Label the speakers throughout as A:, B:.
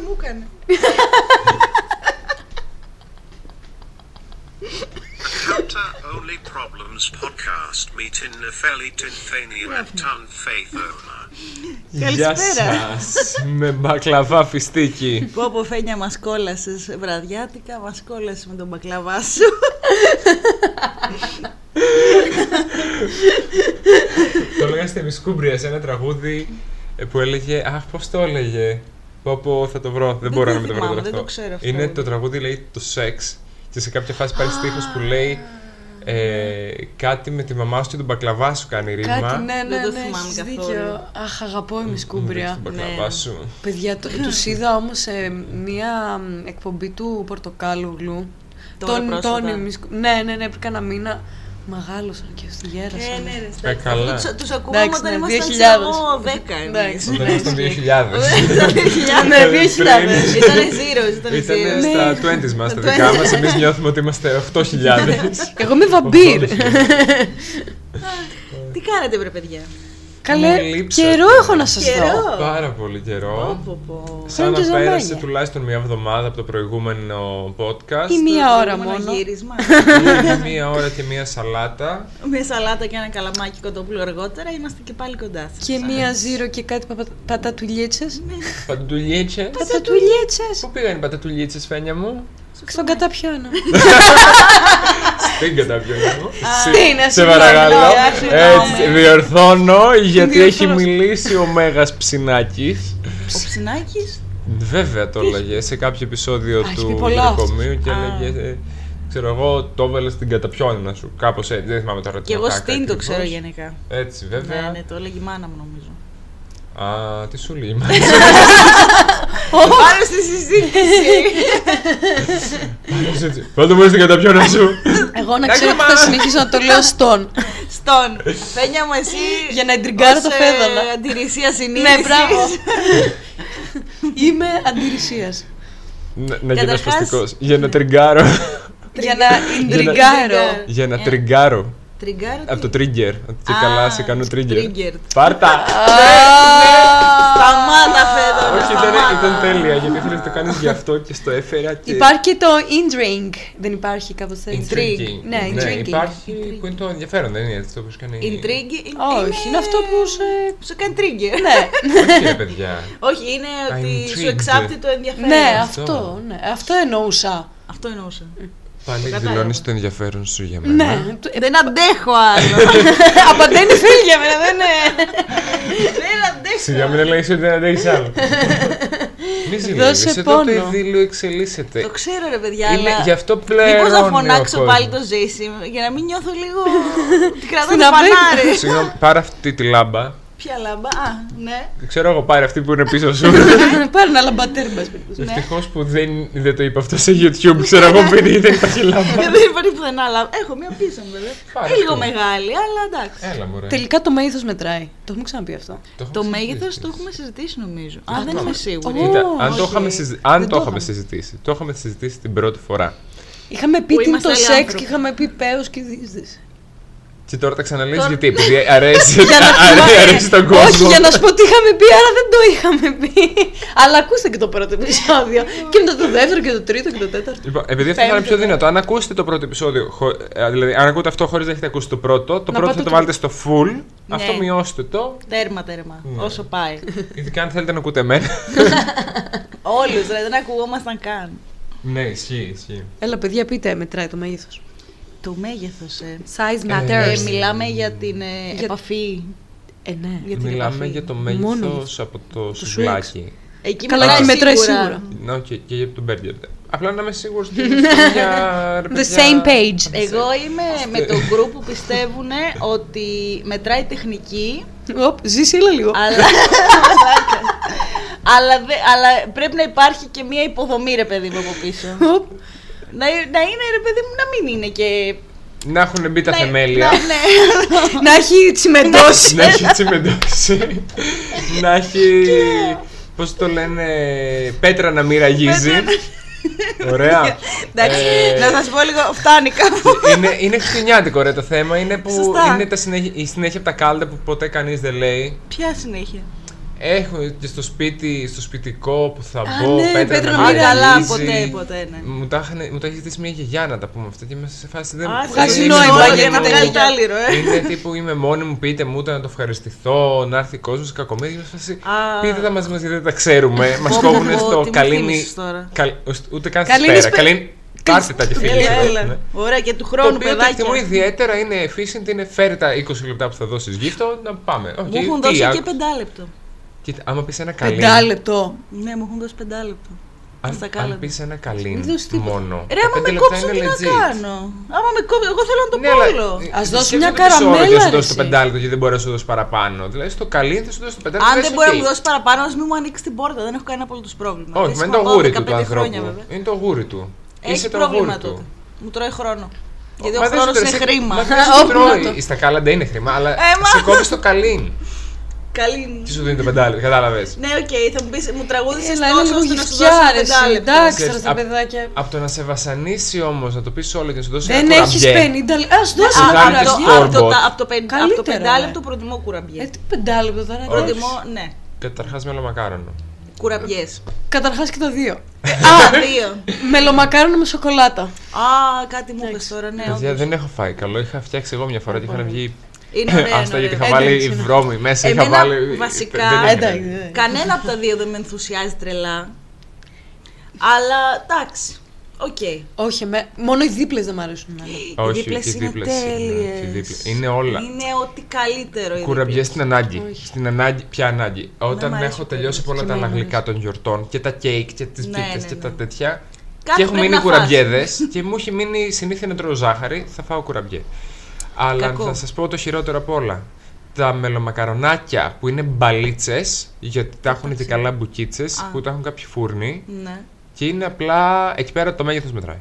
A: μου έκανε.
B: Counter Only Problems podcast meeting Nefeli Tinthania and Tan Faith Owner.
A: Καλησπέρα.
C: Γεια σας, με μπακλαβά φιστίκι.
A: Πω πω Φένια μας κόλασες βραδιάτικα, μας κόλασες με τον μπακλαβά σου.
C: το έλεγα στη Μισκούμπρια σε ένα τραγούδι ε, που έλεγε Αχ, πώς το έλεγε. Πω πω, θα το βρω. Δεν μπορώ
A: το
C: να μην το βρω
A: θυμάμαι, δεν
C: τώρα αυτό.
A: το ξέρω αυτό.
C: Είναι το τραγούδι λέει το σεξ και σε κάποια φάση υπάρχει στίχος που λέει ε, κάτι με τη μαμά σου και τον μπακλαβά σου κάνει ρήμα.
D: Κάτι, ναι, ναι,
A: Δεν το
D: ναι,
A: θυμάμαι
D: έχεις
A: καθόλου.
D: δίκιο. Αχ, αγαπώ η Μισκούμπρια.
C: Τον μπακλαβά
A: ναι.
C: σου.
D: Παιδιά, το, τους είδα όμως σε μια μ, εκπομπή του Πορτοκάλουγλου.
A: Τώρα πρόσφατα.
D: Μισκου... Ναι, ναι, ναι, πριν κάνα μήνα. Μαγάλωσαν και ναι. αυτοί γέρασαν.
C: Ε, καλά.
A: ναι, Τους, τους ακούγαμε
D: Εντάξει,
A: όταν
D: ναι,
A: ήμασταν
D: 2000.
A: ξέρω εγώ, δέκα εμείς.
D: Εντάξει.
C: Όταν ήμασταν 2000.
A: Ήταν 2000.
D: Ναι, 2000.
C: Πριν.
A: Ήταν zeros, ήταν
C: Ήταν
A: zeros.
C: στα
D: Ναι.
C: 20s μας, τα
A: Τα
C: δικά
A: 20s.
C: μας. Εμείς νιώθουμε ότι είμαστε 8.000.
D: Εγώ είμαι βαμπύρ.
C: 8.000.
A: Ναι. Τι κάνετε βρε παιδιά.
C: Μου
D: Καλέ,
C: λείψατε.
D: καιρό έχω να σας δω.
A: Καιρό.
C: Πάρα πολύ καιρό.
A: Πω, πω, πω.
C: Σαν
D: και
C: να
D: ζωντάνια.
C: πέρασε τουλάχιστον μία εβδομάδα από το προηγούμενο podcast.
D: Ή μία
A: Το
D: ώρα
A: προηγούμενο
D: μόνο.
A: γύρισμα.
C: Μία- μία ώρα και μία σαλάτα.
A: Μια σαλάτα και ένα καλαμάκι κοντόπουλο αργότερα είμαστε και πάλι κοντά σας.
D: Και μία ζύρο και κάτι παπα- πατατουλίτσες.
C: Πατατουλίτσες.
D: Πατατουλίτσες.
C: Πού πήγαν οι πατατουλίτσες, φένια μου.
D: Στον καταπιώνω.
C: Στην καταπιώνω μου. Σε-
D: τι είναι,
C: Σε
D: συγγνώμη,
C: παρακαλώ.
D: ε, συγγνώμη.
C: Έτσι, διορθώνω γιατί έχει
D: Διορθώνω.
C: μιλήσει ο Μέγας Ψινάκης.
A: Ο Ψινάκης
C: Βέβαια το έλεγε σε κάποιο επεισόδιο
D: Α, έχει
C: του
D: πει πολλά αυτό.
C: γυναικομείου και
A: Α.
C: έλεγε. ε, Ξέρω εγώ, το έβαλε στην καταπιώνυνα σου. Κάπως έτσι. Δεν θυμάμαι τώρα τι
A: και εγώ
C: μακάκα
A: στην το
C: ακριβώς.
A: ξέρω γενικά.
C: Έτσι,
A: Ναι,
C: βέβαια.
A: ναι, το έλεγε η μάνα μου νομίζω.
C: Α, τι σου λέει.
A: Πάμε στη συζήτηση.
C: Πρώτα μου στην καταπιώνα σου.
D: Εγώ να
C: Τα
D: ξέρω ότι θα
C: κλεμμάρα.
D: συνεχίσω να το λέω στον.
A: Στον. Φένια μου, εσύ.
D: Για να εντριγκάρω
A: ως,
D: το
A: ε,
D: φέδαλα.
A: Αντιρρησίας συνείδησης.
D: Ναι, μπράβο. Είμαι αντιρρησίας.
C: Να- Να γίνω
A: Καταρχάς-
C: σπαστικός. Για να τριγκάρω.
D: Για να εντριγκάρω.
C: Για να
A: Ε.
C: τριγκάρω.
A: Τριγκάρω.
C: Από
A: τι-
C: το trigger. Ότι σε
A: Α,
C: καλά σε κάνω trigger.
A: triggered.
C: Πάρτα!
A: Ναι. Σταμάτα, Φέδωνα.
C: Όχι, ήταν,
A: σταμάτα.
C: ήταν τέλεια γιατί ήθελες να το κάνεις γι' αυτό και στο έφερα και...
D: Υπάρχει και το in-drink. Δεν υπάρχει κάπως έτσι.
C: Intriguing.
D: Ναι, intriguing.
C: υπάρχει που είναι το ενδιαφέρον, δεν είναι έτσι όπως κάνει...
A: Intrigue είναι-
D: Ε, Όχι, είναι αυτό που σε...
A: Ε, Σου κάνει trigger.
D: Ναι,
C: Όχι ρε παιδιά.
A: Όχι, είναι ότι σου
C: intrigued.
A: εξάπτει το ενδιαφέρον.
D: ναι,
C: αυτό.
D: αυτό, ναι. Αυτό εννοούσα.
A: Αυτό εννοούσα.
C: Πάλι
A: κατάλαβα.
C: εκδηλώνεις το ενδιαφέρον σου για μένα.
D: Ναι. Ε,
A: Δεν αντέχω άλλο.
D: Απαντάει φίλη για μένα, δεν είναι.
A: Δεν
C: Σιγά
A: αντέχω.
C: μην λέγεις ότι δεν αντέχεις άλλο. Μη ζηλεύεσαι, το
D: πόνο.
C: παιδί εξελίσσεται.
A: Το ξέρω ρε παιδιά,
C: Είναι ε,
A: αλλά
C: γι' αυτό πλέον.
A: μήπως να φωνάξω πάλι το ζήσι για να μην νιώθω λίγο... Την κρατάω
D: Στην
A: το
D: απέκρι.
A: φανάρι.
C: Συγγνώμη, πάρε αυτή τη λάμπα.
A: Ποια λάμπα, α, ναι.
C: Ξέρω εγώ, πάρε αυτή που είναι πίσω σου.
D: Ναι. Πάρε ένα λαμπατέρ, εν πάση περιπτώσει.
C: Ευτυχώς που δεν, δεν το είπα αυτό σε YouTube. Ξέρω εγώ,
D: Ναι.
C: παιδί, δεν υπάρχει λάμπα.
A: Ε, Δεν υπάρχει πουθενά λάμπα. Έχω μία πίσω μου βέβαια.
C: Πάρε
A: Είναι λίγο
C: αυτή.
A: μεγάλη, αλλά εντάξει.
C: Έλα, μωρέ.
D: Τελικά το μέγεθος μετράει. Το έχουμε ξαναπεί αυτό.
C: έχω
A: Το
C: συζητήσει.
A: μέγεθος το έχουμε συζητήσει νομίζω.
D: Α,
A: Αν δεν
D: το-
A: είμαι
D: Ω,
A: σίγουρη.
C: Κοίτα, αν το
D: όχι.
C: είχαμε συζη- αν
D: Δεν
C: το
D: το
C: είχαμε
D: είχαμε.
C: συζητήσει. Το είχαμε συζητήσει την πρώτη φορά.
D: Είχαμε πει
A: Που
D: τι είναι
A: είμαστε
D: το
A: άλλοι
D: σεξ
A: άνθρωποι.
D: και είχαμε πει πέος και δίσδυς.
C: Και τώρα τα ξαναλέεις
A: Τώρα-
C: γιατί, επειδή αρέσει,
D: Για να
C: αρέ-
D: θυμάμαι.
C: αρέσει τον κόσμο.
D: ε, Όχι, για να σου πω τι είχαμε πει, άρα δεν το είχαμε πει. Αλλά ακούστε και το πρώτο επεισόδιο. και μετά το δεύτερο και το τρίτο και το τέταρτο.
C: Λοιπόν, επειδή αυτό θα είναι πιο δυνατό, αν ακούσετε το πρώτο επεισόδιο, χω- ε, δηλαδή αν ακούτε αυτό χωρίς να έχετε ακούσει το πρώτο, το
D: Να
C: πρώτο
D: πάτε
C: θα το
D: το-
C: βάλετε στο full,
A: Ναι.
C: αυτό μειώστε το,
A: Τέρμα, τέρμα.
C: Ναι.
A: Όσο πάει.
C: ειδικά αν θέλετε να ακούτε εμένα.
A: Όλους, δηλαδή δεν ακουγόμασταν καν.
C: Ναι, ισχύει, ισχύει.
D: Έλα, παιδιά, πείτε, μετράει το μέγεθος.
A: Το μέγεθος, ε.
D: Size
C: matters.
A: Ε,
D: matters.
C: μι-
A: μιλάμε για την ε,
D: Για-
A: επαφή.
D: Ε, ναι.
A: Για την
C: Μιλάμε
A: επαφή.
C: για το
D: Μόνο
C: μέγεθο από το σουβλάκι.
A: Εκεί
D: Καλά,
A: μετράει
D: εκεί μετράει
A: σίγουρα.
D: σίγουρα.
C: Ναι, και, και για τον μπέργκερ. Απλά να είμαι σίγουρος ότι είναι για. ρε
D: The
C: παιδιά.
D: same page.
A: Εγώ είμαι με το group που πιστεύουν ότι μετράει τεχνική,
D: Ε, Οπ, ζήσει, έλα λίγο.
A: αλλά, αλλά, δε- αλλά πρέπει να υπάρχει και μια υποδομή, ρε παιδί μου, από πίσω.
D: Οπ.
A: να, να είναι, ρε παιδί μου, να μην είναι και.
C: Να έχουν μπει τα
A: να-
C: θεμέλια.
A: να- ναι.
D: Να έχει τσιμεντώσει.
C: να έχει τσιμεντώσει. να έχει. Πώς το λένε. Πέτρα να μοιραγίζει. Ωραία.
A: Εντάξει,
C: Ε,
A: να σας πω λίγο, φτάνει κάπου.
C: είναι, είναι χριστουγεννιάτικο ρε το θέμα. Είναι, που,
A: Σωστά.
C: είναι τα συνέχεια, η συνέχεια από τα κάλτα που ποτέ κανείς δεν λέει.
A: Ποια συνέχεια.
C: Έχω και στο σπίτι, στο σπιτικό που θα
D: Α,
C: μπω,
D: ναι, πέτρα
C: πέτρα
D: να
C: να
A: Α,
C: μην
A: καλά,
C: γυρίζει.
A: ποτέ, ποτέ, ναι.
C: Μου τα, είχαν- μου τα έχει ζητήσει μια γιαγιά να τα πούμε αυτά και είμαστε σε φάση δεν...
A: Α,
C: δεν
D: χαζινό
C: είμαι
D: η
C: μόνη
D: μάγια,
C: μου.
A: να
D: είναι
A: βγάλει
D: τελικά.
A: το άλυρο, ε.
C: Είναι τύπου είμαι μόνη μου, πείτε μου ούτε να το ευχαριστηθώ, να έρθει κόσμος σε κακομίδι. Είμαστε σε φάση,
A: Α.
C: πείτε τα μαζί μας γιατί δεν τα ξέρουμε. Μας
A: Πω, πω,
C: κόβουνε
A: πω, τι
C: στο
A: μου
C: καλίνι.
A: θύμισες τώρα.
C: καλ- Ούτε καν
D: Καλίνι
C: σφαίρα.
D: σπε-
C: Καλίνι. Πάρτε τα και φίλοι. ναι.
A: Έλα, έλα. Ωραία, και του
C: Το
A: χρόνου,
C: οποίο το
A: παιδάκια.
C: εκτιμώ ιδιαίτερα είναι efficient, είναι φέρει τα 20 λεπτά που θα δώσεις γύφτο να πάμε. Οκ,
A: Μου έχουν
C: τι,
A: δώσει
C: α-
A: και πεντάλεπτο.
C: Κοίτα, άμα πεις ένα καλίνι.
D: Πεντάλεπτο.
A: Ναι, μου έχουν δώσει πεντάλεπτο.
C: Αν,
A: στα
C: αν
A: κάλατα.
C: πεις ένα
A: Μην
C: καλίνι
A: δώσεις τίποτα.
C: μόνο.
A: Ρε,
C: τα
A: άμα
C: πέντε
A: με
C: λεπτά
A: κόψουν, τι
C: είναι
A: να
C: legit.
A: κάνω. Άμα με κόψουν, εγώ θέλω να το
C: Ναι, αλλά,
A: πόλω.
C: ε,
D: Ας
C: σκέφτομαι
D: δώσω μια
C: τις ώρες
D: καραμέλα,
C: Για να σου
D: ρε,
C: δώσει το
D: εσύ.
C: πεντάλεπτο γιατί δεν μπορεί να σου δώσει παραπάνω. Δηλαδή στο καλή θα σου δώσει το πεντάλεπτο.
A: Αν
C: λες,
A: δεν μπορεί να
C: οκ.
A: μου δώσεις παραπάνω, ας μην μου ανοίξεις την πόρτα. Δεν έχω κανένα απολύτως πρόβλημα.
C: Όχι,
A: Δεν
C: μα είναι το
A: σηκωθώ
C: γούρι του του
A: 15 χρόνια,
C: ανθρώπου.
A: βέβαια.
C: Είναι το γούρι του.
A: Έχει
C: το
A: πρόβλημα
C: γούρι του.
A: τότε. Μου τρώει χρόνο.
C: Μα
A: Γιατί ο
C: δεν σου
A: χρόνος είναι
C: τρώει-
A: χρήμα.
C: Μα δεν σου
D: Όπου να
C: τρώει.
D: το-
C: Στα κάλαντα είναι χρήμα, αλλά
A: Ε, μα-
C: σε κόβεις το καλήν.
A: Καλή.
C: Τι σου δίνει το πεντάλεπτο, κατάλαβες.
A: Ναι, οκ, θα μου πεις, μου τραγούδισες
D: Έλα, είναι
A: τόσο
D: λίγο
A: ώστε να σου
D: γυφτιά,
A: δώσω
D: ρε, εσύ,
A: πεντάλεπτο.
D: Εντάξει,
C: Ξέρεις,
D: ρε, στα
C: απ-
D: παιδάκια.
C: Από το να σε βασανίσει όμως, να το πεις όλο και να σου δώσει ένα
D: Δεν έχεις
C: κουραμπιέ.
D: 50 λεπτά. Α
A: Α,
D: δώσει
C: Σου
D: ένα
C: κάνει
A: από
C: κάνετε
A: το-
C: τις
D: κουραμπιέ.
A: από το-
C: scoreboard.
A: από το πεν- από το
D: Καλύτερα,
A: πεντάλεπτο
D: ναι.
A: προτιμώ κουραμπιέ.
D: Ε, τι πεντάλεπτο τώρα.
C: Όχι.
A: Προτιμώ, ναι,
C: Καταρχάς με μακάρονο.
A: κουραμπιές.
D: Καταρχάς και τα δύο.
A: Α, δύο.
D: Μελομακάρονο με σοκολάτα.
A: Α, κάτι μου είπες τώρα, ναι.
C: Παιδιά,
A: όντως.
C: δεν έχω φάει καλό. Είχα φτιάξει εγώ μια φορά και είχαν βγει.
A: Είναι ωραία,
C: Άστα
A: είναι
C: γιατί είχα
A: ωραία.
C: βάλει
D: Εντάξει, ναι.
C: βρώμη μέσα. Είχα
A: Εμένα
C: βάλει.
A: βασικά-
C: δεν
D: Εντάξει,
C: ήθελα.
D: ναι.
A: Κανένα από τα δύο δεν με ενθουσιάζει τρελά. Αλλά εντάξει. Οκ.
D: Όχι, με... μόνο οι δίπλες δεν μ' αρέσουν. εμένα.
C: Όχι,
A: οι δίπλες
C: και οι
A: είναι
C: δίπλες είναι,
A: τέλειες.
C: και οι δίπλες. Είναι όλα.
A: Είναι ό,τι καλύτερο. οι
C: Κουραμπιέ
A: δίπλες.
C: στην ανάγκη.
D: Όχι.
C: Στην ανάγκη. Ποια ανάγκη. Όταν
A: μ' αρέσει
C: έχω
A: ο
C: τελειώσει από όλα
D: Και
C: τα
D: εμένα μ'
C: αναγλικά των γιορτών και τα κέικ και τις
A: Ναι,
C: πίτε
A: ναι,
C: και τα
A: ναι.
C: τέτοια.
A: Κάτι
C: και έχουν
A: πρέπει
C: μείνει
A: να φας.
C: κουραμπιέδες και μου έχει μείνει συνήθεια να τρώω ζάχαρη. Θα φάω κουραμπιέ. Αλλά
A: Κακό.
C: θα σας πω το χειρότερο απ' όλα. Τα μελομακαρονάκια που είναι μπαλίτσες, γιατί τα έχουν και καλά μπουκίτσες
A: Α.
C: που τα έχουν κάποιοι φούρνοι.
A: Ναι.
C: Και είναι απλά εκεί πέρα το μέγεθος μετράει.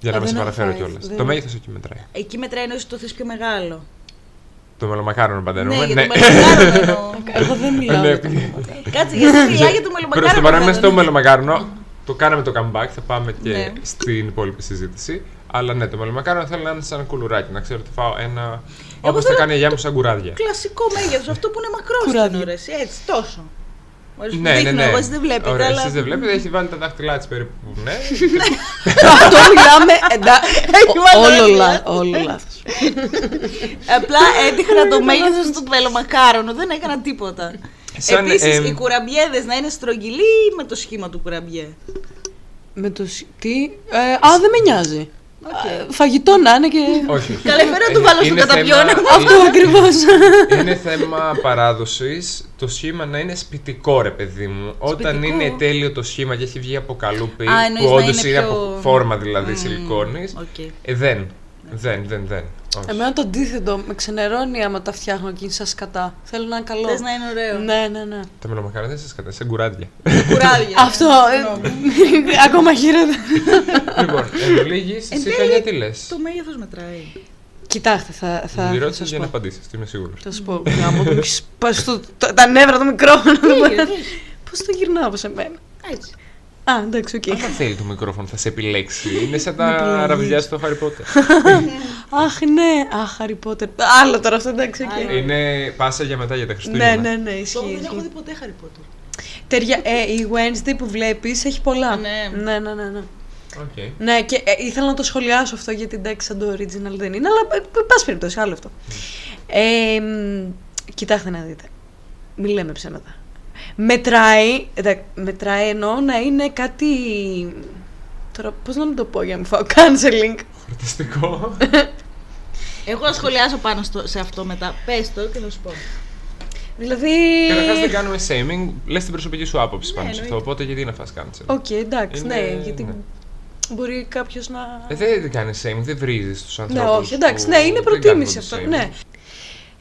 C: Για να
D: Α,
C: μην σε
D: δεν έχω
C: παραφέρω
D: φάει,
C: κιόλας.
D: δεν
C: Το
D: έχω.
C: μέγεθος εκεί μετράει.
A: Εκεί μετράει εννοείς ότι το θες πιο μεγάλο.
C: Το μελομακάρονο Ναι. παντρεύουμε.
A: γιατί Ναι, το μελομακάρονο εννοώ.
D: Εγώ δεν μιλάω.
C: ναι,
D: για το-
A: Κάτσε, γιατί μιλάει για το δηλαδή. μελομακάρονο.
C: Προς το παρόν είμαστε στο
A: βέβαια.
C: μελομακάρονο. Το κάναμε το comeback, θα πάμε και
A: Ναι.
C: στην υπόλοιπη συζήτηση. Αλλά ναι, το μελομακάρονο θέλω να είναι σαν κουλουράκι. Να ξέρω ότι φάω ένα. Όπω τα
A: θέλω
C: κάνει η γιαγιά μου σαν κουράδια.
A: Κλασικό μέγεθος, αυτό που είναι μακρόστινο.
D: Κουράδι.
A: ρε, εσύ, Έτσι, τόσο. Μόλις μου δείχνω, εγώ εσείς δεν βλέπετε.
C: Ναι, Ωραία,
A: αλλά...
C: εσείς δεν βλέπετε, έχει βάλει τα δάχτυλά της περίπου. Ναι,
D: Αυτό μιλάμε. εντά-
A: Έχει βάλει
D: ό- Όλο
A: όλα.
D: λα- όλο λάθος.
A: Απλά έτυχνα το μέγεθος του πελομακάρονου, δεν έκανα τίποτα.
C: Σαν,
A: Επίσης,
C: εμ,
A: οι κουραμπιέδες να είναι στρογγυλοί ή με το σχήμα του κουραμπιέ.
D: Με το. σι- Τι. ε, Α, δεν με νοιάζει.
A: Οκ.
D: Ε, Φαγητό να είναι και.
C: όχι. όχι.
A: Καλά, φέρε να του
C: Ε,
A: βάλω στο
C: είναι θέμα-
A: καταπιόνα μου.
D: Αυτό ακριβώς.
C: Είναι θέμα παράδοσης. Το σχήμα να είναι σπιτικό, ρε παιδί μου. Όταν
A: Σπιτικό.
C: είναι τέλειο το σχήμα και έχει βγει από καλούπι,
A: Α, εννοείς
C: που
A: να
C: όντως
A: είναι
C: είναι
A: πιο-
C: από φόρμα δηλαδή σιλικόνης,
A: οκ.
C: ε, δεν. Δεν, δεν, δεν. Όχι.
D: Εμένα το αντίθετο με ξενερώνει άμα τα φτιάχνω και είναι σαν σκατά. Θέλω να είναι καλό.
A: Θες να είναι ωραίο.
D: Ναι, ναι, ναι.
C: Τα μελομακάρονια δεν σας κατά, σαν κουράδια.
A: Κουράδια.
D: Αυτό. ε, Ακόμα χειρότερα.
C: λοιπόν, εν λίγη, εσύ Τανιά, τι λες.
A: Το μέγεθος μετράει.
D: Κοιτάξτε, θα. θα
C: Τη
D: θα
C: ρώτησα
D: σας
C: για να
D: πω.
C: απαντήσει, είμαι σίγουρος.
D: Θα σου πω, γάμο, μου έχεις σπάσει το- τα- τα νεύρα το μικρόφωνο.
A: γιατί?
D: Πώς το γυρνάω σε μένα.
A: Έτσι.
D: Α, εντάξει, οκ.
C: Δεν θέλει το μικρόφωνο, θα σε επιλέξει. Είναι σαν
D: Με επιλέγει.
C: τα ραβδιά στο Harry Potter.
D: Αχ, ναι. Αχ, Harry Potter. Άλλο τώρα αυτό, εντάξει, οκ.
A: Άλλο.
C: Είναι πάσα για μετά για τα
D: Ναι,
C: Χριστούγεννα.
D: ναι, ναι,
A: Το
D: ισχύει.
A: δεν έχω δει
D: ισχύει.
A: ποτέ Harry Potter.
D: Ταιριά- ε, η Wednesday που βλέπεις έχει πολλά.
A: Ναι.
D: ναι, ναι, ναι. ναι.
C: Οκ.
D: Ναι, και ε, ήθελα να το σχολιάσω αυτό γιατί εντάξει, σαν το original δεν είναι, αλλά ε, εν πάση περιπτώσει, άλλο αυτό. Ε, μ, κοιτάξτε να δείτε. Μην λέμε ψέματα. Μετράει, εντά- μετράει εννοώ να είναι κάτι. Τώρα, πώς να μην το πω για να μην φάω canceling.
C: Χορταστικό.
A: Εγώ θα σχολιάσω πάνω στο, σε αυτό μετά. Πες το και θα σου πω.
D: Δηλαδή.
C: Καταρχάς δεν κάνουμε shaming, λες την προσωπική σου άποψη πάνω σε αυτό.
A: εννοείται.
C: Οπότε γιατί να φας cancel.
D: Ναι, Οκ, εντάξει,
C: Είναι-
D: ναι, γιατί
C: ναι.
D: μπορεί κάποιος να.
C: Ε, δεν κάνεις shaming, δεν βρίζεις τους
D: Ναι,
C: ανθρώπους.
D: όχι, εντάξει, ναι, είναι προτίμηση αυτό. Ναι.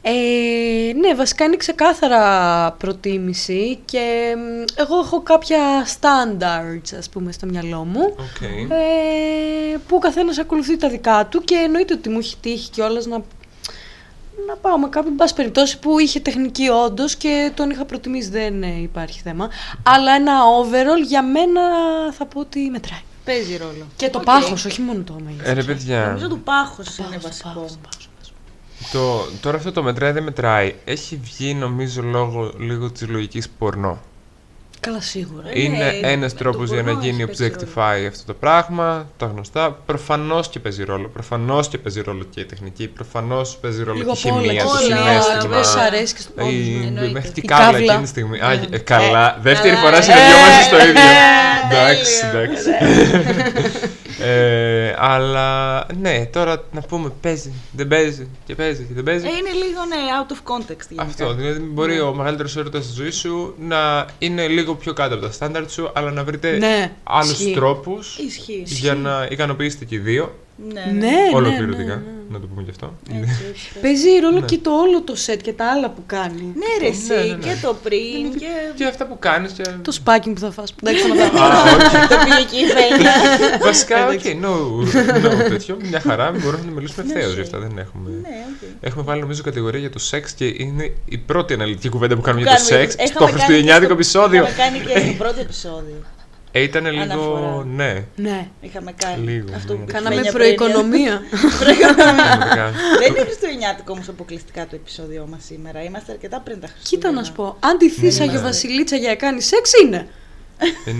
D: Ε, ναι, βασικά είναι ξεκάθαρα προτίμηση και μ, εγώ έχω κάποια standards, ας πούμε, στο μυαλό μου
C: Okay.
D: ε, που ο καθένας ακολουθεί τα δικά του και εννοείται ότι μου έχει τύχει κιόλας να, να πάω με κάποιον, εν πάση περιπτώσει, που είχε τεχνική όντως και τον είχα προτιμήσει, δεν ε, υπάρχει θέμα. Αλλά ένα overall για μένα θα πω ότι μετράει.
A: Παίζει ρόλο.
D: Και το
A: Οκ.
D: πάχος, όχι μόνο το μέγεθος.
C: Ε, ρε παιδιά.
A: Νομίζω το πάχος
D: Το
A: είναι
D: πάχος, το
A: βασικό.
D: πάχος, το πάχος.
C: Το, τώρα αυτό το μετράει δεν μετράει. Έχει βγει νομίζω λόγω λίγο της λογικής πορνό.
D: Καλά, σίγουρα.
A: Ε,
C: Είναι
A: ναι,
C: ένας
A: το
C: τρόπος για να
A: πορνό
C: γίνει
A: έχει παίξει
C: objectify αυτό το πράγμα, τα γνωστά. Προφανώς και παίζει ρόλο. Προφανώς και παίζει ρόλο και η τεχνική. Προφανώς παίζει ρόλο
D: Λίγο
C: και η
D: απ' όλα,
C: χημεία, το
D: και
A: όλα,
C: συνέστημα. Ε,
A: το πώς σ'
D: αρέσει και στο-
C: Η-
D: όντως, ναι,
A: εννοείται.
C: Μέχρι και
D: Η
C: η κάβλα
D: κάβλα.
C: εκείνη τη στιγμή. Α,
A: Ε,
C: ε, καλά. Δεύτερη
A: καλά,
C: φορά
A: ε.
C: συναντιόμαστε στο ίδιο.
A: Ε,
C: Εντάξει,
A: τέλειο.
C: εντάξει. Ε, Αλλά ναι, τώρα να πούμε παίζει, δεν παίζει και παίζει και δεν παίζει.
A: Ε, είναι λίγο, ναι, out of context. γενικά.
C: Αυτό. Δηλαδή, μπορεί ο μεγαλύτερος έρωτας της ζωής σου να είναι λίγο πιο κάτω από τα στάνταρτ σου, αλλά να βρείτε
D: Ναι, ισχύει.
C: άλλου τρόπους
A: Ισχύει.
C: για να ικανοποιήσετε και οι δύο.
A: Ναι.
D: Ναι,
C: ολοκληρωτικά.
D: ναι, ναι.
C: Να το πούμε και αυτό.
A: Έτσι, έτσι.
D: Παίζει ρόλο
C: Ναι.
D: και το όλο το σετ και τα άλλα που κάνει.
A: Ναι, ρε,
C: Ναι,
A: εσύ
C: ναι, ναι.
A: και το πριν και.
C: Και αυτά που κάνεις. Και...
D: Το σπάκινγκ που θα φας. Εντάξει, θα τα
C: Α, οκ.
A: Το πήγε εκεί η
D: Ναι,
A: Βένια. Ε,
C: Βασικά, οκ,
D: Εντάξει.
C: no, no, τέτοιο. Μια χαρά, μπορούμε να μιλήσουμε ευθέω για αυτά. Δεν έχουμε.
A: Ναι, οκ.
C: Έχουμε βάλει νομίζω κατηγορία για το σεξ και είναι η πρώτη αναλυτική κουβέντα που κάνουμε
A: Που
C: για το
A: κάνουμε-
C: σεξ
A: είχαμε
C: στο
A: κάνει
C: χριστουγεννιάτικο
A: και στο-
C: επεισόδιο.
A: Είχαμε κάνει και στο πρώτο επεισόδιο.
C: Ε, ήταν λίγο.
A: Αναφορά.
C: Ναι,
D: Ναι.
A: Είχαμε κάνει.
C: Λίγο,
A: Αυτό που
C: ναι.
A: είπε η
D: Κάναμε
A: Φένια
D: προοικονομία.
A: πριν. Προοικονομία.
C: πραγματικά.
A: Δεν είναι χριστουγεννιάτικο όμως αποκλειστικά το επεισόδιό μας σήμερα. Είμαστε αρκετά πριν τα
D: Κοίτα
A: Χριστούγεννα.
D: να σου πω, αν τη θύσα
C: Ναι.
D: για βασιλίτσα για να κάνει σεξ είναι.
C: Ε,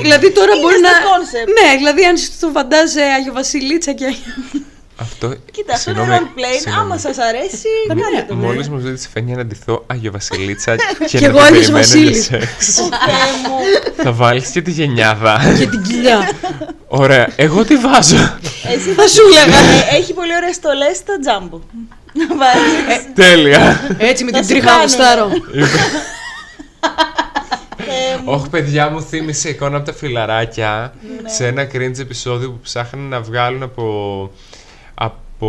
D: Δηλαδή τώρα
A: Είναι
D: μπορεί
A: στο
D: να.
A: concept.
D: Ναι, δηλαδή αν σου το φαντάζε Άγιο Βασιλίτσα και.
C: Αυτό.
A: Κοίτα, αυτό είναι
C: συγγνώμη,
A: role playing.
C: συγγνώμη.
A: Άμα σας αρέσει,
D: Ναι.
A: κάντε το.
C: Μόλις μου ζήτησε φαίνεται να αντιθώ Άγιο Βασιλίτσα και
D: Κι
C: να
D: εγώ
C: το
D: Άγιος
C: περιμένω για
D: Βασίλης.
C: σεξ.
A: Ω, Θεέ μου.
C: Θα βάλεις και τη γενιάδα.
D: και την κοιλιά.
C: Ωραία, εγώ τη βάζω.
A: Εσύ
D: Θα σου
C: Ναι.
D: λέγα.
A: Ε, Έχει πολύ ωραίες στολές στα τζάμπο. Να
C: Ε,
A: βάλεις.
C: Τέλεια. Λοιπόν,
D: Έτσι με
A: Θα
D: την
A: σου
D: τρίχα
A: κάνουν.
D: γουστάρω.
A: Θεέ μου.
C: Όχι, παιδιά μου θύμισε εικόνα από τα φιλαράκια
A: Ναι.
C: σε ένα cringe επεισόδιο που ψάχνανε να βγάλουν από. από.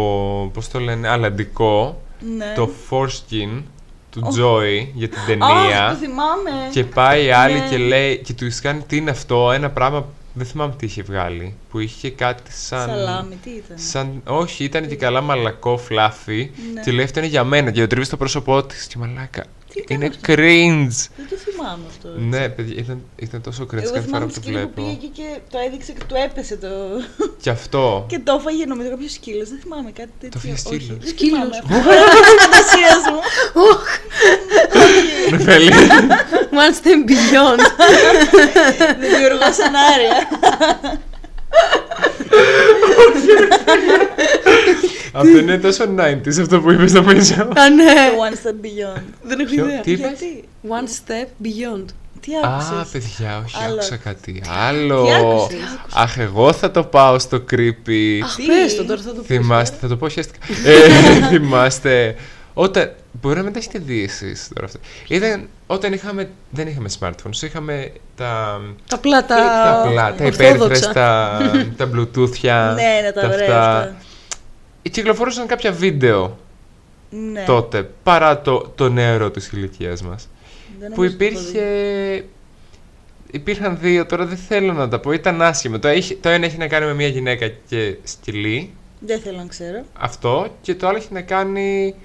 C: πώς το λένε, αλλαντικό.
A: Ναι.
C: το foreskin του Joey για την
A: Α, το
C: ταινία.
A: θυμάμαι.
C: Και πάει η άλλη
A: Ναι.
C: και λέει. και του κάνει τι είναι αυτό, ένα πράγμα. Δεν θυμάμαι τι είχε βγάλει. Που είχε κάτι σαν.
A: Σαλάμι, τι ήταν.
C: Σαν, όχι, ήταν και καλά μαλακό φλάφι.
A: Ναι.
C: Και λέει αυτό είναι για μένα. Και το τρίβεις στο πρόσωπό της. Και μαλάκα.
A: Τι ήταν
C: Είναι
A: αυτό?
C: cringe.
A: Δεν το θυμάμαι αυτό.
C: Ναι, παιδιά, ήταν, ήταν τόσο cringe
A: Εγώ
C: κάθε φορά
A: θυμάμαι
C: που
A: το
C: το
A: σκύλο που πήγε
C: βλέπω.
A: εκεί και το έδειξε και του έπεσε το.
C: Και αυτό.
A: και το έφαγε νομίζω κάποιος σκύλος. Δεν θυμάμαι κάτι τέτοιο.
C: Το έφαγε
A: Όχι,
C: σκύλος.
A: δεν
D: Σκύλος.
A: θυμάμαι αυτό. Είναι φαντασία μου.
C: Με φέλει.
D: One step beyond.
A: Δημιουργώ σενάρια.
C: αυτό είναι τόσο 90s αυτό που είπες νομίζω.
D: Α, ναι.
A: Το One Step Beyond.
D: Δεν έχω
C: Ποιο-
D: ιδέα.
C: τι είπες?
A: Γιατί,
D: One step beyond.
A: τι
C: Α,
A: άκουσες.
C: παιδιά, όχι,
A: Άλλο.
C: άκουσα κάτι άλλο.
A: Τι άκουσες?
C: Αχ, εγώ θα το πάω στο creepy.
D: Αχ,
A: Τι?
D: πες το τώρα θα
A: ναι.
D: το πω.
C: Θυμάστε, θα το πω χαίστηκα. Ε, θυμάστε. Όταν. Μπορεί να μην τα έχετε δει εσείς τώρα αυτά. Ήταν όταν είχαμε. Δεν είχαμε smartphones, είχαμε τα.
D: Τα πλάτα.
C: Ε, τα απλά, τα υπέρυθρες, τα, τα bluetooth.
A: Ναι, ναι, τα ωραία αυτά.
C: Ε, Κυκλοφορούσαν κάποια βίντεο
A: Ναι.
C: τότε παρά το, το νεαρό της ηλικίας μας.
A: Δεν
C: που
A: Ναι, νομίζω ότι το
C: υπήρχε. Υπήρχαν δύο, τώρα δεν θέλω να τα πω, ήταν άσχημο. Το, έχει- το ένα έχει να κάνει με μια γυναίκα και σκυλί,
A: Δεν θέλω να ξέρω.
C: αυτό, και το άλλο έχει να κάνει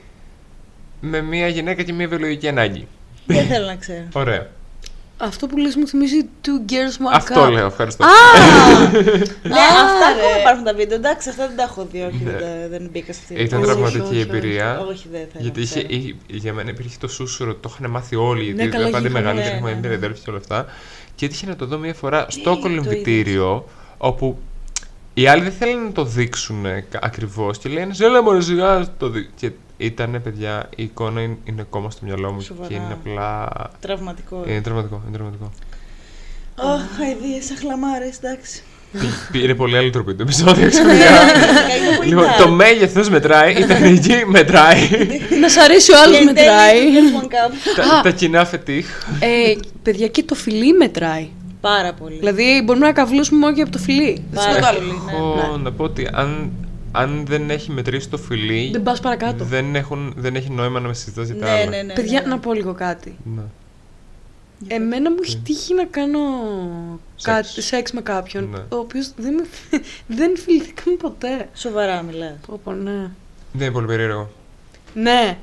C: με μια γυναίκα και μια βιολογική ανάγκη.
A: Δεν θέλω να ξέρω.
C: Ωραία.
D: Αυτό που λες μου θυμίζει Two Girls
A: Oh
D: One Cup.
C: αυτό λέω, ευχαριστώ.
A: Ναι, αυτά ακόμα υπάρχουν τα βίντεο. Εντάξει, αυτά δεν τα έχω δει. Όχι,
C: Ναι.
A: δεν τα- δεν μπήκα σε αυτή
C: Ήταν
A: διαδικασία.
C: τραυματική
D: όχι, όχι.
C: εμπειρία.
A: Όχι, δεν θέλω.
C: Γιατί
A: να
C: είχε,
A: ξέρω.
C: είχε- για μένα υπήρχε το σούσουρο, το είχαν μάθει όλοι. Γιατί
D: καλά,
C: ήταν πάντα
D: γίγαντα,
C: μεγάλο και
A: ναι,
C: έχουμε
A: ναι.
C: ενδιαφέρει και όλα αυτά. Και έτυχε να το δω μία φορά στο
A: το
C: κολυμβητήριο, όπου οι άλλοι δεν θέλανε να το δείξουν ακριβώς. Και λένε, Ζέλα, μωρέ, σιγά να το δει. Και ήταν, παιδιά, η εικόνα είναι, είναι ακόμα στο μυαλό μου
A: Σοβαρά.
C: και είναι απλά.
A: Τραυματικό.
C: Είναι τραυματικό, είναι τραυματικό.
A: Αχ, αηδίες, αχλαμάρες, εντάξει.
C: Πήρε πολύ άλλη τροπή το επεισόδιο
A: Είναι
C: ξαφνικά.
A: Ναι. πολύ
C: Ναι, λοιπόν,
A: dark.
C: το μέγεθος μετράει, η τεχνική μετράει.
D: Να σ' αρέσει ο
A: Και
D: άλλος
A: εν τέλει,
D: μετράει.
A: Girls One Cup.
C: τα, τα κοινά φετίχ.
D: Ε, παιδιά, και το φιλί μετράει.
A: Πάρα πολύ.
D: Δηλαδή, μπορούμε να καβλώσουμε μόνο και από το φιλί.
A: Πάρα
D: Στην-
A: πολύ, ναι.
C: Έχω να πω ότι αν, αν δεν έχει μετρήσει το φιλί,
D: Δεν πας παρακάτω.
C: δεν, έχουν, δεν έχει νόημα να με συζητάς για τα
A: Ναι,
C: άλλα.
A: ναι, ναι.
D: Παιδιά,
A: ναι.
D: να πω λίγο κάτι.
C: Ναι.
D: Εμένα μου έχει τύχει να κάνω
C: Σεξ.
D: κάτι, σεξ με κάποιον,
C: Ναι.
D: ο οποίος δεν, με- δεν φιληθήκαμε ποτέ.
A: Σοβαρά μιλά.
D: Πω, πω, ναι.
C: Ναι, είναι πολύ περίεργο.
D: Ναι.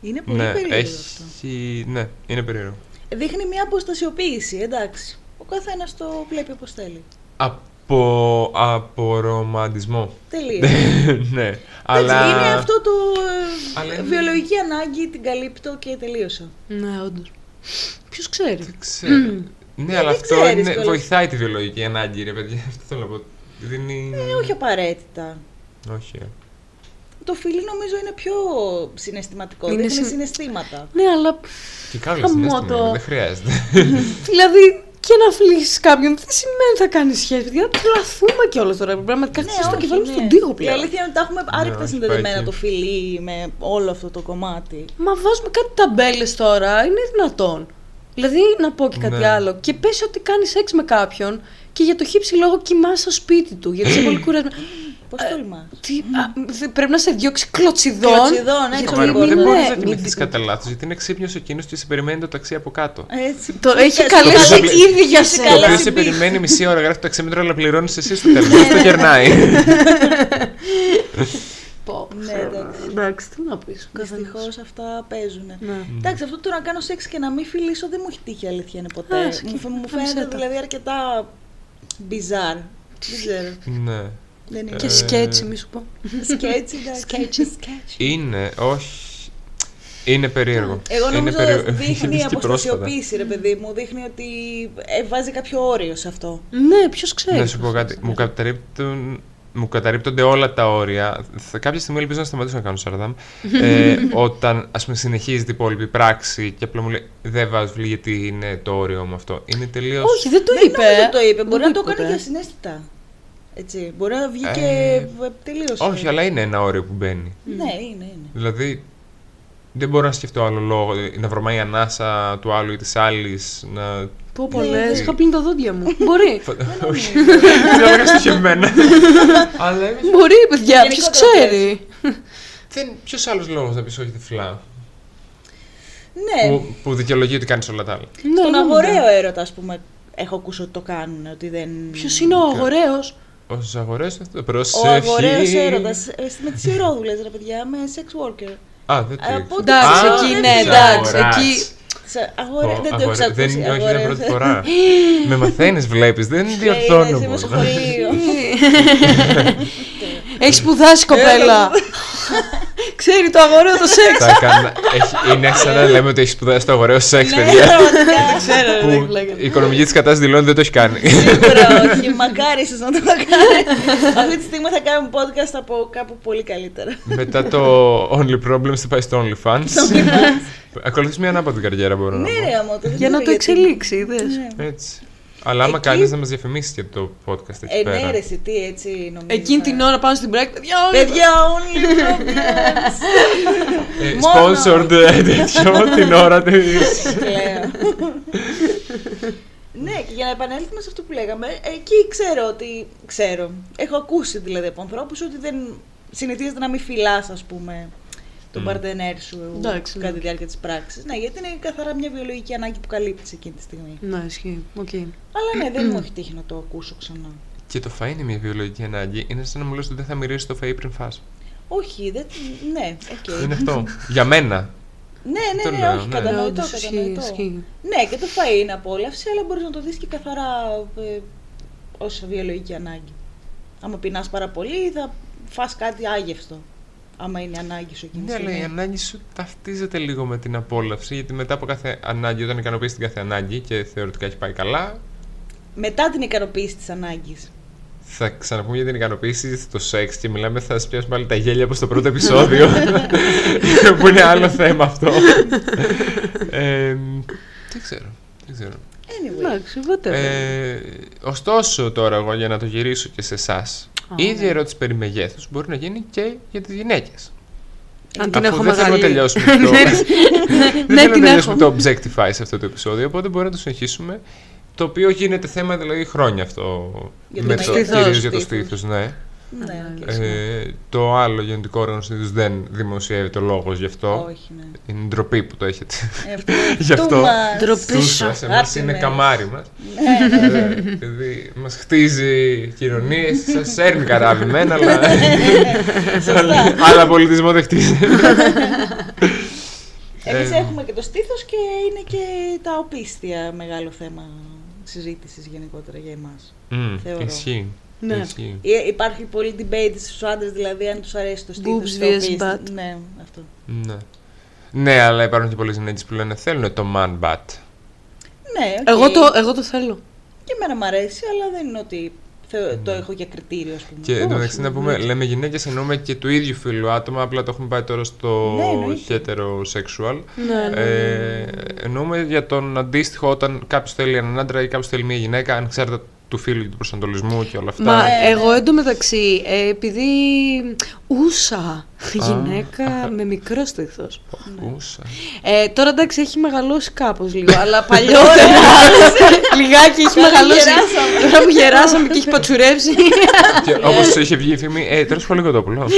A: Είναι πολύ
C: ναι,
A: περίεργο αυτό.
C: έχει... ναι, είναι περίεργο.
A: Δείχνει μια αποστασιοποίηση, εντάξει. Ο καθένας το βλέπει όπως θέλει.
C: Από από, από ρομαντισμό.
A: Τελείως.
C: ναι.
A: Αλλά...
C: αλλά...
A: Είναι αυτό το
C: Αλλά
A: ε,
C: είναι-
A: βιολογική ανάγκη, την καλύπτω και τελείωσα.
D: Ναι, όντως. Ποιος ξέρει.
C: Ξέρω. Ναι, αλλά
A: Ε, δεν
C: αυτό
A: ξέρεις
C: είναι,
A: κιόλας.
C: βοηθάει τη βιολογική ανάγκη, ρε παιδιά. Αυτό θέλω να πω. Δίνει...
A: Ε, όχι απαραίτητα.
C: όχι. ε.
A: Το φιλί νομίζω είναι πιο συναισθηματικό.
D: Είναι
A: Είναι
D: συν-
A: συναισθήματα.
D: Ναι, αλλά.
C: Και κάποιο
D: Χαμό
C: συνέστημα,
D: το.
C: ρε, δεν χρειάζεται.
D: Δηλαδή, και να φιλήσει κάποιον δεν σημαίνει θα κάνει σχέση. Δηλαδή, να τρελαθούμε κιόλας τώρα. Πραγματικά χτίζει το
A: όχι,
D: Ε, κεφάλι μου
A: ναι.
D: στον τοίχο
A: Η
D: πλέον.
A: αλήθεια είναι ότι τα έχουμε άρρηκτα
C: Ναι, όχι, πάει
A: συνδεδεμένα
C: εκεί.
A: το φιλί με όλο αυτό το κομμάτι.
D: Μα βάζουμε κάτι ταμπέλες τώρα, είναι δυνατόν. Δηλαδή, να πω και κάτι
C: Ναι.
D: άλλο. Και πες ότι κάνεις σεξ με κάποιον και για το χύψη λόγο κοιμάσαι στο σπίτι του, γιατί είσαι πολύ κουρασμένος.
A: Πώς
D: Ε,
A: τολμάς.
D: Τι, α, δε- πρέπει να σε διώξει κλωτσιδών.
A: Κλωτσιδών, έτσι,
D: γιατί
A: Σοβαρά,
C: Σοβαρά,
A: μην-
C: δεν
A: ναι,
C: μπορεί να
A: μην-
C: κοιμηθεί κατά λάθος, γιατί είναι ξύπνιος εκείνος και σε περιμένει το ταξί από κάτω.
A: Έτσι.
D: Το έχει
C: Το
D: καλέσει
C: οποίο-
D: ήδη για
A: Είσαι
C: Το
A: Ε, καλά.
D: σένα.
C: οποίο
A: έχει
C: σε
A: μπει.
C: περιμένει μισή ώρα, γράφει το ταξίμετρο, αλλά πληρώνει εσύ στο τέλος. Αυτό
A: Ναι.
C: γερνάει.
D: Πω,
A: Ναι, εντάξει.
D: Εντάξει, τι να πεις.
A: Δυστυχώς αυτά παίζουν.
D: Ναι.
A: Εντάξει, αυτό το να κάνω σεξ και να μην φιλήσω δεν μου έχει τύχει η αλήθεια είναι
D: Α,
A: ποτέ. μου,
D: σκέφτε,
A: φα- μου
D: να
A: φαίνεται
D: μισέτα.
A: δηλαδή αρκετά μπιζάρ. Δεν ξέρω.
C: Ναι.
A: Δεν είναι.
D: Και σκέτσι, μη σου πω.
A: σκέτσι, εντάξει.
C: Είναι, όχι. Είναι περίεργο.
A: Ε, Εγώ
C: Είναι
A: νομίζω
C: περίεργο. Είναι
A: δείχνει
C: και πρόσφατα.
A: αποστασιοποίηση, ρε παιδί μου. Δείχνει ότι ε, βάζει κάποιο όριο σε αυτό.
D: Ναι, ποιος ξέρει.
C: Να σου πω κάτι.
A: Ναι.
C: Μου καταρρύπτουν μου καταρρύπτονται όλα τα όρια. Θα, κάποια στιγμή ελπίζω να σταματήσω να κάνω σαρδάμ. Ε, όταν ας πούμε συνεχίζεται η υπόλοιπη πράξη και απλά μου λέει Δεν βάζω βλή γιατί είναι το όριο μου αυτό. Είναι τελείως.
D: Όχι, δεν το είπε.
A: Δεν νομίζω το είπε. Μπορεί να
D: Δεν
A: το
D: είπε,
A: έκανε
D: ε.
A: για συνέστητα. Έτσι. Μπορεί να βγει
C: Ε,
A: και τελείωσε.
C: Όχι, αλλά είναι ένα όριο που μπαίνει.
A: Ναι, είναι, είναι.
C: Δηλαδή δεν μπορώ να σκεφτώ άλλο λόγο. ε, Να βρωμάει η ανάσα του άλλου ή της άλλης. Να.
D: Πω
A: Ναι,
D: πολλές,
A: ναι.
D: είχα πλύνει τα δόντια μου. Μπορεί.
C: Όχι. Δεν έλεγα στοχευμένα. Αλλά
D: Μπορεί, παιδιά, ποιο
A: Γενικότερα
D: ξέρει.
C: Ποιος άλλος λόγος να πεις όχι τυφλά.
A: Ναι.
C: Που, που δικαιολογεί ότι κάνεις όλα τα άλλα.
D: Ναι,
A: Στον
D: ναι, ναι.
A: αγοραίο έρωτα, ας πούμε, έχω ακούσει ότι το κάνουν. Ότι δεν...
D: Ποιος είναι ο αγοραίο.
C: Όσου αγορές αυτό.
A: Ο
C: Προσέχει.
A: αγοραίο έρωτα. Με τις ιερόδουλε, ρε παιδιά, με sex worker.
C: Α, δεν το
A: Ε,
C: ήξερα.
A: πού-
D: Εντάξει,
A: Α,
D: εκεί
A: δεν
D: ναι,
A: ξέρω.
D: εντάξει.
C: Αγοράς.
D: Εκεί.
A: Σε
C: Ο,
A: αγορε- Δεν το
C: αγορε-
A: έχεις ακούσει.
C: δεν- Όχι, δεν είναι πρώτη
A: αγορέας.
C: φορά. Με μαθαίνεις, βλέπεις. Δεν
A: Ναι,
C: διορθώνω
A: Είμαι στο
C: μόνο.
A: σχολείο.
D: Έχει σπουδάσει κοπέλα. Ξέρει το αγοραίο το σεξ.
C: Τα έκανα- έχει- Είναι σαν να λέμε ότι έχει σπουδάσει το αγοραίο σεξ,
A: Ναι,
C: παιδιά.
A: πραγματικά.
D: Ξέρω,
C: Που η οικονομική της κατάσταση δηλώνει δεν το έχει κάνει.
A: Σίγουρα όχι. Μακάρι ίσως να το κάνει. Αυτή τη στιγμή θα κάνουμε podcast από κάπου πολύ καλύτερα.
C: Μετά το Only Problems θα πάει στο OnlyFans. Ακολουθείς μια ανάποδη καριέρα, μπορώ να
A: Ναι,
C: πω.
A: ρε αμότο. δεν
D: Για να
A: ξέρω
D: το
A: γιατί.
D: εξελίξει, είδες.
A: Ναι.
C: Έτσι. Αλλά άμα
A: Εκεί- Ε, ναι,
C: κάνεις να μας διαφημίσεις και το podcast εκεί πέρα.
A: Ενέρεση, τι έτσι νομίζω.
D: Εκείνη την ώρα πάνω στην πράξη. Παιδιά, όλα-
A: Παιδιά, only problems.
C: Ε,
A: Μόνο.
C: Sponsored ε, τέτοιο την ώρα της.
A: Λέω. ναι, και για να επανέλθουμε σε αυτό που λέγαμε, εκεί ξέρω ότι. Ξέρω. Έχω ακούσει δηλαδή από ανθρώπους ότι δεν συνηθίζεται να μην φυλάς, ας πούμε, τον
C: Μ.
A: παρτενέρ σου
D: Εντάξει, ναι.
A: κατά τη διάρκεια της πράξης. Ναι, γιατί είναι καθαρά μια βιολογική ανάγκη που καλύπτεις εκείνη τη στιγμή.
D: Ναι, ισχύει. Οκ.
A: Αλλά ναι, δεν μου έχει τύχει να το ακούσω ξανά.
C: Και το φα είναι μια βιολογική ανάγκη. Είναι σαν να μου λες ότι δεν θα μυρίσει το φα πριν φας.
A: Όχι, δεν. Ναι, οκ.
C: Είναι αυτό. Για μένα.
A: Ναι,
C: το
A: ναι, ναι,
C: λέω,
A: όχι,
C: ναι.
D: Ναι,
A: κατανοητό,
D: όντως, ισχύει,
A: κατανοητό.
D: ισχύει.
A: Ναι, και το φαΐ είναι απόλαυση, αλλά μπορείς να το δεις και καθαρά ε, ως βιολογική ανάγκη. Άμα πεινάς πάρα πολύ, θα φας κάτι άγευστο. Άμα είναι ανάγκη σου εκείνη τη
C: Ναι, αλλά η
A: στιγμή.
C: ανάγκη σου ταυτίζεται λίγο με την απόλαυση. Γιατί μετά από κάθε ανάγκη, όταν ικανοποιείς την κάθε ανάγκη και θεωρητικά έχει πάει καλά,
A: Μετά την ικανοποίηση της ανάγκης.
C: θα ξαναπούμε για την ικανοποίηση στο σεξ και μιλάμε, θα σας πιάσουμε πάλι τα γέλια όπω το πρώτο επεισόδιο. που είναι άλλο θέμα αυτό. ε, δεν ξέρω. Δεν ξέρω.
A: Anyway,
D: Εντάξει, whatever.
C: Ε, ωστόσο, τώρα εγώ για να το γυρίσω και σε εσάς, η ίδια ερώτηση περί μεγέθους μπορεί να γίνει και για τις γυναίκες.
D: Αν την
C: Αφού
D: έχω
C: δεν θέλουμε να
D: μεγάλη.
C: τελειώσουμε το. δεν
D: Ναι,
C: θέλουμε
D: την
C: να τελειώσουμε
D: έχω.
C: το objectify σε αυτό το επεισόδιο, οπότε μπορούμε να το συνεχίσουμε. Το οποίο γίνεται θέμα δηλαδή χρόνια αυτό.
A: Για το
C: το,
D: στήθος.
C: κυρίως για το
A: Στήθος.
C: στήθος, ναι.
A: ναι, οκ.
C: Ε, το άλλο γενετικό όργανο συνήθως δεν δημοσιεύεται ο λόγος γι' αυτό.
A: Όχι, ναι.
C: Είναι ντροπή που το έχετε.
A: Ε, αυτό-
C: Γι'
A: too
C: αυτό.
A: much.
D: Ντροπή.
C: Τους μας, εμάς
A: Άσε
C: είναι
A: με.
C: καμάρι μας.
A: Ναι, ναι.
C: Επειδή μας χτίζει κοινωνίε, σας σέρνει καράβι μένα, αλλά.
A: Ναι,
C: αλλά πολιτισμό δεν χτίζει.
A: Εμείς
C: Ε,
A: έχουμε και το στήθος και είναι και τα οπίστια μεγάλο θέμα συζήτησης γενικότερα για εμάς.
C: Μμμ,
A: Θεωρώ.
C: Ισχύει.
D: Ναι.
C: Ισχύει.
A: Ε, Υπάρχει πολύ debate στους άντρες, δηλαδή αν τους αρέσει το στήθος.
D: Boobs
A: το
D: vs.
A: οποίο-
D: butt.
A: Ναι, αυτό.
C: Ναι. Ναι, αλλά υπάρχουν και πολλέ γυναίκε που λένε θέλουν το man bat.
A: Ναι, οκ.
D: Εγώ, το, εγώ το θέλω.
A: Και εμένα μου αρέσει, αλλά δεν είναι ότι θεω- το έχω για κριτήριο, ας πούμε.
C: Και εν τω μεταξύ να
D: ναι.
C: πούμε, λέμε γυναίκες, εννοούμε και του ίδιου φίλου άτομα, απλά το έχουμε πάει τώρα στο
A: Ναι, εννοείται.
C: heterosexual.
D: Ναι, ναι.
C: Ε, εννοούμε για τον αντίστοιχο όταν κάποιος θέλει έναν άντρα ή κάποιος θέλει μια γυναίκα, αν ξέρετε του φίλου και του προσανατολισμού και όλα αυτά.
D: Μα ε,
A: ναι.
D: εγώ εντωμεταξύ, ε, επειδή ούσα γυναίκα με μικρό στήθος.
C: Ακούσα.
D: Ε, τώρα εντάξει έχει μεγαλώσει κάπως λίγο, αλλά παλιότερα λιγάκι έχει
A: Καλά που
D: μεγαλώσει.
A: γεράσαμε.
D: Τώρα που γεράσαμε και έχει πατσουρέψει.
C: και όπως είχε βγει η φήμη, ε, τέλο πολύ κοντόπουλο.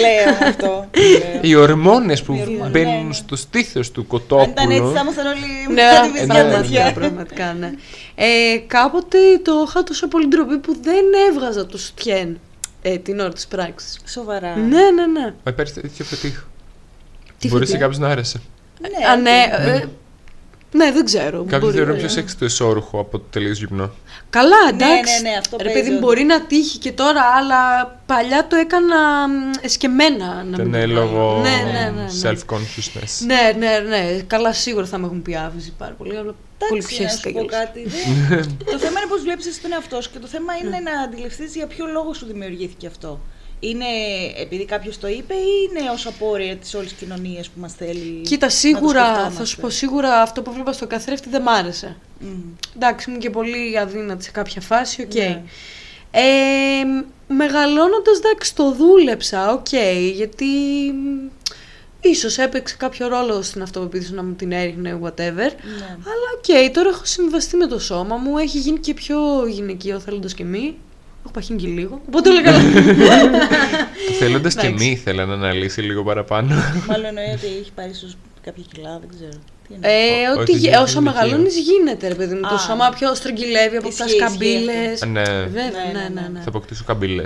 A: Λέω αυτό. λέω.
C: Οι ορμόνες που
A: Οι ορμόνες, ναι, ναι.
C: μπαίνουν στο στήθος του
A: Αν ήταν έτσι, θα
C: κοτόπουλου.
A: ήμασταν όλοι με
D: ναι,
A: κάτι
C: βυζιά
D: πραγματικά,
A: βυζιά.
C: μάτια.
D: πραγματικά, ναι. Ε, κάποτε το είχα τόσο πολύ ντροπή που δεν έβγαζα το στιέν ε, την ώρα της πράξης.
A: Σοβαρά.
D: Ναι, ναι, ναι.
C: Μα υπάρχει τέτοιο φετίχ.
D: Τι
C: Μπορεί
D: φετίχ?
C: σε κάποιο να άρεσε.
A: Ναι,
D: Α, ναι,
A: οκ.
D: ε, ναι, δεν ξέρω.
C: Κάποιοι
D: μπορεί,
C: θεωρούν
D: ναι.
C: πιο σεξ το εσόρουχο από το τελείως γυμνό.
D: Καλά,
A: Ναι,
D: εντάξει.
A: ναι, ναι, αυτό
D: Ρε
A: παίζει
D: παιδί,
A: όντως.
D: μπορεί να τύχει και τώρα, αλλά παλιά το έκανα μ, εσκεμμένα. Να μην
C: Ήταν
D: το κάνω.
C: ε, λόγω
D: Ναι, ναι, ναι, ναι.
C: self-consciousness.
D: Ναι, ναι, ναι. Καλά, σίγουρα θα με έχουν πει άβυζη πάρα πολύ. Αλλά πολύ
A: Εντάξει, να
D: πιέστηκα
A: σου πω
D: κιόλας.
A: κάτι. δεν- το θέμα είναι πώς βλέπεις εσύ τον εαυτό σου και το θέμα
D: Ναι.
A: είναι να αντιληφθείς για ποιο λόγο σου δημιουργήθηκε αυτό. Είναι επειδή κάποιος το είπε ή είναι ως απόρρια της όλης κοινωνίας που μας θέλει.
D: Κοίτα,
A: να το
D: σίγουρα, θα σου
A: σκεφτόμαστε.
D: πω σίγουρα αυτό που βλέπα στο καθρέφτη δεν μ' άρεσε.
A: Μμμ.
D: Εντάξει, ήμουν και πολύ αδύνατη σε κάποια φάση, οκ.
A: Ναι.
D: Ε, μεγαλώνοντας, εντάξει, το δούλεψα, οκ, γιατί μ, ίσως έπαιξε κάποιο ρόλο στην αυτοπεποίθηση να μου την έριχνε, whatever.
A: Ναι.
D: Αλλά οκ, τώρα έχω συμβαστεί με το σώμα μου, έχει γίνει και πιο γυναικείο θέλοντας και μη. Έχω παχύνει και λίγο, οπότε όλα καλά.
C: Θέλοντας και
D: Ναι, Εντάξει.
C: μη ήθελα να αναλύσει λίγο παραπάνω.
A: Μάλλον εννοεί ότι έχει πάρει ίσως κάποια κιλά, δεν ξέρω. Τι εννοείς.
D: Ε,
C: Ό-
D: ότι,
C: ό,τι
D: γε-
C: γίνεται
D: όσο
C: είναι
D: μεγαλώνεις γίνεται, ρε παιδί μου. Το
A: Α.
D: σώμα πιο στρογγυλεύει από αυτά
A: Ισχύει, ισχύει
D: σκαμπίλες.
C: ναι,
D: Βέβαια,
A: Ναι,
D: ναι,
A: ναι,
D: ναι.
A: ναι.
D: ναι.
C: θα αποκτήσω καμπύλες.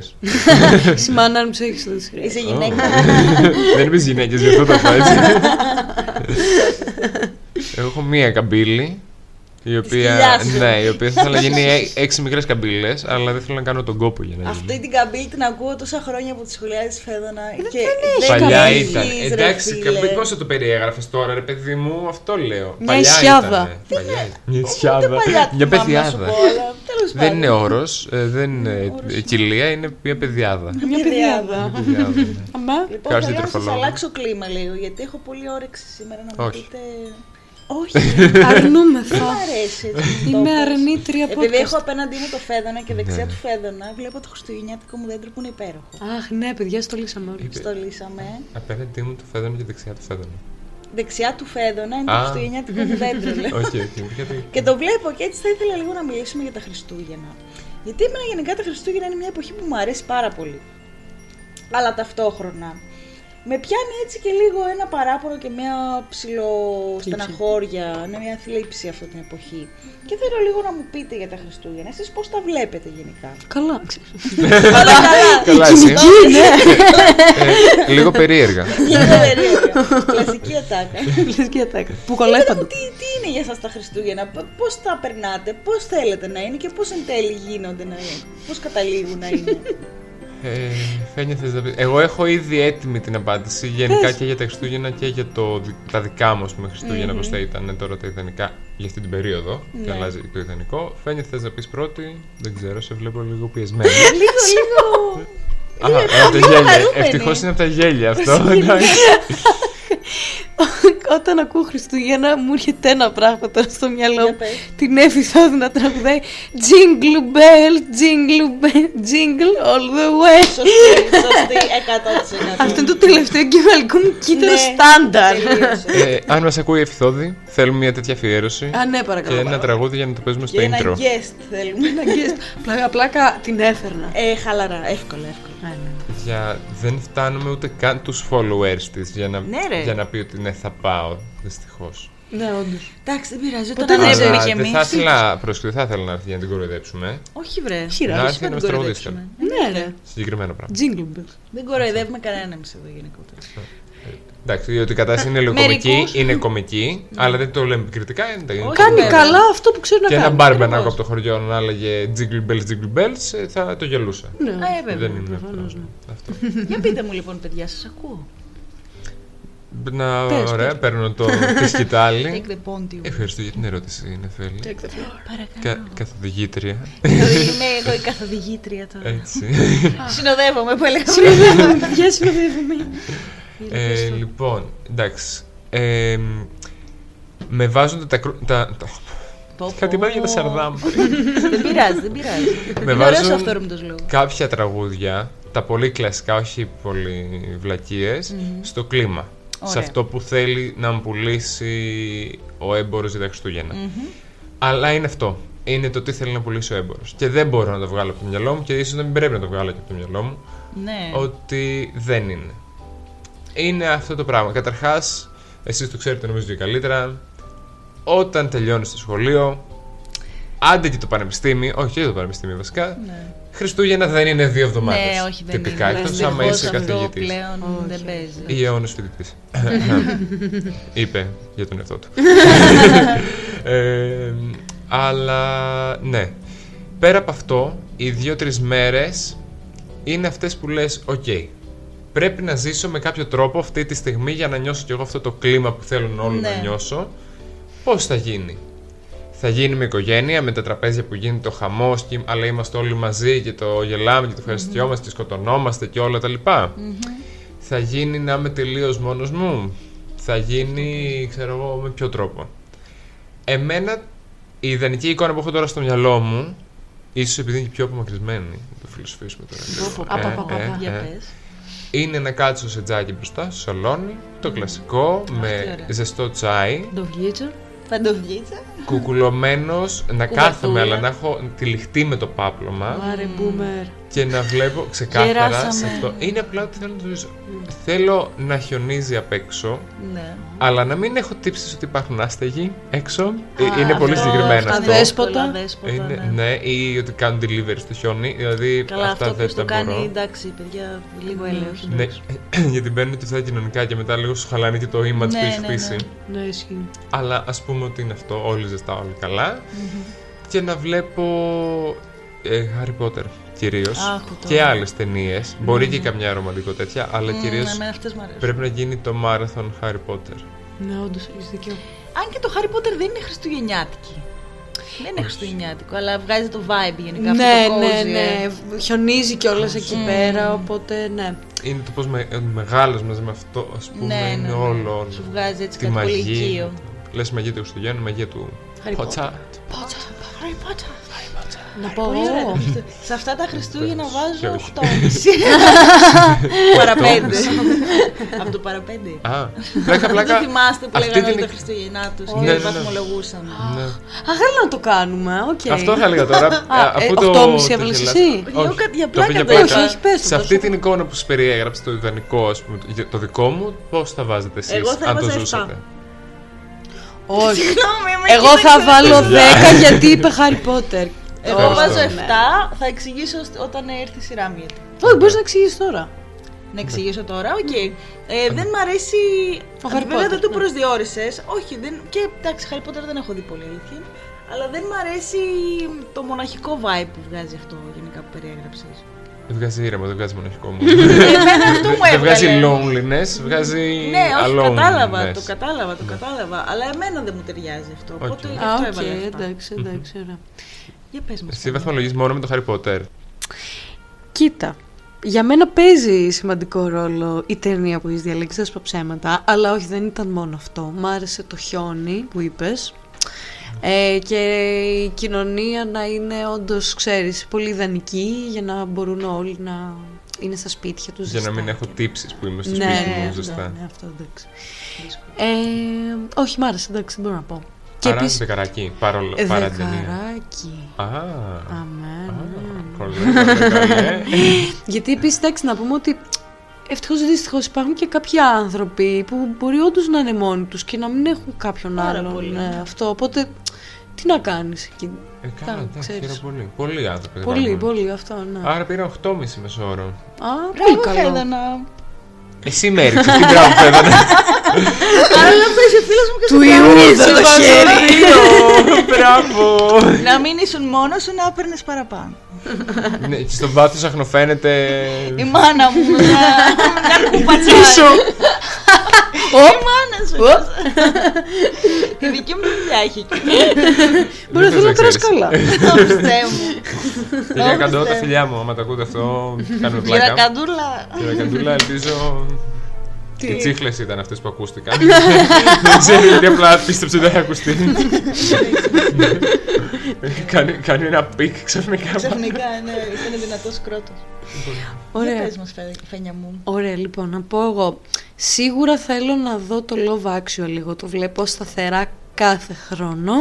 D: Σημανά μου ψέχεις το δυσκολία.
A: Είσαι γυναίκα.
D: ε,
C: Δεν είπε γυναίκες, γι' αυτό το είπα έτσι. Εγώ έχω μία καμπύλη. Η οποία,
A: κοιλιάς σου.
C: ναι, η οποία θα ήθελα να γίνει έ- έξι μικρές καμπύλες, αλλά δεν θέλω να κάνω τον κόπο
D: ε.
C: για να γίνει.
A: Αυτή την καμπύλη την ακούω τόσα χρόνια από τη σχολιά τη Φέδωνα.
D: Ε,
A: και
D: έχει
A: δεν
C: Παλιά
D: καμπύλη,
C: ήταν.
A: καμπύλης, ρε
C: Εντάξει,
A: φίλε.
C: καμπύλη, πώς θα το περιέγραφες τώρα, ρε παιδί μου, αυτό λέω.
A: Ναι,
D: Μια
C: Παλιά
D: ισιάδα.
C: ήτανε, παλιά ήταν. Μια
A: Ούτε
C: ισιάδα.
A: παλιά θυμάμαι
C: Μια
A: να σου
C: πεδιάδα.
A: πω, αλλά τέλος
C: Δεν
A: πάντων.
C: είναι όρος, δεν είναι ε, κοιλία, είναι μια πεδιάδα.
A: Ναι.
D: Μια
A: Παιδιάδα.
D: παιδιάδα.
C: Παιδιάδα, ναι.
D: Αμά.
A: Λοιπόν,
C: Ευχαριστώ,
A: θέλω να σας
C: τροφολόγο.
A: αλλάξω κλίμα λίγο, γιατί έχω πολύ όρεξη σήμερα να μου
C: Όχι.
A: πείτε... Όχι, δεν
D: Αρνούμεθα.
A: μ' αρέσει έτσι ο
D: Είμαι
A: τόπος.
D: αρνήτρια podcast.
A: Επειδή Ε, έχω απέναντί μου το Φέδωνα και
C: Ναι,
A: δεξιά του Φέδωνα, βλέπω το χριστουγεννιάτικο μου δέντρο που είναι υπέροχο.
D: Αχ, ναι, παιδιά, στολίσαμε όλοι.
C: Είπε,
A: Στολίσαμε.
C: Απέναντί μου το φέδωνο και δεξιά το φέδωνο.
A: Δεξιά του Φέδωνα είναι το
C: Α.
A: χριστουγεννιάτικο μου δέντρο. λέω.
C: Όχι, όχι. γιατί-
A: Ναι. Και το βλέπω και έτσι θα ήθελα λίγο να μιλήσουμε για τα Χριστούγεννα. Γιατί εμένα γενικά τα Χριστούγεννα είναι μια εποχή που μου αρέσει πάρα πολύ. Αλλά ταυτόχρονα με πιάνει έτσι και λίγο ένα παράπονο και μια ψηλοστεναχώρια, ναι, μια θλίψη αυτή την εποχή. Και θέλω λίγο να μου πείτε για τα Χριστούγεννα, εσείς πώς τα βλέπετε γενικά.
D: Καλά.
A: Όλα καλά. ναι.
C: Καλά, εσύ. Ε, Λίγο περίεργα.
A: Λίγο περίεργα. Κλασική ατάκα.
D: Λες και ατάκα. Που κολλάει
A: Πείτε μου
D: παντού.
A: τι, τι είναι για σας τα Χριστούγεννα, π- πώς τα περνάτε, πώς θέλετε να είναι και πώς εν τέλει γίνονται να είναι, πώς καταλήγουν να είναι.
C: Ε, Φένια, θες να πεις. Εγώ έχω ήδη έτοιμη την απάντηση γενικά
D: Πες.
C: και για τα Χριστούγεννα και για το, δι- τα δικά μου ας πούμε, Χριστούγεννα, πώς θα ήταν τώρα τα ιδανικά για αυτή την περίοδο. Και
A: Ναι.
C: αλλάζει το ιδανικό. Φένια, θες να πεις πρώτη. Δεν ξέρω, σε βλέπω λίγο πιεσμένη.
A: λίγο, λίγο...
C: Α, από τα γέλια.
A: χαρούμενη.
C: Ευτυχώς είναι από τα γέλια αυτό. εντάξει.
D: Όταν ακούω Χριστούγεννα μου έρχεται ένα πράγμα τώρα στο μυαλό
A: Για
D: μου.
A: πες.
D: Την Εύη Θόδη να τραγουδάει Jingle bell, jingle bell, jingle all the way.
A: Σωστή, σωστή, 100%.
D: Αυτό είναι το τελευταίο κεφαλικό μου κύτταρο
A: Ναι,
D: στάνταρ.
A: τελείωσε.
C: Ε, αν μας ακούει η Ευθόδη, θέλουμε μια τέτοια αφιέρωση
D: Α, ναι,
C: και
D: παρακαλώ.
C: ένα
D: παρακαλώ.
C: τραγούδι για να το παίζουμε στο
A: Και ένα
C: intro.
A: guest θέλουμε.
D: Yes. Πλάκα, πλάκα την έφερνα.
A: Ε, χαλαρά, εύκολα, εύκολα.
D: Α, ναι.
C: Για... Δεν φτάνουμε ούτε καν τους followers της για, να...
A: Ναι, ρε.
C: για να πει ότι ναι, θα πάω. Δυστυχώς.
D: Ναι, όντως.
A: Εντάξει, δεν πειράζει,
D: Ποτέ
A: όταν
D: δεν
C: Αλλά
A: ανέβουμε κι
C: δεν θα
A: εμείς.
C: ήθελα, πρόσεξε, δεν θα ήθελα να έρθει για να την κοροϊδέψουμε.
A: Όχι βρε,
D: Χειρά.
C: να
D: δεν
C: έρθει να
A: να
C: μα
A: την Ε,
C: τραγουδήσει.
A: κοροϊδέψουμε.
D: Ναι, ρε.
C: Συγκεκριμένο πράγμα.
D: Jingle bells.
A: δεν κοροϊδεύουμε κανέναν εμείς εδώ γενικότερα.
C: Εντάξει, διότι η κατάσταση είναι λογική,
D: Μερικούς.
C: είναι κομική, αλλά δεν το λέμε επικριτικά. είναι- είναι
A: Ναι. Όχι,
D: Κάνει
C: κομικό.
A: βέβαια.
D: καλά αυτό που ξέρει να
C: Και
D: κάνει.
C: ένα μπάρμπενάκο
D: ακριβώς.
C: από το χωριό να έλεγε Jiggle Bells, Jiggle Bells, ε, θα το γελούσα.
D: Ναι.
A: Ε, βέβαια.
C: Δεν είναι
D: προφανώς,
C: αυτό.
D: ναι.
C: αυτό.
A: Για πείτε μου λοιπόν, παιδιά, σας ακούω.
C: Να,
D: Πες,
C: ωραία, παίρνω το τη σκητάλη.
A: Take the πόντιο.
C: Ευχαριστώ για την ερώτηση, Νεφέλη. Κα,
A: Παρακαλώ.
C: καθοδηγήτρια.
A: Είμαι εγώ η καθοδηγήτρια τώρα.
C: Έτσι.
A: Συνοδεύομαι που έλεγα.
D: Συνοδεύομαι, παιδιά, συνοδεύομαι.
C: ε, λοιπόν, εντάξει. Ε, με βάζουν τα, κρου- τα, τα,
A: Πω, πω.
C: Κάτι είπα για τα Σαρδάμ.
A: Δεν πειράζει, δεν πειράζει. Είναι
C: βάζουν-
A: ωραίος αυτό με τους λόγους.
C: Κάποια τραγούδια, τα πολύ κλασικά, όχι πολύ βλακίες, στο κλίμα. Σε
A: Ωραία.
C: αυτό που θέλει να μου πουλήσει ο έμπορος για τα χριστουγεννα Αλλά είναι αυτό. Είναι το τι θέλει να πουλήσει ο έμπορος. Και δεν μπορώ να το βγάλω από το μυαλό μου και ίσως δεν πρέπει να το βγάλω και από το μυαλό μου.
A: Ναι.
C: ότι δεν είναι. Είναι αυτό το πράγμα. Καταρχάς, εσείς το ξέρετε νομίζω και καλύτερα, όταν τελειώνεις το σχολείο, άντε και το πανεπιστήμιο, όχι και το πανεπιστήμιο βασικά,
A: Ναι.
C: Χριστούγεννα δεν είναι δύο εβδομάδες.
A: Ναι, όχι, δεν
C: Τυπικά,
A: είναι.
C: εκτός
D: Δυστυχώς
C: άμα είσαι
A: αυτό
C: καθηγητής.
A: πλέον
D: Όχι.
A: δεν παίζει.
C: Ή αιώνιο φοιτητής. Είπε για τον εαυτό του. Ε, αλλά ναι. Πέρα από αυτό, οι δύο-τρει μέρες είναι αυτές που λες: Οκ, πρέπει να ζήσω με κάποιο τρόπο αυτή τη στιγμή για να νιώσω κι εγώ αυτό το κλίμα που θέλουν όλοι
A: Ναι.
C: να νιώσω. Πώς θα γίνει, θα γίνει με οικογένεια, με τα τραπέζια που γίνεται ο χαμό, αλλά είμαστε όλοι μαζί και το γελάμε και το ευχαριστιόμαστε και σκοτωνόμαστε και όλα τα λοιπα Θα γίνει να είμαι τελείως μόνος μου. Θα γίνει, ξέρω εγώ, με ποιο τρόπο. Εμένα η ιδανική εικόνα που έχω τώρα στο μυαλό μου, ίσως επειδή είναι και πιο απομακρυσμένη, να το φιλοσοφήσουμε τώρα. λίγο.
A: Από,
C: Ε,
A: από, από,
C: ε,
A: για
C: ε.
A: πες.
C: Είναι να κάτσω σε τζάκι μπροστά, στο σαλόνι, το κλασικό,
A: Mm. τι
C: με
A: ωραία. Mm.
C: ζεστό τσάι.
D: Ντοβλίτσα.
A: Παντοβίτσα.
C: κουκουλωμένος να
A: Κουβαρτούλα.
C: κάθομαι, αλλά να έχω τη λιχτή με το πάπλωμα
D: Άρε, μπούμερ.
C: και να βλέπω ξεκάθαρα σε
A: Γεράσαμε.
C: αυτό. Είναι απλά ότι θέλω να το ζήσω. Θέλω να χιονίζει απ' έξω,
A: Ναι.
C: αλλά να μην έχω τύψεις ότι υπάρχουν άστεγοι έξω. Ε,
A: Α,
C: Είναι πολύ
A: αυτό,
C: συγκεκριμένο
A: στα
C: αυτό.
A: δύσκολα,
D: Είναι-
A: δύσκολα,
C: Είναι,
A: ναι.
C: ναι, ή ότι κάνουν delivery στο χιόνι, δηλαδή
A: Καλά,
C: αυτά
A: αυτό
C: δεν
A: ποιος το
C: τα
A: κάνει,
C: μπορώ.
A: εντάξει, παιδιά, λίγο έλεος.
C: Ναι, γιατί μπαίνουν και αυτά τα κοινωνικά και μετά λίγο σου χαλάνε και το image που
A: Ναι,
C: έχει
A: ναι,
C: χτίσει.
A: ναι.
D: Ναι, ισχύει.
C: Αλλά ας πούμε ότι είναι αυτό, όλοι ζεστά, όλοι καλά.
A: Mm-hmm.
C: Και να βλέπω ε, Harry Potter κυρίως
A: Αχ, το Mm-hmm.
C: και
A: ωραίο.
C: άλλες ταινίες. Μπορεί και καμιά ρομαντικό τέτοια, αλλά
A: Μμμ,
C: κυρίως
A: εμένα Mm, αυτές μου αρέσουν.
C: πρέπει να γίνει το marathon Harry Potter.
D: Ναι, όντως έχεις δίκιο.
A: Αν και το Harry Potter δεν είναι χριστουγεννιάτικη. Δεν είναι χριστουγεννιάτικο, αλλά βγάζει το vibe γενικά.
D: Ναι,
A: αυτό το
D: ναι,
A: cozy,
D: ναι.
A: ε.
D: Χιονίζει κιόλας εκεί πέρα, οπότε ναι.
C: Είναι το πώς με, ε, μεγάλος μαζί με αυτό, ας πούμε,
A: Ναι, ναι,
C: είναι
A: ναι.
C: όλο, όλο.
A: Σου βγάζει έτσι
C: Τη
A: κάτι πολύ
C: μαγεία.
A: οικείο.
C: Λες μαγεία του Χριστουγέννου, μαγεία του
D: Harry
C: Potter.
A: Harry Potter.
D: Να πω.
A: Πολύ ωραία τα
D: «Ω,
A: Χριστούγεννα. Σε αυτά τα Χριστούγεννα βάζω
C: Βεβαίως. Και όχι.
A: 8,5. Παραπέντε.
C: Οκτώμιση.
A: Από το παραπέντε.
C: Α, πλάκα,
A: Δεν
C: πλάκα.
A: το θυμάστε που
C: αυτή
A: λέγανε όλοι
C: την-
A: τα Χριστούγεννα τους
C: Ναι,
A: και
C: ναι, ναι.
A: βαθμολογούσαν.
C: Ναι.
D: Α, γάλα να το κάνουμε, οκ.
C: Αυτό θα έλεγα τώρα. Α,
D: ε,
C: αφού το.
D: 8,5
C: το
D: έβλεπες
C: γελάς-
D: εσύ?
C: Όχι,
A: Λέω κάτι για
C: το
A: πλάκα,
C: πήγε
A: το
D: όχι, όχι, πες το,
C: Σε
D: το
C: αυτή
D: σου
C: την εικόνα που σου περιέγραψε το ιδανικό, ας πούμε, το- το δικό μου, πώς θα βάζετε εσείς
A: Εγώ θα
C: αν το
A: έβαζα
C: ζούσατε.
D: Όχι.
A: Συγγνώμη, με
D: Εγώ θα
A: κοίταξε.
D: βάλω 10
C: Παιδιά.
D: γιατί είπε Harry Potter.
A: Εγώ βάζω
C: Ευχαριστώ.
A: 7, θα εξηγήσω στ- όταν ε, έρθει η σειρά μου. γιατί.
D: Όχι, μπορείς να εξηγήσεις τώρα.
A: Να εξηγήσω τώρα, οκ. Ε, δεν μ' αρέσει.
D: Ο Harry
A: Βέβαια
D: Potter,
A: δεν το
D: ναι.
A: προσδιορίσες. Όχι, δεν... και εντάξει, Harry Potter δεν έχω δει πολύ αλήθεια. Αλλά δεν μ' αρέσει το μοναχικό vibe που βγάζει αυτό γενικά που περιέγραψες.
C: Δεν βγάζει ήρεμο, δεν βγάζει μοναχικό μου.
A: Εμένα αυτό Ε, μου
C: Δεν βγάζει
A: έβγαλε.
C: loneliness, βγάζει.
A: Ναι, όχι,
C: aloneness.
A: κατάλαβα, το κατάλαβα, το κατάλαβα. Αλλά εμένα δεν μου ταιριάζει αυτό.
C: Οκ.
A: Οπότε γι'
D: Α,
A: αυτό
D: οκ,
A: έβαλα εφτά.
D: εντάξει, εντάξει, ωραία.
A: Για πες μας.
C: Εσύ
A: Φανή.
C: βαθμολογείς μόνο με το Harry Potter.
D: Κοίτα. Για μένα παίζει σημαντικό ρόλο η ταινία που έχεις διαλέξει, δεν σου πω ψέματα, αλλά όχι, δεν ήταν μόνο αυτό. Μ' άρεσε το χιόνι που είπες. Ε, και η κοινωνία να είναι όντως, ξέρεις, πολύ ιδανική για να μπορούν όλοι να είναι στα σπίτια τους.
C: Για να μην έχω τύψεις που είμαι στο σπίτι μου ζεστά.
D: ναι, αυτό εντάξει. Ε, όχι, μ' άρεσε, εντάξει, δεν μπορώ να πω. Και
C: Άρα
D: επίσης.
C: δεκαράκι, παρόλο
A: Ε,
C: παρά την ταινία.
D: Δεκαράκι.
C: Α,
D: Αμέ,
C: α,
D: ναι.
C: καλέ, καλέ, καλέ.
D: Γιατί επίσης, εντάξει, να πούμε ότι ευτυχώς ή δυστυχώς υπάρχουν και κάποιοι άνθρωποι που μπορεί όντως να είναι μόνοι τους και να μην έχουν κάποιον
A: Πάρα
D: άλλον.
A: πολύ.
D: ναι, αυτό. Οπότε, τι να κάνεις εκεί.
C: Ε,
D: Τα,
C: Καλά, εντάξει,
D: ξέρεις.
C: χαίρομαι πολύ. Πολλοί άνθρωποι.
D: Πολύ,
C: υπάρχουν.
D: πολύ αυτό, ναι. Α,
C: Άρα πήρα 8,5 μεσόωρο.
D: πολύ
A: Μπράβο,
D: καλό.
A: Χαϊδανά.
C: Εσύ με έριξες. Τι μπράβο που έδωνα.
A: Άρα λέω θα είσαι φίλος μου και
D: Του
A: σε κάνω.
D: Ιού.
A: Είσαι
D: το
A: βασίλης.
D: χέρι.
C: Δύο, Μπράβο.
A: Να μην ήσουν μόνος σου να παίρνει παραπάνω.
C: Ναι, και στο βάθο αχνοφαίνεται.
A: Η μάνα μου. ναι. να- Να κουπατσάει. Η μάνα σου. Τη δική μου δουλειά έχει εκεί.
D: Μπορεί να
C: Δεν
D: θέλω να
C: θες
D: περάσει
C: ξέρεις. Ε.
D: καλά. ναι.
A: Ω, Θεέ μου.
C: Κυρία
A: Ω,
C: Καντώ, τα
A: Χριστέ.
C: φιλιά μου, άμα τα ακούτε αυτό, κάνουμε
A: Γυρα
C: πλάκα.
A: καντούλα.
C: Κυρία Καντούλα, ελπίζω. Οι τσίχλες ήταν αυτές που ακούστηκαν. Δεν ξέρω γιατί απλά πίστεψε ότι δεν θα ακουστεί. Κάνει- Κάνει ένα πικ ξαφνικά.
A: Ξαφνικά, ναι, ήταν δυνατός κρότος. Για
D: Ωραία.
A: πες μας, Φε- Φένια μου.
D: Ωραία, λοιπόν, να πω εγώ. Σίγουρα θέλω να δω το Love Actual λίγο. Το βλέπω σταθερά κάθε χρόνο.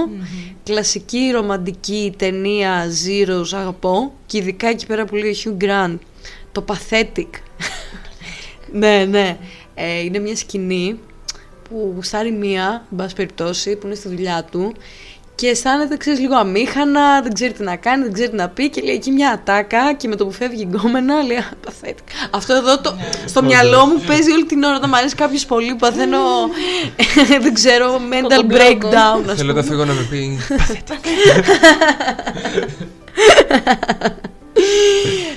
D: Κλασική ρομαντική ταινία Zeros αγαπώ. Και ειδικά εκεί πέρα που λέει ο Hugh Grant. Το Pathetic. ναι, ναι. Ε, είναι μια σκηνή που γουστάρει μία, εν πάση περιπτώσει, που είναι στη δουλειά του και αισθάνεται, ξέρεις, λίγο αμήχανα, δεν ξέρει τι να κάνει, δεν ξέρει τι να πει και λέει εκεί μια ατάκα και με το που φεύγει η γκόμενα λέει «Α, παθέτηκα». Αυτό εδώ το, στο μυαλό μου παίζει όλη την ώρα όταν μου αρέσει κάποιος πολύ, παθαίνω, δεν ξέρω, mental
A: Κοκομπλόκο.
D: breakdown, ας
C: Θέλω
D: πούμε.
C: να φύγω να με πει.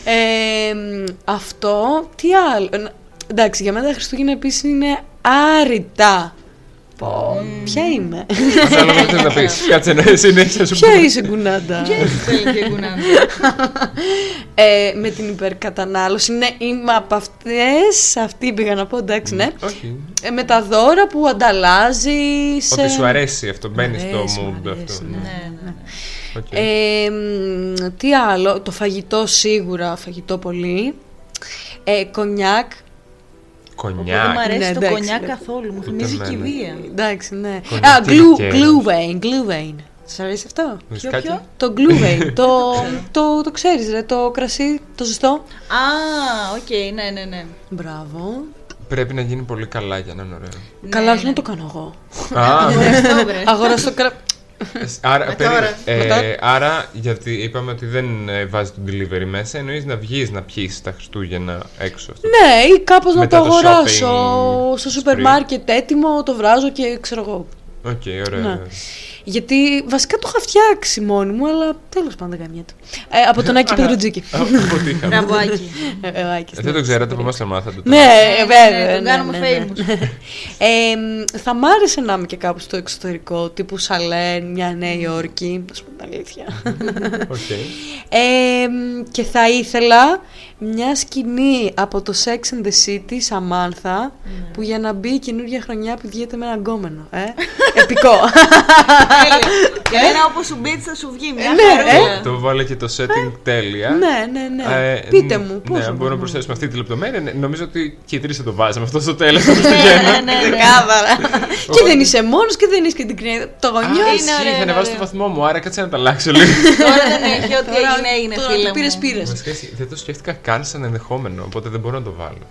D: Ε, μ, αυτό, τι άλλο. Ε, Εντάξει, για μένα τα Χριστούγεννα επίσης είναι άρρητα. Πω, ποια είμαι.
C: Αυτό άλλο δεν θέλω να πεις. Κάτσε να συνέχεια σου
D: ποια είσαι, Γκουνάντα.
A: Ποια είναι η τελική κουνάντα.
D: ε, με την υπερκατανάλωση. Ναι, είμαι από αυτές. Αυτή πήγα να πω, εντάξει, ναι.
C: Όχι.
D: Ε, με τα δώρα που ανταλλάζει.
C: Ότι σου αρέσει αυτό, μπαίνει στο
D: αρέσει, μου
C: mood
D: αρέσει,
C: αυτό.
D: ναι.
A: Ναι, ναι.
C: Οκ.
D: Ε, μ, τι άλλο, το φαγητό σίγουρα, φαγητό πολύ. Ε, κονιάκ,
A: Δεν μου
C: Κονιάκ.
A: αρέσει
D: Ναι,
A: το
D: εντάξει,
A: κονιά
D: ναι.
A: καθόλου. Μου
C: Ούτε
A: θυμίζει
C: εμένα.
A: κηδεία.
D: εντάξει, ναι.
C: Κονιάκ
D: Α,
C: είναι
D: glue,
C: και-
D: gluvain, gluvain. Σας αρέσει αυτό?
C: Μες
A: Ποιο,
C: κάτι?
A: ποιο?
D: Το gluvain, το, το, το ξέρεις ρε, το κρασί, το ζεστό.
A: Α, οκ, ναι, ναι, ναι.
D: Μπράβο.
C: Πρέπει να γίνει πολύ καλά για να είναι ωραίο.
D: Καλά, όχι να το κάνω εγώ.
C: Α,
D: Ναι.
A: Ευχαριστώ, βρε.
D: Αγοραστώ κρα...
C: Ε, Άρα, περίμενε.
A: τώρα.
C: Ε,
D: Μετά.
C: άρα, γιατί είπαμε ότι δεν ε, βάζει το delivery μέσα, εννοείς να βγεις να πιεις τα Χριστούγεννα έξω.
D: Ναι, ή κάπως να το
C: Μετά το
D: αγοράσω
C: shopping
D: στο
C: spree.
D: σούπερ μάρκετ έτοιμο, το βράζω και ξέρω εγώ.
C: Οκ, ωραία.
D: Ναι.
C: ωραία.
D: Γιατί βασικά το είχα φτιάξει μόνη μου, αλλά τέλος πάντων δεν καμία του. Ε, από τον Άκη Πετροτζίκη.
C: Α, αποτύχαμε.
A: Μπράβο, Άκη.
D: Ε, ο Άκης,
C: Ε,
D: ναι.
C: Δεν το ξέρατε, από εμά το μάθατε. τώρα.
D: Ναι,
A: Ναι, ναι,
D: βέβαια.
A: τον κάνουμε famous.
D: Ε, μ, θα μ' άρεσε να είμαι και κάπου στο εξωτερικό, τύπου Σαλέν, μια Νέα Υόρκη, να σου πω την αλήθεια.
C: Οκ.
D: Ε, μ, και θα ήθελα μια σκηνή από το Sex and the City, Σαμάνθα, που για να μπει η καινούργια χρονιά πηγαίνεται με έναν γκόμενο. Ε? Επικό.
A: Για ένα όπως σου μπει θα σου βγει. Μια
D: Ε, ναι,
A: χαρούλα.
C: Το βάλε και το setting τέλεια.
D: ναι, ναι, ναι.
C: Ε,
D: Πείτε
C: ν-
D: μου,
C: Ναι,
D: πώς.
C: αν
D: θα
C: μπορούμε να
D: το
C: προσθέσουμε αυτή τη λεπτομέρεια. ναι, Νομίζω ότι και οι τρεις θα το βάζαμε αυτό στο τέλος.
A: Ναι, ναι, ναι, ναι.
D: Κάβαρα. και δεν είσαι μόνος και δεν είσαι και την κρίνια. Το γονιός
A: είναι
D: σου.
A: ωραίο,
C: Θα
A: είναι
C: ανεβάσω το
A: ωραίο.
C: βαθμό μου, άρα κάτσε να τα αλλάξω λίγο.
A: Τώρα δεν έχει ό,τι έγινε, έγινε
D: Τώρα
A: φίλε
D: το πήρες,
A: μου.
D: πήρες.
C: Βασικά, εσύ, δεν το σκέφτηκα καν σαν ενδεχόμενο, οπότε δεν μπορώ να το βάλω.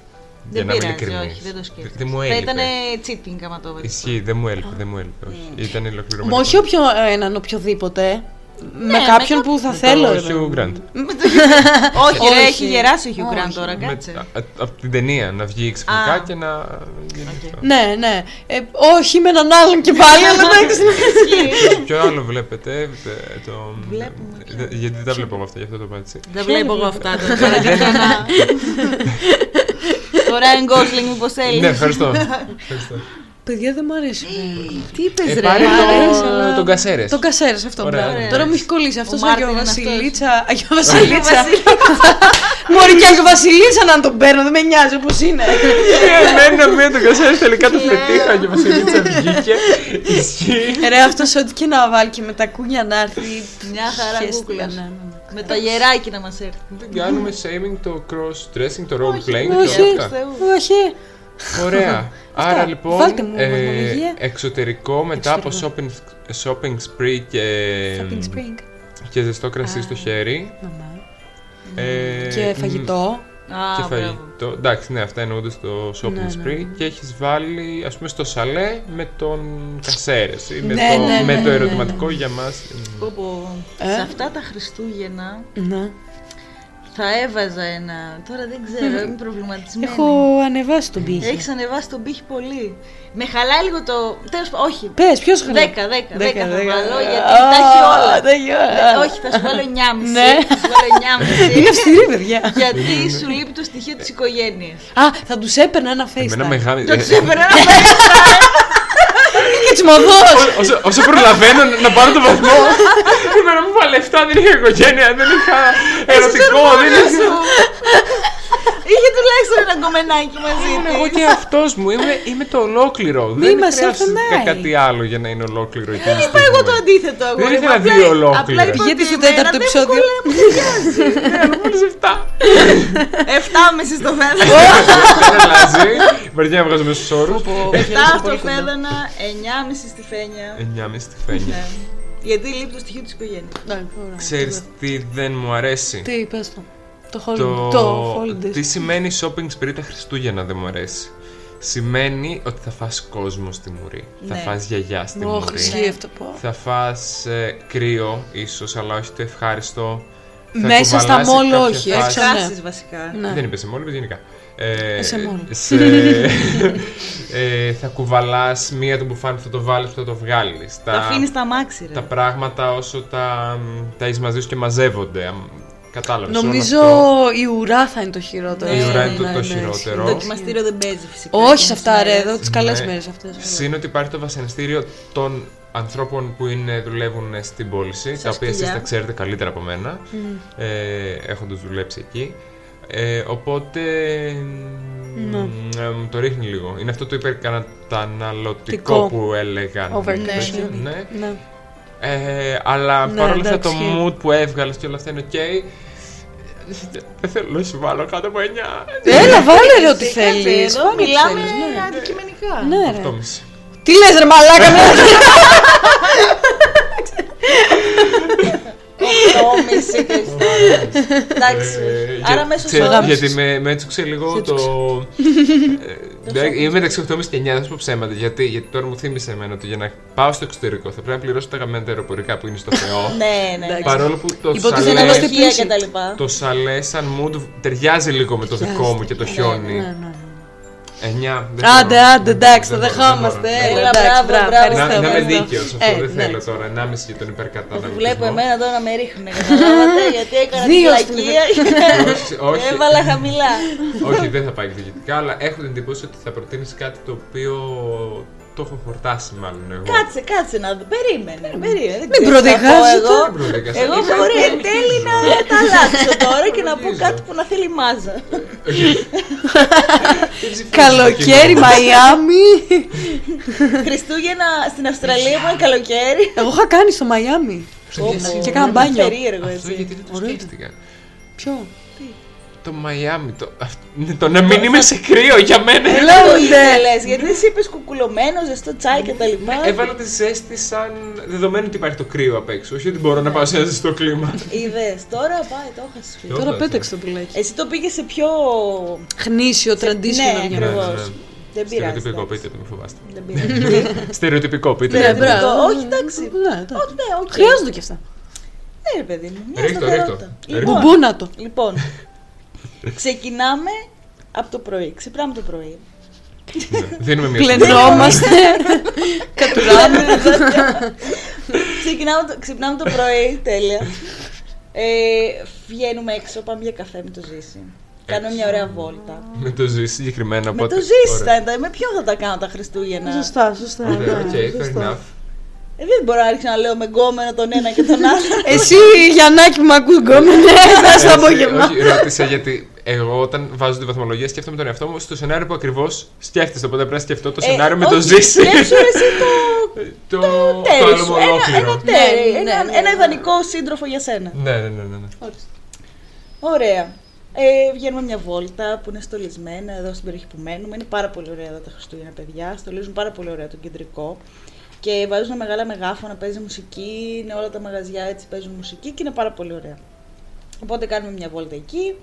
A: Δεν
C: να είμαι
A: πειράζει,
C: ειλικρινής.
A: όχι, δεν το σκέφτεσαι.
C: Δεν μου
A: Θα
C: έλειπε.
A: ήταν cheating άμα το έβαλες.
C: Ισχύει, δεν μου έλειπε, δεν μου έλειπε. Όχι.
A: Ναι.
C: Ήταν
D: Μα
C: ολοκληρωμένο.
D: όχι όποιον, έναν οποιοδήποτε. με
A: με
D: κάποιον που θα θέλω.
C: Όχι, ο Γκραντ.
A: Με το Hugh- Όχι, ρε,
D: Όχι.
A: έχει γεράσει ο Hugh Grant
D: Όχι.
A: τώρα, κάτσε.
C: Από την ταινία να βγει ξαφνικά
A: Α.
C: και να. γίνει αυτό.
D: Ναι, ναι. Ε, όχι με έναν άλλον και πάλι, αλλά εντάξει.
C: Ποιο άλλο βλέπετε. ε, Το...
A: Βλέπουμε ποιο.
C: Δε- Γιατί δεν τα βλέπω εγώ αυτά, γι' αυτό το είπα έτσι.
A: Δεν βλέπω εγώ αυτά τώρα.
D: Ναι.
A: Το Ryan Gosling μήπως
C: Ναι,
A: θέλει.
C: ευχαριστώ.
D: Παιδιά δεν μου αρέσει.
A: Τι είπες
C: Ε,
A: ρε.
C: πάρε
A: μ' αρέσει,
C: το-
A: αλλά-
C: τον Κασέρες.
D: Τον Κασέρες αυτό.
C: Ωραία,
D: μπράβο.
C: ωραία.
D: Τώρα μου έχει κολλήσει αυτός ο
A: Μάρτιν
D: Άγιο
A: είναι αυτός.
D: Βασιλίτσα. Άγιο
A: Βασίλη,
D: Βασιλίτσα. Μωρή και Άγιο Βασιλίτσα να τον παίρνω, δεν με νοιάζει όπω είναι.
C: Ε, Εμένα με τον Κασέρες τελικά
A: Ναι.
C: το πετύχα και η Βασιλίτσα βγήκε. Ισχύει.
D: Ρε αυτός ό,τι και να βάλει και με τα κούνια να έρθει.
A: Μια χαρά
D: χέστηκα,
A: κούκλας.
D: ναι, ναι, ναι.
A: Με το γεράκι να μας έρθει.
C: Δεν κάνουμε shaming το cross-dressing, το role-playing, το
D: όχι.
C: αυτά.
A: ναι.
D: Όχι.
C: Ωραία. Άρα λοιπόν,
D: Βάλτε μου βαθμολογία.
C: εξωτερικό μετά από shopping, shopping spree και,
D: Shopping spring.
C: και ζεστό κρασί στο χέρι. Ε,
D: Και
C: μ,
D: φαγητό.
C: Και
A: Α, μπράβο.
C: φαγητό. Εντάξει, ναι, αυτά εννοούνται στο shopping
D: Ναι, ναι,
C: spree. Και έχεις βάλει, ας πούμε, στο σαλέ με τον Κασέρες. με,
D: Ναι,
C: το,
D: ναι,
C: με
D: ναι,
C: το
D: ναι,
C: ερωτηματικό για μας.
A: Πω, πω.
D: Ε.
A: Σε αυτά τα Χριστούγεννα
D: Ναι.
A: Θα έβαζα ένα. Τώρα δεν ξέρω, είμαι προβληματισμένη.
E: Έχω ανεβάσει τον πύχη.
A: Έχεις ανεβάσει τον πύχη πολύ. Με χαλάει λίγο το. Τέλος πάντων, όχι.
E: Πες, ποιος χρόνο.
A: 10, 10, 10 θα
D: Δέκα, δέκα.
A: βάλω γιατί
E: Α,
A: τα έχει όλα.
E: τα έχει όλα.
A: Ε, Όχι, θα σου βάλω 9,5.
E: Ναι.
A: Θα σου βάλω 9,5.
E: Είναι αυστηρή, παιδιά.
A: Γιατί σου λείπει το στοιχείο της οικογένειας.
E: Α, θα τους έπαιρνα ένα
C: Εμένα
E: FaceTime.
C: μεγάλη.
A: Το
C: ε,
A: ξεπερνάω.
E: Και τσιμωδός.
C: ό- όσο- Όσο προλαβαίνω να πάρω το βαθμό. Εμένα μου βάλε λεφτά, δεν είχα οικογένεια, δεν είχα ερωτικό, δεν είχα.
A: Είχε τουλάχιστον ένα κομμενάκι μαζί
C: Ήμουν
A: της.
C: Ναι, εγώ και αυτός μου. Είμαι, είμαι το ολόκληρο.
E: μας
C: δεν χρειάζεται
E: έφανάει.
C: κάτι άλλο για να είναι ολόκληρο εκείνη τη
A: Είπα
C: στιγμή.
A: εγώ το αντίθετο. αγόρι μου.
C: ήθελα
A: Απλά-
C: δύο
A: Απλά
C: ολόκληρα.
A: είπα
E: Πηγαίνετε
A: ότι
E: στο
A: εμένα
E: τέταρτο
A: δεν μου
E: επεισόδιο.
A: κολλάει.
C: Μόλις εφτά.
A: Εφτάμεση στο φέδανα.
C: Δεν αλλάζει. Βαριά να βγάζω μέσα στους όρους.
A: Εφτά στο φέδανα, εννιάμιση στη φένια.
C: Εννιά μες στη φένια.
A: Ναι. Γιατί λείπει το στοιχείο της οικογένειας.
C: Ξέρεις τι δεν μου αρέσει.
E: Τι, πες το. Το
C: Το...
E: holiday. Το holiday.
C: Τι σημαίνει shopping spree τα Χριστούγεννα δεν μου αρέσει. Σημαίνει ότι θα φας κόσμο στη μουρή. Θα
A: Ναι.
C: φας γιαγιά στη
E: Ωχ,
C: μουρή.
E: ισχύει αυτό πω.
C: Θα φας ε, κρύο, ίσως, αλλά όχι το ευχάριστο. Θα
E: Μέσα στα
C: κουβαλάσει
E: μόλ
C: κάποια
E: όχι,
C: φάση.
E: έξω
A: Κάσει βασικά.
E: Ναι.
C: Δεν είπες σε μόλι, είπες γενικά. Ε,
E: σε μόλι.
C: σε- ε, θα κουβαλάς μία του μπουφάν που θα το βάλεις, που θα το βγάλεις.
A: Τα αφήνεις τα μάξι,
C: τα
A: ρε.
C: πράγματα όσο τα, τα έχεις μαζί σου και μαζεύονται. Κατάλαβες.
E: Νομίζω η ουρά θα είναι το χειρότερο.
A: Η ουρά
E: Ναι,
A: είναι το-
E: ναι,
C: το
E: ναι,
C: χειρότερο. Ναι.
E: ισχύει.
A: Δοκιμαστήριο δεν παίζει φυσικά.
E: Όχι σε
A: εκείνες
E: αυτά, ρε,
A: μέρες.
E: εδώ τις καλές μέρες αυτές.
C: Συν ότι υπάρχει το βασανιστήριο των ανθρώπων που είναι, δουλεύουν στην πώληση, τα οποία εσείς
A: σκυλιά.
C: τα ξέρετε καλύτερα από μένα,
E: Ναι.
C: ε, έχοντας δουλέψει εκεί. Ε, οπότε μ,
E: Ναι.
C: ε, μου το ρίχνει λίγο. Είναι αυτό το υπερκαταναλωτικό
E: Τικό.
C: που έλεγαν.
E: Overconsuming.
C: Ναι. ναι.
E: Ναι.
C: Ε, αλλά
E: Ναι,
C: παρόλα αυτά το
E: εντάξει.
C: mood που έβγαλες και όλα αυτά είναι οκ. Ε, Δεν θέλω να σου βάλω κάτω από 9.
E: Έλα, βάλε ρε ό,τι
A: Κάτσε,
E: θέλει.
A: Εδώ μιλάμε αντικειμενικά.
E: Ναι, ρε.
C: 8,5.
E: Τι λες, ρε, μαλάκα, ναι.
A: Τόμιση, Εντάξει.
C: Ε,
A: Άρα
C: για-
A: μέσα
C: ξέρω,
A: στο
C: Γιατί με, με έτσουξε λίγο το. Ε, εντάξει, Είμαι μεταξύ 8,5 και 9, δεν σου πω ψέματα. Γιατί, γιατί τώρα μου θύμισε εμένα ότι για να πάω στο εξωτερικό θα πρέπει να πληρώσω τα γαμμένα τα αεροπορικά που είναι στο Θεό.
A: Ναι, ναι.
C: Παρόλο που το
E: Υποτίθεται
A: Στην
E: να
C: σαλέ,
E: είμαστε
A: ανοσία
E: πλούσιοι.
A: και τα λοιπά.
C: το σαλές σαν mood ταιριάζει λίγο με το δικό μου και το χιόνι. 9.
E: Ναι, Άντε, άντε, εντάξει, το δεχόμαστε.
A: Έλα,
E: Έλα, εντάξει,
A: μπράβο,
E: μπράβο,
A: μπράβο.
C: Να,
E: ευχαριστώ,
C: να είμαι
E: ευχαριστώ.
C: δίκαιο αυτό.
E: Ε,
C: δεν
E: ναι.
C: θέλω τώρα 1,5 για τον υπερκαταναλωτισμό.
A: Βλέπω εμένα τώρα να με ρίχνουν. Καταλάβατε γιατί έκανα τη
E: Δύο στην
A: βλακεία.
C: Όχι, όχι.
A: Έβαλα χαμηλά.
C: Όχι, δεν θα πάει εκδικητικά, αλλά έχω την εντύπωση ότι θα προτείνεις κάτι το οποίο το έχω φορτάσει μάλλον εγώ.
A: Κάτσε, κάτσε να δω. Περίμενε. περίμενε. Δεν
E: Μην
A: ξέρω τι θα πω
E: προδικάζετε.
A: εγώ.
C: Δεν προδικάζετε.
A: Εγώ
C: Είσαστε
A: μπορεί εν
C: όλοι
A: τέλει να
C: μαζί.
A: τα αλλάξω τώρα και να πω
C: Προδικάζω.
A: κάτι που να θέλει μάζα.
E: Καλοκαίρι, Μαϊάμι.
A: Χριστούγεννα στην Αυστραλία που είναι καλοκαίρι.
E: Εγώ είχα κάνει στο Μαϊάμι. Και κάνα
A: Είναι
E: μπάνιο.
A: περίεργο
C: Αυτό
A: έτσι.
C: γιατί δεν το σκέφτηκα.
E: Ποιο.
C: Το Μαϊάμι, το, αυ- ναι, το να μην είμαι σε κρύο για μένα.
A: Δεν
E: Λέω,
A: το
E: ναι.
A: ήθελες, γιατί εσύ είπες κουκουλωμένος, ζεστό τσάι και τα λοιπά.
C: Έβαλα τη ζέστη σαν δεδομένου ότι υπάρχει το κρύο απ' έξω. Όχι ότι μπορώ να πάω σε ένα ζεστό κλίμα.
A: Είδες, τώρα πάει, το έχασες φίλε.
C: Το-
E: Τώρα
C: Όντας,
E: πέταξε το πουλάκι.
A: Εσύ το πήγες σε πιο...
E: Χνήσιο, τραντίσιο
A: Ναι,
E: να
C: Ναι,
E: βγαίνει.
C: ναι, ναι.
A: ακριβώς. Δεν πειράζει.
C: Στερεοτυπικό,
A: εντάξει.
C: πείτε το, μην φοβάστε.
A: Δεν πειράζει.
C: Στερεοτυπικό,
A: Ναι,
C: πείτε το.
A: μπράβο. Όχι, εντάξει.
E: Ναι, εντάξει.
A: Όχι, ναι, οκ.
E: Χρειάζονται και αυτά.
A: Ναι, ρε παιδί μου. μια
C: Ρίχτω,
A: σταθερότητα.
C: ρίχτω.
A: Λοιπόν,
E: Μπουμπούνα το.
A: Λοιπόν, ξεκινάμε από το πρωί. Ξυπνάμε το πρωί.
C: Ναι, Δίνουμε μια
A: Ναι,
E: Πλενόμαστε. Κατουράμε.
A: Ξεκινάμε το- ξυπνάμε το πρωί, τέλεια. Ε, βγαίνουμε έξω, πάμε για καφέ με το ζήσει. Κάνω μια ωραία βόλτα.
C: Με το ζήσει συγκεκριμένα.
A: Με
C: οπότε-
A: το ζήσει,
C: Ωραία.
A: θα ήταν. με ποιον θα τα κάνω τα Χριστούγεννα.
E: Σωστά, σωστά.
C: Ωραία,
E: ναι,
C: οκ, fair
E: σωστά.
C: enough.
A: Ε, δεν μπορώ να άρχισα να λέω με γκόμενο τον ένα και τον άλλο.
E: Εσύ, Γιαννάκη, μου ακούς γκόμενε, θα στο
C: Έτσι,
E: απόγευμα.
C: Ε, Όχι, ρώτησα γιατί εγώ όταν βάζω τη βαθμολογία σκέφτομαι τον εαυτό μου στο σενάριο που ακριβώς σκέφτεσαι. Οπότε πρέπει να σκεφτώ το σενάριο με το
A: Ε, όχι,
C: ζήσει.
A: Σκέψου εσύ το
C: το
A: τέρι
C: άλλο μου
A: σου. Ένα, ένα
C: ολόκληρο.
A: τέρι.
E: Ναι, ναι,
A: ένα,
E: ναι, ναι.
A: ένα ιδανικό σύντροφο για σένα.
C: Ναι, ναι, ναι, ναι. ναι.
A: Ωραία. Ε, βγαίνουμε μια βόλτα που είναι στολισμένα εδώ στην περιοχή που μένουμε. Είναι πάρα πολύ ωραία εδώ τα Χριστούγεννα, παιδιά. Στολίζουν πάρα πολύ ωραία τον κεντρικό. Και βάζουν μεγάλα μεγάφωνα, παίζει μουσική. Είναι όλα τα μαγαζιά έτσι παίζουν μουσική και είναι πάρα πολύ ωραία. Οπότε κάνουμε μια βόλτα εκεί.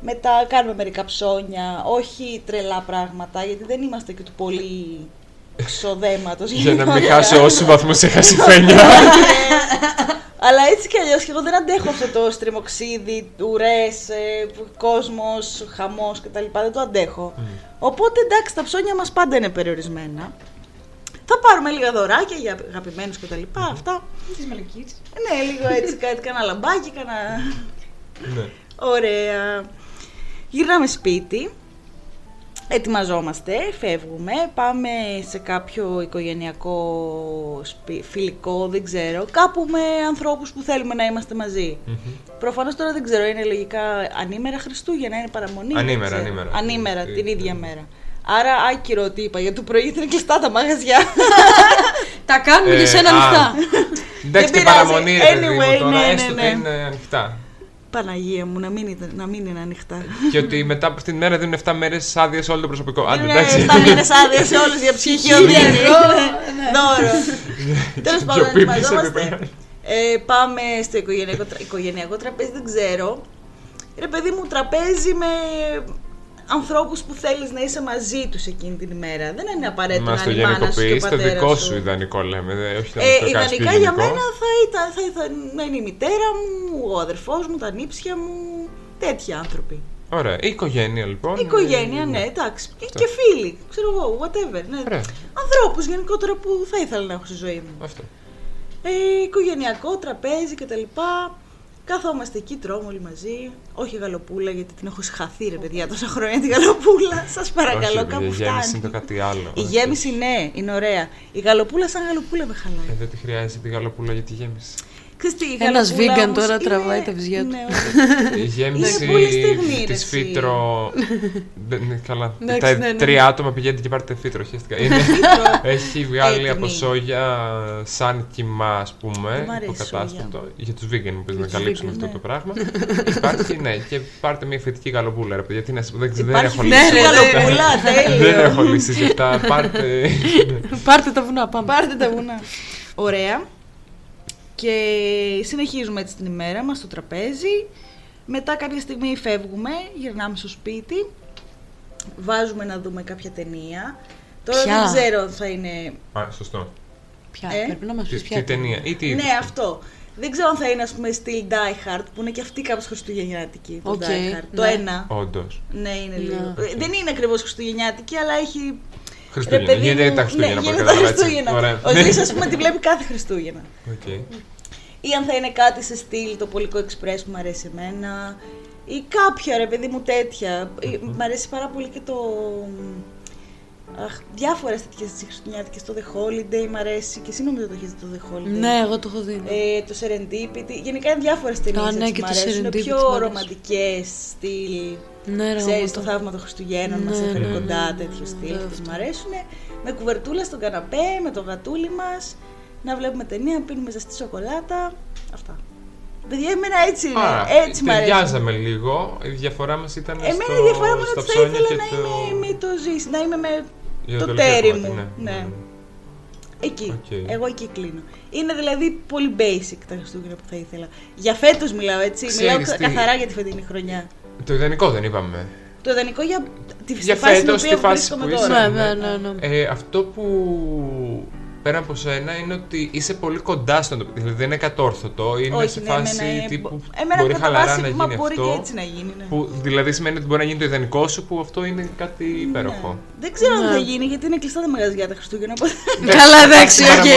A: Μετά κάνουμε μερικά ψώνια, όχι τρελά πράγματα, γιατί δεν είμαστε και του πολύ ξοδέματος.
C: Για να μην
A: γενικότερα.
C: χάσω όσους βαθμούς έχασε η φένια.
A: Αλλά έτσι κι αλλιώς και εγώ δεν αντέχω αυτό το ε, στριμοξίδι, ουρέ, κόσμος, χαμός κτλ. Δεν το αντέχω. Οπότε εντάξει, τα ψώνια μας πάντα είναι περιορισμένα. Θα πάρουμε λίγα δωράκια για αγαπημένους κτλ. Αυτά.
D: Τη μελική.
A: Ναι, λίγο έτσι κάτι, κάνα λαμπάκι, κάνα.
C: Ναι.
A: Ωραία. Γυρνάμε σπίτι. Ετοιμαζόμαστε, φεύγουμε, πάμε σε κάποιο οικογενειακό, σπι- φιλικό, δεν ξέρω, κάπου με ανθρώπους που θέλουμε να είμαστε μαζί. Προφανώς τώρα δεν ξέρω, είναι λογικά ανήμερα Χριστούγεννα, είναι παραμονή. δεν
C: Ανήμερα,
A: ξέρω.
C: ανήμερα.
A: Ανήμερα,
C: Τι-
A: την ίδια
C: ναι.
A: μέρα. Άρα άκυρο ότι είπα, γιατί το πρωί ήταν κλειστά τα μαγαζιά.
E: Τα κάνουμε
C: Ε,
E: για σένα
C: α.
E: ανοιχτά.
C: Εντάξει
A: Δεν
C: και
A: πειράζει.
C: παραμονή, ρε παιδί μου,
A: Anyway,
C: τώρα
A: ναι, ναι,
C: έστω
A: ναι.
C: και είναι ανοιχτά.
A: Παναγία μου, να μην, ήταν, να μην είναι ανοιχτά.
C: και ότι μετά από αυτήν την μέρα δίνουν 7 μέρες άδειες σε όλο το προσωπικό. Άντε,
A: Είναι
C: εντάξει.
A: 7 μήνε Ναι, άδεια σε όλους για ψυχή οδηγή.
C: Ναι.
A: Δώρο. Τέλος
C: Πιο
A: πάντων,
C: πίπης
A: ετοιμαζόμαστε.
C: επίπεδα.
A: Ε, Πάμε στο οικογενειακό, τρα- οικογενειακό τραπέζι, δεν ξέρω. Ρε παιδί μου, τραπέζι με ανθρώπους που θέλεις να είσαι μαζί τους εκείνη την ημέρα. Δεν είναι απαραίτητο να
C: Μα το
A: είναι η μάνα σου και ο
C: γενικοποιεί, το
A: πατέρας
C: δικό σου ιδανικό λέμε. δε, Όχι να μας
A: ε,
C: το κάνεις πιο
A: ιδανικά για
C: γενικό.
A: μένα θα ήταν, θα ήταν να είναι η μητέρα μου, ο αδερφός μου, τα νύψια μου, τέτοιοι άνθρωποι.
C: Ωραία. Η οικογένεια λοιπόν.
A: Η Οικογένεια, ναι, εντάξει. Και, και φίλοι, ξέρω εγώ, whatever. Ναι.
C: Ωραία.
A: Ανθρώπους γενικότερα που θα ήθελα να έχω στη ζωή μου.
C: Αυτό.
A: Ε, οικογενειακό, τραπέζι κτλ. Καθόμαστε εκεί, τρώμε όλοι μαζί. Όχι γαλοπούλα, γιατί την έχω συχαθεί ρε παιδιά τόσα χρόνια τη γαλοπούλα. Σας παρακαλώ,
C: Όχι,
A: κάπου
C: Η γέμιση
A: φτάνει.
C: είναι το κάτι άλλο.
A: Η
C: Όχι.
A: γέμιση, ναι, είναι ωραία. Η γαλοπούλα, σαν γαλοπούλα με
C: Ε,
A: χαλάει.
C: Δεν τη χρειάζεται τη γαλοπούλα για τη γέμιση.
A: Ξέρεις τι, η
E: Ένας
A: γαλοπούλα
E: vegan
A: όμως
E: τώρα
A: είναι-
E: τραβάει τα βυζιά του.
A: Ναι, όχι.
C: Η γέμιση
A: πολύ στεγνή, ρε,
C: τη
A: εσύ.
C: φύτρο. Δεν είναι καλά.
E: Εντάξει,
C: Τα
E: ναι, ναι.
C: τρία άτομα πηγαίνετε και πάρετε φύτρο. χαίστηκα. Είναι- Έχει βγάλει
A: Έτοιμη.
C: από σόγια σαν κοιμά, ας
A: Δεν μ'
C: πούμε,
A: αρέσει
C: το
A: η
C: κατάστατο. Για τους vegan που να καλύψουν
E: vegan,
C: αυτό
A: ναι.
C: το πράγμα. Υπάρχει, ναι, και πάρτε μια φυτική γαλοπούλα. Ρε, παιδιά, τι να σας πω, δεν, δεν
A: Υπάρχει
C: έχω
A: φίλη σου
C: λύσει.
A: γαλοπούλα,
C: Δεν
A: τέλειο.
C: έχω λύσει για αυτά. Πάρτε.
E: Πάρτε τα βουνά, πάμε.
A: Πάρτε τα βουνά. Ωραία. Και συνεχίζουμε έτσι την ημέρα μας στο τραπέζι. Μετά κάποια στιγμή φεύγουμε, γυρνάμε στο σπίτι. Βάζουμε να δούμε κάποια ταινία. Τώρα
E: Ποια?
A: δεν ξέρω αν θα είναι...
C: Α, σωστό.
E: Ποια,
A: Ε?
E: πρέπει να μας
C: Τι,
E: πεις
C: τι
E: ποια.
C: ταινία ή τι.
A: Ναι, αυτό. Δεν ξέρω αν θα είναι, ας πούμε, Still Die Hard, που είναι και αυτή κάπως χριστουγεννιάτικη. Το
E: Οκ,
A: Die Hard. Το
E: ναι.
A: ένα.
C: Όντως.
A: Ναι, είναι λίγο.
E: Ναι.
A: Ε, Δεν είναι ακριβώς χριστουγεννιάτικη, αλλά έχει
C: Χριστούγεννα.
A: Ρε παιδί
C: Γίνεται
A: μου,
C: τα Χριστούγεννα.
A: Ναι,
C: από ό,τι
A: γίνεται τα
C: κατάλαβα, έτσι.
A: Χριστούγεννα.
C: Ωραία. Ναι.
A: Ο Ζήσης, ας πούμε, τη βλέπει κάθε Χριστούγεννα.
C: Οκ.
A: Ναι, Ή αν θα είναι κάτι σε στυλ το Πολικό Εξπρές που μου αρέσει εμένα. Ή κάποια, ρε παιδί μου, τέτοια. Ή- Μ' αρέσει πάρα πολύ και το... Αχ, διάφορες τέτοιες τις χριστουγεννιάτικες. Το The Holiday μ' αρέσει. Και εσύ νομίζω το έχεις δει το The Holiday.
E: Ναι, εγώ το έχω δει.
A: Ε, το Serendipity. Γενικά είναι διάφορες ταινίες
E: Α, ναι,
A: έτσι
E: και
A: που μ'
E: το
A: αρέσουν. Είναι
E: Serendipity
A: πιο
E: μ' αρέσει.
A: ρομαντικές στυλ.
E: Ναι, ρε,
A: Ξέρεις
E: εγώ
A: το
E: το-
A: θαύμα των Χριστουγέννων,
E: Ναι,
A: μας μα έφερε
E: ναι,
A: κοντά
E: ναι,
A: τέτοιο
E: ναι,
A: στυλ.
E: ναι,
A: που μου αρέσουν. Με κουβερτούλα στον καναπέ, με το γατούλι μας. Να βλέπουμε ταινία, πίνουμε ζεστή σοκολάτα. Αυτά. Παιδιά, εμένα έτσι είναι.
C: Άρα,
A: έτσι μ' αρέσει.
C: Ταιριάζαμε λίγο. Η διαφορά μας ήταν.
A: Εμένα
C: στο,
A: η διαφορά μου είναι
C: στα
A: ότι θα
C: ψώνια
A: ήθελα
C: και
A: να
C: το...
A: είμαι με το ζήσει, να είμαι με
C: για
A: το
C: τελευταίο
A: τέρι
C: κομμάτι,
A: μου.
C: ναι.
A: Ναι. Εκεί.
C: Οκ.
A: Εγώ εκεί κλείνω. Είναι δηλαδή πολύ basic τα Χριστούγεννα που θα ήθελα. Για φέτος μιλάω έτσι. μιλάω
C: Ξέρεις τι.
A: καθαρά για τη φετινή χρονιά.
C: ναι. Το ιδανικό δεν είπαμε.
A: Το ιδανικό για τη
C: Για
A: φάση στην
C: φέτος,
A: οποία
C: τη φάση
A: βρίσκομαι
C: που
A: τώρα.
C: είσαι.
E: Ναι,
C: ναι.
E: ναι, ναι, ναι.
C: Ε, αυτό που πέρα από σένα είναι ότι είσαι πολύ κοντά στον τοπικό. Δηλαδή δεν είναι κατόρθωτο. Είναι σε
A: ναι,
C: φάση
A: εμένα είναι-
C: τύπου.
A: εμένα
C: μπορεί
A: κατά
C: χαλαρά
A: βάση,
C: να γίνει
A: μα μπορεί
C: αυτό.
A: και έτσι να γίνει. Ναι.
C: Που δηλαδή σημαίνει ότι μπορεί να γίνει το ιδανικό σου που αυτό είναι κάτι υπέροχο.
A: Ναι. Δεν ξέρω αν θα γίνει γιατί είναι κλειστά τα μαγαζιά τα Χριστούγεννα. οπότε-
E: Καλά, εντάξει,
C: Άρα
E: οκ.
C: μπορεί.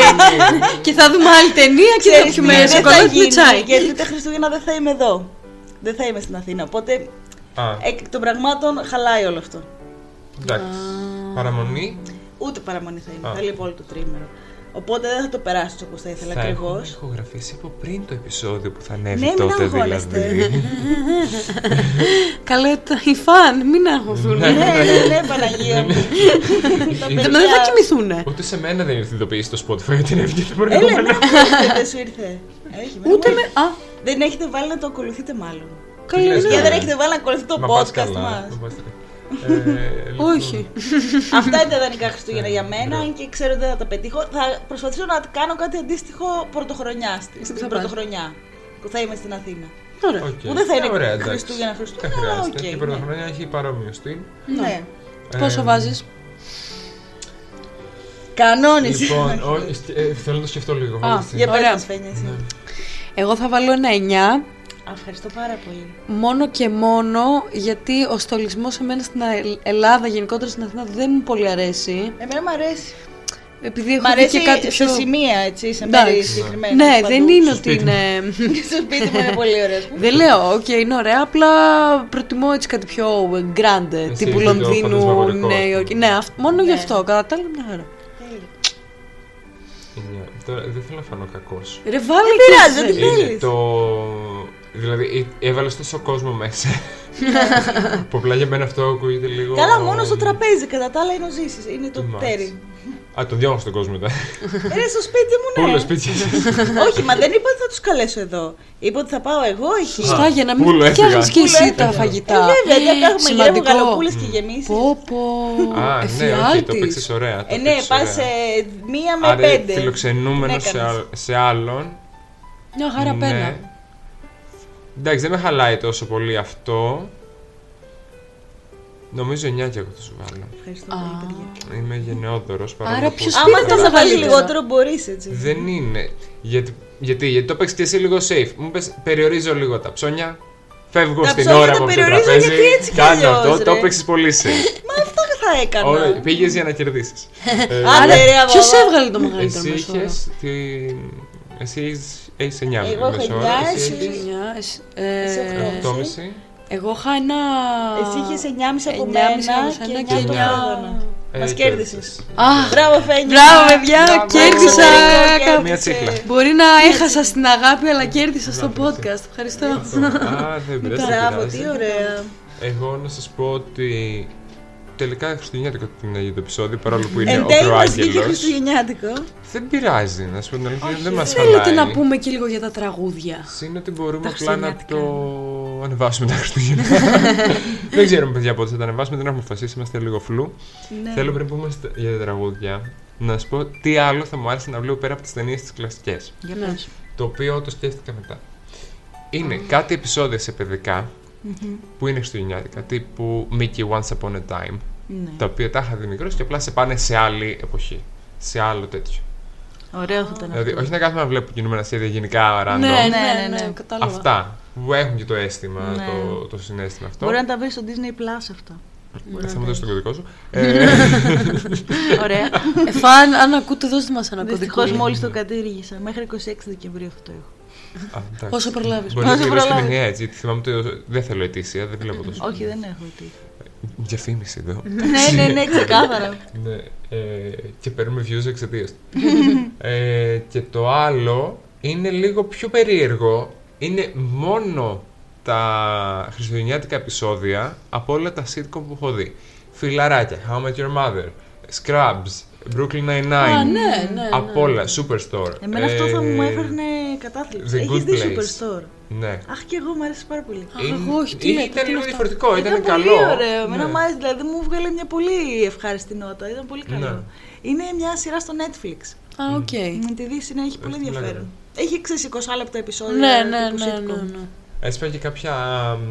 E: Και θα δούμε άλλη ταινία και θα
A: Ξέρεις,
D: ναι,
E: πιούμε
A: δεν θα
E: σοκολάτα με
A: γίνει
E: τσάι.
A: γιατί τα Χριστούγεννα δεν θα είμαι εδώ. Δεν θα είμαι στην Αθήνα. Οπότε
C: Α,
A: εκ των πραγμάτων χαλάει όλο αυτό.
C: εντάξει. Παραμονή.
A: Ούτε παραμονή θα είμαι.
C: Α.
A: Θα λείπω όλο το τρίμερο. Οπότε δεν θα το περάσω όπω θα ήθελα
C: Θα
A: ακριβώ.
C: έχουμε ηχογραφήσει από πριν το επεισόδιο που θα ανέβει
A: Ναι, μην
C: τότε
A: αγχώνεστε.
C: δηλαδή.
E: Καλά, τα- οι φαν, μην αγχωθούν.
A: Ναι, ναι, ναι, Παναγία μου. Τα παιδιά.
E: Δεν θα κοιμηθούνε.
C: Ούτε σε μένα δεν ήρθε η ειδοποίηση στο Spotify για την έβγαινε το
A: Έλα,
C: προηγούμενο.
A: ναι, ναι, δεν σου ήρθε. Έχει, εμένα
E: Ούτε
A: μου
E: με.
A: έχει.
E: Α,
A: Δεν έχετε βάλει να το ακολουθείτε μάλλον.
E: καλά,
C: λες,
E: ναι.
A: Γιατί δεν
C: Ε.
A: έχετε βάλει να ακολουθεί το
C: Μα πας
A: podcast
C: καλά,
A: μας.
C: μα πας καλά. Ε, λοιπόν,
E: Όχι.
A: Αυτά είναι τα ιδανικά Χριστούγεννα για μένα,
C: Μπράβο.
A: αν και ξέρω ότι δεν θα τα πετύχω. Θα προσπαθήσω να κάνω κάτι αντίστοιχο πρωτοχρονιά. στη- Στην
E: θα
A: πρωτοχρονιά που θα είμαι στην Αθήνα.
E: Ωραία.
C: οκ. Ε,
A: Που δεν θα είναι
C: Ωραία, εντάξει.
A: Χριστούγεννα, Χριστούγεννα,
C: Δεν
A: αλλά
C: χρειάζεται.
A: οκ,
C: Και η
A: ναι.
C: πρωτοχρονιά έχει παρόμοιο στυλ.
A: Ναι.
C: Ε,
E: Πόσο βάζεις.
A: Κανόνισε.
C: Λοιπόν, όχι, ε, θέλω να το σκεφτώ λίγο.
E: Α,
C: μάλιστα.
A: Για πες ναι.
E: Ωραία.
C: Ναι.
A: μας, Φένια, εσύ.
D: Εγώ θα βάλω ένα 9.
A: Α, Ευχαριστώ πάρα πολύ.
D: Μόνο και μόνο γιατί ο στολισμός σε μένα στην Α- Ελλάδα, γενικότερα στην Αθήνα, δεν μου πολύ αρέσει.
A: Εμένα μου αρέσει.
D: Επειδή έχω
A: Μ'
D: δει και
A: αρέσει
D: κάτι πιο...
A: σε σημεία, έτσι, σε
D: Εντάξει.
A: μέρη συγκεκριμένα.
D: Ναι,
A: παντού.
D: δεν είναι ότι
C: σπίτι
D: είναι...
A: Στο σπίτι μου είναι πολύ ωραίο. ας πούμε.
D: δεν λέω, οκ, είναι ωραία, απλά προτιμώ έτσι κάτι πιο grand,
C: Εσύ,
D: τύπου
C: πιο
D: Λονδίνου,
C: φαντασμαγορικό,
D: Νέα
C: ας
D: Υόρκη.
C: πούμε.
D: Ναι, αυ- μόνο γι'
A: Ναι.
D: αυτό, κατά τα άλλα μια χαρά.
A: Τέλεια.
C: Εννιά. Ναι. Τώρα δεν θέλω να φανώ κακός.
D: Ρε βάλε
A: Δεν πειράζει,
D: και
A: δεν
D: εσύ.
A: πειράζει.
C: Είναι
A: Θέλεις.
C: το... Δηλαδή ε- έβαλες τόσο κόσμο μέσα. που απλά για μένα αυτό ακούγεται λίγο...
A: Καλά, μόνο στο τραπέζι, κατά τα άλλα είναι ο Ζήσης, είναι το
C: Μάλιστα.
A: τέρι.
C: Α, τον διώχνω στον κόσμο μετά.
A: Ρε, στο σπίτι μου, ναι.
C: Πούλο σπίτια σας.
A: Όχι, μα δεν είπα ότι θα τους καλέσω εδώ. Είπα ότι θα πάω εγώ εκεί.
C: Α,
D: Σωστά, για να
C: πουλο
D: μην
C: έφυγα.
D: φτιάχνεις και
A: Πουλο
D: εσύ
A: έφυγα.
D: τα
A: Ε,
D: φαγητά.
A: βέβαια, γιατί έχουμε γύρω
D: Σημαντικό.
A: γαλοπούλες και γεμίσεις.
D: Πω πω,
C: Α, ναι, όχι, το
D: εφιάλτης.
C: παίξες ωραία. το
A: Ε, ναι,
C: παίξες
A: πας
C: ωραία.
A: μία με
C: Άρα
A: πέντε. Ναι,
C: φιλοξενούμενο
A: Την
C: σε,
A: έκανες.
C: άλλ- σε άλλον.
D: Μια χαρά
C: Ναι.
D: πένα.
C: Εντάξει, δεν με χαλάει τόσο πολύ αυτό. Νομίζω 9 και εγώ θα σου βάλω.
A: Ευχαριστώ πολύ, παιδιά.
C: Είμαι γενναιόδωρος παρόλο
D: Άρα
C: που-
D: ποιος
C: Α,
D: πήρε
A: Άμα
D: το
A: θε να βάλει
D: μεγαλύτερο.
A: λιγότερο, μπορείς έτσι.
C: Δεν είναι. Γιατί, γιατί, γιατί το παίξεις και εσύ λίγο safe. Μου πες περιορίζω λίγο τα ψώνια. Φεύγω
A: Τα
C: στην
A: ψώνια
C: ώρα
A: τα
C: από το
A: περιορίζω
C: τραπέζι.
A: γιατί έτσι κι
C: κάνω
A: αλλιώς,
C: αυτό.
A: ρε.
C: Το παίξεις πολύ safe.
A: Μα αυτά θα έκανα.
C: Ωραία, πήγες για να κερδίσεις. Ε,
A: Άντε, ρε,
D: Ποιος
A: αβαβά.
D: έβγαλε το μεγαλύτερο
C: Εσύ
D: μέσο όρο?
C: είχες την... Εσύ έχεις- έχεις 9
A: Εγώ έχω
C: μέσο όρο.
A: εννιάς,
C: Εσύ
A: εσύ
C: έχεις
D: Εννιάς, εσύ- ε,
A: Εσύ έβγαλες.
C: 8,5.
D: Εγώ είχα ένα.
A: Εσύ είχες 9,5 από
D: Εννιά, μισή
A: μένα
D: από σένα
A: και
D: και
A: 9 από
C: εννιά.
A: τον
C: Ε,
A: Μας
C: κέρδισες.
A: κέρδισες.
D: Αχ,
A: Μπράβο, Φένια.
D: μπράβο, παιδιά, κέρδισα.
A: Εξωτερικό κέρδισε.
C: Μια τσίχλα.
D: Μπορεί να έχασα στην αγάπη, αλλά κέρδισα στο podcast. Ευχαριστώ.
C: Α, δεν πειράζει.
A: Μπράβο,
C: δεν πειράζει.
A: τι ωραία.
C: Εγώ να σας πω ότι τελικά χριστουγεννιάτικο την έγινε το επεισόδιο παρόλο που είναι
A: Εν
C: ο
A: τέλει μας βγήκε
C: προάγγελος.
A: χριστουγεννιάτικο.
C: Δεν πειράζει, να σου πω την αλήθεια, δεν μας
D: Θέλετε
C: χαλάει.
D: να πούμε και λίγο για τα τραγούδια.
C: Συν ότι μπορούμε
D: Τα
C: απλά να
D: χριστουγεννιάτικα.
C: το ανεβάσουμε τα Χριστούγεννα. δεν ξέρουμε, παιδιά, πότε θα τα ανεβάσουμε, δεν έχουμε αποφασίσει, είμαστε λίγο φλού. Θέλω πριν πούμε στα- για τα τραγούδια να σου πω τι άλλο θα μου άρεσε να βλέπω πέρα από τις ταινίες τις κλασικές.
D: Ναι.
C: Το οποίο το σκέφτηκα μετά. Είναι κάτι επεισόδια σε παιδικα που είναι χριστουγεννιάτικα, τύπου Mickey Once Upon a Time,
A: Ναι.
C: τα οποία τα είχα δει μικρός και απλά σε πάνε σε άλλη εποχή. Σε άλλο τέτοιο.
A: Ωραίο θα ήταν
C: δηλαδή, όχι να κάθομαι να βλέπω κινούμενα σχέδια γενικά random.
D: Ναι,
A: ναι,
D: ναι,
A: ναι.
D: ναι, κατάλαβα.
C: Αυτά που έχουν και το αίσθημα,
A: Ναι.
C: το, το συνέστημα αυτό.
A: Μπορεί να ναι, τα βρεις στο Disney Plus αυτά.
C: Θα μου δώσει τον κωδικό σου. Ε,
A: Ωραία.
D: Ε, Φαν, αν ακούτε, δώστε μας ένα κωδικό.
A: Δυστυχώς μόλις το κατήργησα. Μέχρι 26 Δεκεμβρίου αυτό το έχω.
C: Α, εντάξει.
D: Όσο προλάβεις.
C: Μπορεί να
A: Όσο
C: πληρώσει και
A: προλάβεις.
C: μηνιαία έτσι. Γιατί θυμάμαι ότι δεν θέλω ετήσια, δεν βλέπω τόσο.
A: Όχι, δεν έχω τι.
C: Διαφήμιση εδώ.
A: ναι, ναι, ναι, ξεκάθαρα.
C: ναι, ε, και παίρνουμε views εξαιτίας του. ε, και το άλλο είναι λίγο πιο περίεργο. Είναι μόνο τα χριστουγεννιάτικα επεισόδια από όλα τα sitcom που έχω δει. Φιλαράκια, How I Met Your Mother, Scrubs, Brooklyn Nine-Nine.
D: Α, ναι, ναι.
C: Από όλα, Superstore.
A: Εμένα αυτό θα μου
C: ε,
A: έφερνε κατάθλιψη.
C: The
A: Έχεις
C: Good
A: δει
C: Place.
A: Superstore.
C: Ναι. Ε,
A: Αχ, και εγώ μου αρέσει πάρα πολύ.
D: εγώ όχι, τι λέτε, τι
C: Ήταν λίγο
D: είναι αυτά.
C: διαφορετικό, ήταν καλό.
A: πολύ ωραίο. Εμένα
C: Ναι.
A: μου άρεσε, δηλαδή μου βγάλε μια πολύ ευχάριστη νότα. Ήταν πολύ καλό.
C: Ναι.
A: Είναι μια σειρά στο Netflix.
D: Α, οκ. Ναι,
A: Με τη Δύση ναι, έχει πολύ
C: Έχει πλάκα.
A: ενδιαφέρον. Έχει 20 λεπτά επεισόδια.
D: ναι, ναι,
A: τύπου
D: ναι,
A: sitcom.
D: ναι.
C: Έτσι πάει και κάποια μ,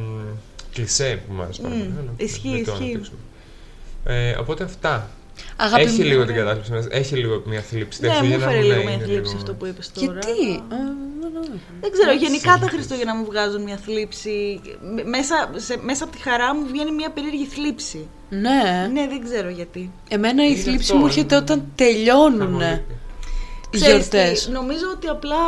C: κλισέ που μου άρεσε πάρα
A: Μμ,
C: πολύ, αλλά
A: ισχύει,
C: δεν το
A: ισχύει.
C: αναπτύξουμε. Ε, οπότε αυτά.
D: Αγαπημένη.
C: έχει λίγο την κατάθλιψη μέσα, έχει λίγο μια θλίψη. Τα
A: Ναι, μου
C: Χριστούγεννα
A: έφερε
C: ναι,
A: λίγο μια
C: είναι
A: θλίψη
C: λίγο-
A: αυτό που είπες τώρα.
D: Γιατί.
A: αλλά-
D: Α, ναι, ναι.
A: Δεν ξέρω, γενικά τα Χριστούγεννα μου βγάζουν μια θλίψη. Μ- Μέσα, σε, μέσα από τη χαρά μου βγαίνει μια περίεργη θλίψη.
D: Ναι.
A: Ναι, δεν ξέρω γιατί.
D: Εμένα η
C: Είναι
D: θλίψη
C: αυτό,
D: μου
C: είναι.
D: έρχεται όταν τελειώνουν
A: Ναι.
C: Αμολύτητα.
D: οι
A: Ξέρεις τι, ναι.
D: γιορτές.
A: Νομίζω ότι απλά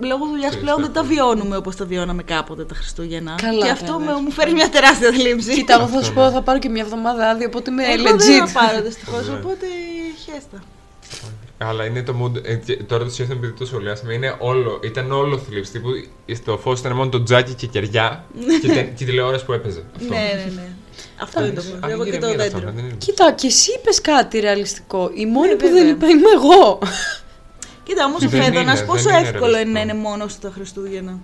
A: ε, λόγω δουλειάς
C: Ξέρεις,
A: πλέον
C: τα
A: δεν τα
C: ακούω.
A: βιώνουμε όπως τα βιώναμε κάποτε τα Χριστούγεννα.
D: Καλά,
A: και αυτό
D: βέβαια.
A: με, μου φέρει μια τεράστια θλίψη.
D: Κοίτα, εγώ θα
C: Αυτό,
D: σου
C: ναι.
D: πω, θα πάρω και μια εβδομάδα άδεια, οπότε είμαι
A: Εγώ δεν
D: legit.
A: θα πάρω δυστυχώς,
C: Ναι.
A: οπότε χέστα.
C: Αλλά είναι το mood. ε, και τώρα το σκέφτομαι επειδή το σχολιάσαμε. Είναι όλο, ήταν όλο θλίψη. Τύπου στο φως ήταν μόνο το τζάκι και κεριά και, τε- και η τηλεόραση που έπαιζε. Αυτό.
A: Ναι, ναι, ναι. Αυτό είναι το
C: Εντάξει,
A: πρόβλημα.
C: άνοιγε
A: Εγώ και
C: ηρεμία
A: το
C: τα αυτόματα,
A: δέντρο.
C: δεν είναι-
D: Κοίτα, και εσύ είπες κάτι ρεαλιστικό. Η μόνη που δεν
A: Ναι, βέβαια.
D: είπα είμαι εγώ.
A: Κοίτα, όμως ο
C: Δεν
A: Φέδωνα
C: είναι,
A: πόσο
C: δεν είναι
A: εύκολο είναι να
C: ρεαλιστικό.
A: είναι μόνος στα Χριστούγεννα.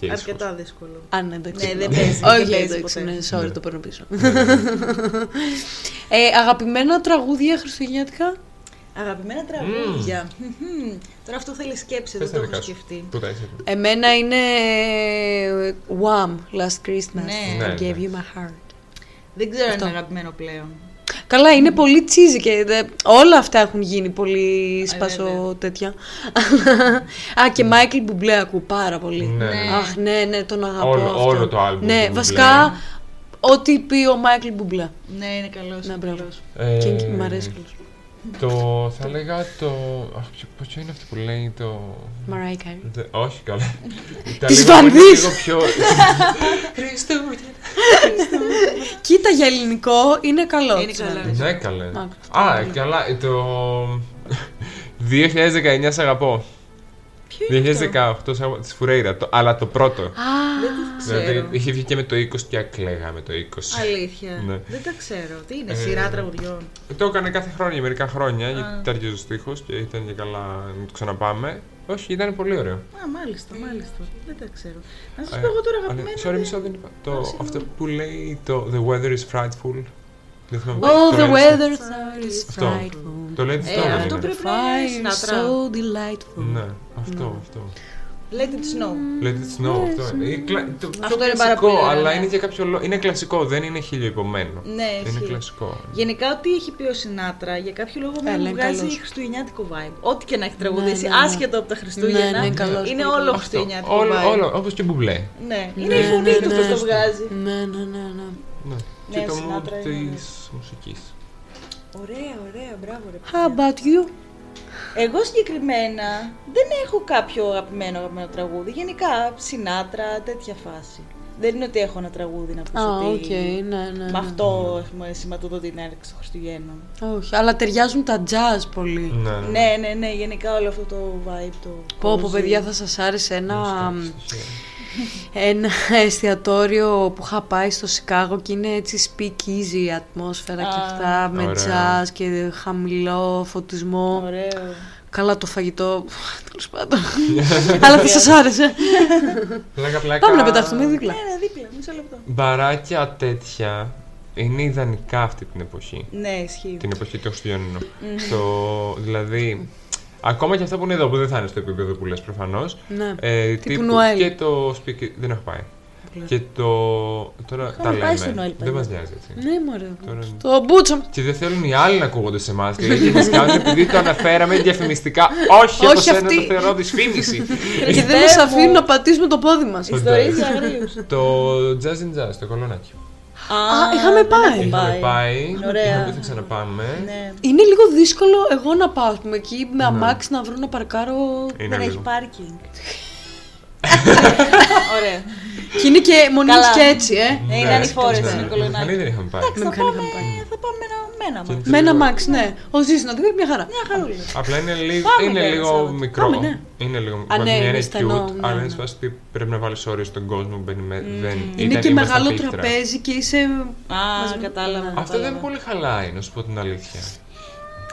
C: Και ίσως.
A: Αρκετά δύσκολο.
D: Α, ναι, εντάξει.
A: Ναι, δεν παίζει, δεν
D: Όχι,
A: παίζει
D: εντάξει,
A: ποτέ.
D: ναι,
C: Ναι.
D: sorry, το παίρνω πίσω. Ε, αγαπημένα τραγούδια χριστουγεννιάτικα.
A: Αγαπημένα τραγούδια. Μμμ. Τώρα αυτό θέλει σκέψη, δεν
C: Πες τα
A: το
C: δικά
A: έχω
C: σου.
A: σκεφτεί.
C: Πού τα έχεις.
D: Εμένα είναι ε, Wham! Last Christmas.
A: Ναι.
C: Ναι,
D: I gave
C: ναι.
D: you my heart.
A: Δεν ξέρω αν
D: Αυτό.
A: είναι αγαπημένο πλέον.
D: Καλά, είναι πολύ τσίζι και δε- όλα αυτά έχουν γίνει πολύ σπασό
A: Ε, βέβαια.
D: τέτοια. Α, και Μάικλ Μπουμπλέ ακούω πάρα πολύ.
C: Ναι.
A: Ναι.
D: Αχ, ναι, ναι, τον αγαπώ.
C: Όλο-
D: αυτό.
C: όλο το άλμπουμ του
D: Ναι,
C: Μπουμπλέ.
D: βασικά ό,τι πει ο Μάικλ Μπουμπλέ.
A: Ναι, είναι καλός.
D: Ναι, μπράβο.
C: Ε,
D: Και εκεί μου αρέσει πολύ.
C: Το, θα λέγα το... Αχ, ποιο, ποιο είναι αυτό που λέει το...
D: Μαράι Κάρι.
C: Δε- όχι καλά. Τα
D: Της
C: λίγο-
D: Βανδύς.
C: λίγο πιο... Ε.
D: Κοίτα για ελληνικό, είναι καλό.
A: Είναι
D: ξέρω.
A: καλό.
C: ναι, καλέ.
D: Άκου,
C: Α, καλά, ε, το... 2019 σ' αγαπώ. 2018 σ' αγαπώ, της Φουρέιρα, το- αλλά το πρώτο.
D: Α,
A: ξέρω.
C: Δηλαδή είχε βγει και με το 20 και ακλαίγα με το 20.
A: Αλήθεια.
C: Ναι.
A: Δεν τα ξέρω. Τι είναι,
C: Ε,
A: σειρά τραγουδιών.
C: Το έκανε κάθε χρόνο για μερικά χρόνια γιατί τάργιζε ο στίχο και ήταν και καλά να το ξαναπάμε. Όχι, ήταν πολύ ωραίο.
A: Α, μάλιστα, μάλιστα. Δεν τα ξέρω. Να σας
C: Ε,
A: πω εγώ τώρα
C: αλλά-
A: αγαπημένα.
C: Ε.
A: ναι.
C: Sorry,
A: δεν-
C: μισό δεν είπα.
A: Α,
C: Το,
A: συγγνώμη.
C: αυτό που λέει το The weather is frightful. Δεν θυμάμαι. το
D: Oh, the
C: λέει στο-
D: weather is
C: Αυτό.
D: frightful.
C: Το λέει τη
A: Ε, αυτό
C: τώρα.
A: πρέπει να είναι
D: Fine,
A: Σινάτρα.
D: so delightful.
C: Ναι, αυτό, αυτό.
A: Let it snow.
C: Let it snow, αυτό. είναι. Ε, κλα- Το πιο
A: Ναι, Αυτό είναι πάρα πολύ
C: κλασικό,
A: ωραίο,
C: αλλά
A: ναι.
C: είναι για κάποιο λόγο. Είναι κλασικό, δεν είναι χιλιοϊπωμένο.
A: Ναι,
C: Είναι
A: ισχύει.
C: κλασικό.
A: Γενικά, ό,τι έχει πει ο Σινάτρα, για κάποιο λόγο
D: Έλα,
A: μου
D: είναι
A: βγάζει
D: καλός.
A: χριστουγεννιάτικο vibe. Ό,τι και να έχει τραγουδήσει,
D: ναι, ναι.
A: άσχετο από τα
D: Ναι,
A: Χριστούγεννα,
D: ναι, είναι καλός,
A: είναι
D: πολύ
A: όλο
D: καλός.
C: Αυτό.
A: χριστουγεννιάτικο
C: Όλο,
A: vibe.
C: όλο, όπως και μπουμπλέ.
A: Ναι, είναι
D: Ναι,
A: η φωνή
D: ναι,
A: του
D: ναι,
A: που το
D: ναι.
A: βγάζει.
D: Ναι, ναι, ναι, ναι.
C: Ναι.
A: Ναι,
C: Και το mood
A: Sinatra
C: τη
A: είναι
C: μουσικής.
A: Ωραία, ωραία, μπράβο ρε. παιδιά.
D: How about you?
A: Εγώ συγκεκριμένα δεν έχω κάποιο αγαπημένο αγαπημένο τραγούδι. Γενικά, Σινάτρα, τέτοια φάση. Δεν είναι ότι έχω ένα τραγούδι να
D: Α,
A: ακούσω.
D: οκ,
A: ότι
D: ναι, ναι.
A: Με αυτό ας πούμε, σηματοδοτεί την έρεξη των Χριστουγέννων.
D: Όχι, αλλά ταιριάζουν τα jazz πολύ.
C: Ναι,
A: Ναι, ναι, ναι, γενικά όλο αυτό το vibe το.
D: Πω, πω,
A: cozy.
D: παιδιά, θα σας άρεσε
A: Ναι,
D: ένα,
C: Μ, στόχισε.
D: ένα εστιατόριο που είχα πάει στο Σικάγο και είναι έτσι speakeasy ατμόσφαιρα και
A: Α.
D: αυτά με
C: Ωραίο.
D: jazz και χαμηλό φωτισμό.
A: Ωραίο.
D: Καλά το φαγητό, τέλος πάντων. αλλά θα σας άρεσε.
A: Ε,
C: Πλάκα, πλάκα.
D: Πάμε να πεταχτούμε δίπλα.
A: Ναι, ναι, δίπλα, μισό λεπτό.
C: Μπαράκια τέτοια είναι ιδανικά αυτή την εποχή.
A: Ναι, ισχύει.
C: Την εποχή του Χριστουγεννού. Το, δηλαδή, ακόμα και αυτά που είναι εδώ, που δεν θα είναι στο επίπεδο που λες προφανώς.
D: Ναι.
C: Ε,
D: Τύπου Noel.
C: Και το speak... Δεν έχω πάει. Και το... Τώρα τα
A: πάει
C: λέμε.
A: στο Noel
C: δεν
A: παλιά.
C: μας νοιάζει έτσι.
D: Ναι, μωρέ.
C: Τώρα-
D: Το μπούτσο.
C: Και δεν θέλουν οι άλλοι να ακούγονται σε εμάς. Και λέει, «Εμείς κάνουμε επειδή το αναφέραμε διαφημιστικά. Όχι,
D: Όχι
C: από σένα
D: αυτή.
C: το θεωρώ δυσφήμιση.
A: Ε,
D: και δεν μας αφήνουν να πατήσουμε το πόδι μας.
A: Ιστορίες για αγρίους.
C: το Jazz in Jazz, το κολονάκι.
D: Α, είχαμε
A: ναι,
D: πάει.
C: Είχαμε πάει.
A: Ωραία.
C: Είχαμε πει θα ξαναπάμε.
A: Ναι.
D: Είναι λίγο δύσκολο εγώ να πάω, ας πούμε, εκεί με αμάξι να βρω να παρκάρω.
C: Είναι
A: Δεν έχει
C: λίγο.
A: πάρκινγκ. Ωραία.
D: και είναι και μονίμως
A: Καλά.
D: και έτσι, ε.
A: Ναι,
C: Ναι,
A: είναι ανηφόρες
C: ναι, ναι.
A: είναι κολονάκι.
C: Μηχανή δεν είχαμε πάει.
A: Εντάξει, θα πάμε, θα πάμε ένα, με ένα μάτι.
D: Με ένα αμάξι, ναι. Ο Ζήσης να την πεις μια χαρά.
A: Μια χαρούλα.
C: Απλά είναι λίγο,
A: Πάμε
C: είναι
A: πέρα,
C: λίγο
A: Σάββατο.
C: μικρό.
D: ναι, Πάμε, ναι.
C: Είναι λίγο
D: Α, ναι,
C: μια
D: είναι
C: cute,
D: στενό, ναι,
C: αλλά
D: ναι.
C: είναι σε φάση ότι πρέπει να βάλεις όριο στον κόσμο που μπαίνει. με- δεν,
D: Είναι
C: ήταν-
D: και
C: ήμασταν
D: μεγάλο
C: πίκρα.
D: τραπέζι και είσαι.
A: Α, κατάλαβα.
C: Αυτό δεν πολύ χαλάει, να σου πω την αλήθεια.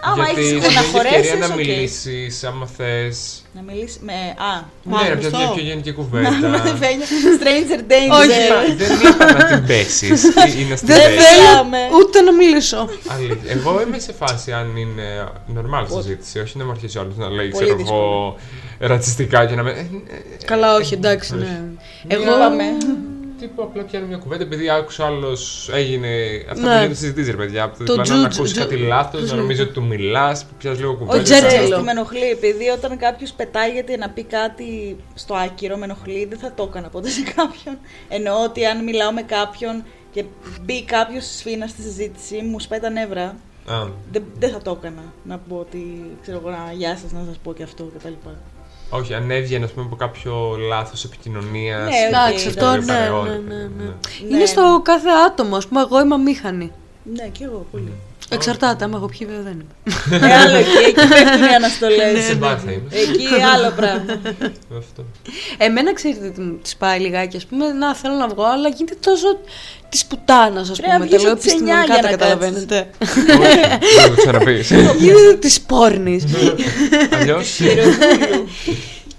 A: Άμα
C: Γιατί
A: έχεις
C: σου δίνει ευκαιρία
A: γοναχωρέσεις,
C: να
A: οκ.
C: μιλήσεις, άμα θες.
A: Να μιλήσει με. Α,
C: Ναι, ρε,
A: μάλλον.
C: πια μια πιο γενική κουβέντα.
A: Φαίνεται. Stranger danger.
C: Δεν είπα- Δεν είπα να την πέσεις. Είναι στην
D: Δεν
C: πέση.
D: θέλω
A: Μιλάμε.
D: ούτε να μιλήσω.
C: Αλήθεια. Εγώ είμαι σε φάση αν είναι normal συζήτηση, όχι να μου αρχίσει ο άλλος να λέει,
A: Πολύ
C: ξέρω εγώ, ρατσιστικά και να με. ε, ε,
D: Καλά, όχι, εντάξει, ναι. Εγώ.
A: Είπαμε.
C: Τύπου απλά πιάνω μια κουβέντα επειδή άκουσα άλλος έγινε. Αυτά
D: Ναι.
C: που γίνεται συζητήσεις, ρε παιδιά. Από το
D: Το
C: διπλανό να
D: τζουτζ-
C: ακούσεις
D: τζου-
C: κάτι λάθος, να νομίζει ότι του μιλάς, πιάζει λίγο κουβέντα.
D: Τζέρτζελο.
A: Ξέρεις
C: Σαν-
A: τι με ενοχλεί, επειδή όταν κάποιος πετάγεται να πει κάτι στο άκυρο, με ενοχλεί, δεν θα το έκανα ποτέ σε κάποιον. Εννοώ ότι αν μιλάω με κάποιον και μπει κάποιος σφίνα στη συζήτηση, μου σπάει τα νεύρα.
C: Α,
A: Δεν, δεν θα το έκανα να πω ότι ξέρω εγώ, να- γεια σας, να σας πω και αυτό κτλ.
C: όχι, αν έβγαινε ας πούμε, από κάποιο λάθος επικοινωνίας.
A: Ναι, εντάξει, αυτό,
D: ναι, ναι, ναι, ναι. Είναι στο κάθε άτομο. Ας πούμε, εγώ είμαι αμήχανη.
A: Ναι, και εγώ πολύ.
D: Εξαρτάται, άμα εγώ πιει δεν είμαι.
A: Ε, άλλο εκεί, εκεί πέφτουν οι αναστολές.
D: Ναι,
C: Σε μπάθα είμαι.
A: Εκεί άλλο πράγμα.
D: Ε-
C: Αυτό.
D: Εμένα ξέρετε τι μου τις πάει λιγάκι, ας πούμε, να θέλω να βγω, αλλά γίνεται τόσο της πουτάνας, ας
A: Πρέπει να
D: πούμε. Τα
A: βγεις
D: λέω
A: από τις εννιά
D: επιστημονικά,
A: για να
D: τα καταλαβαίνετε.
C: Όχι, Να το ξαναπείς.
D: Γίνεται της πόρνης.
C: Αλλιώς.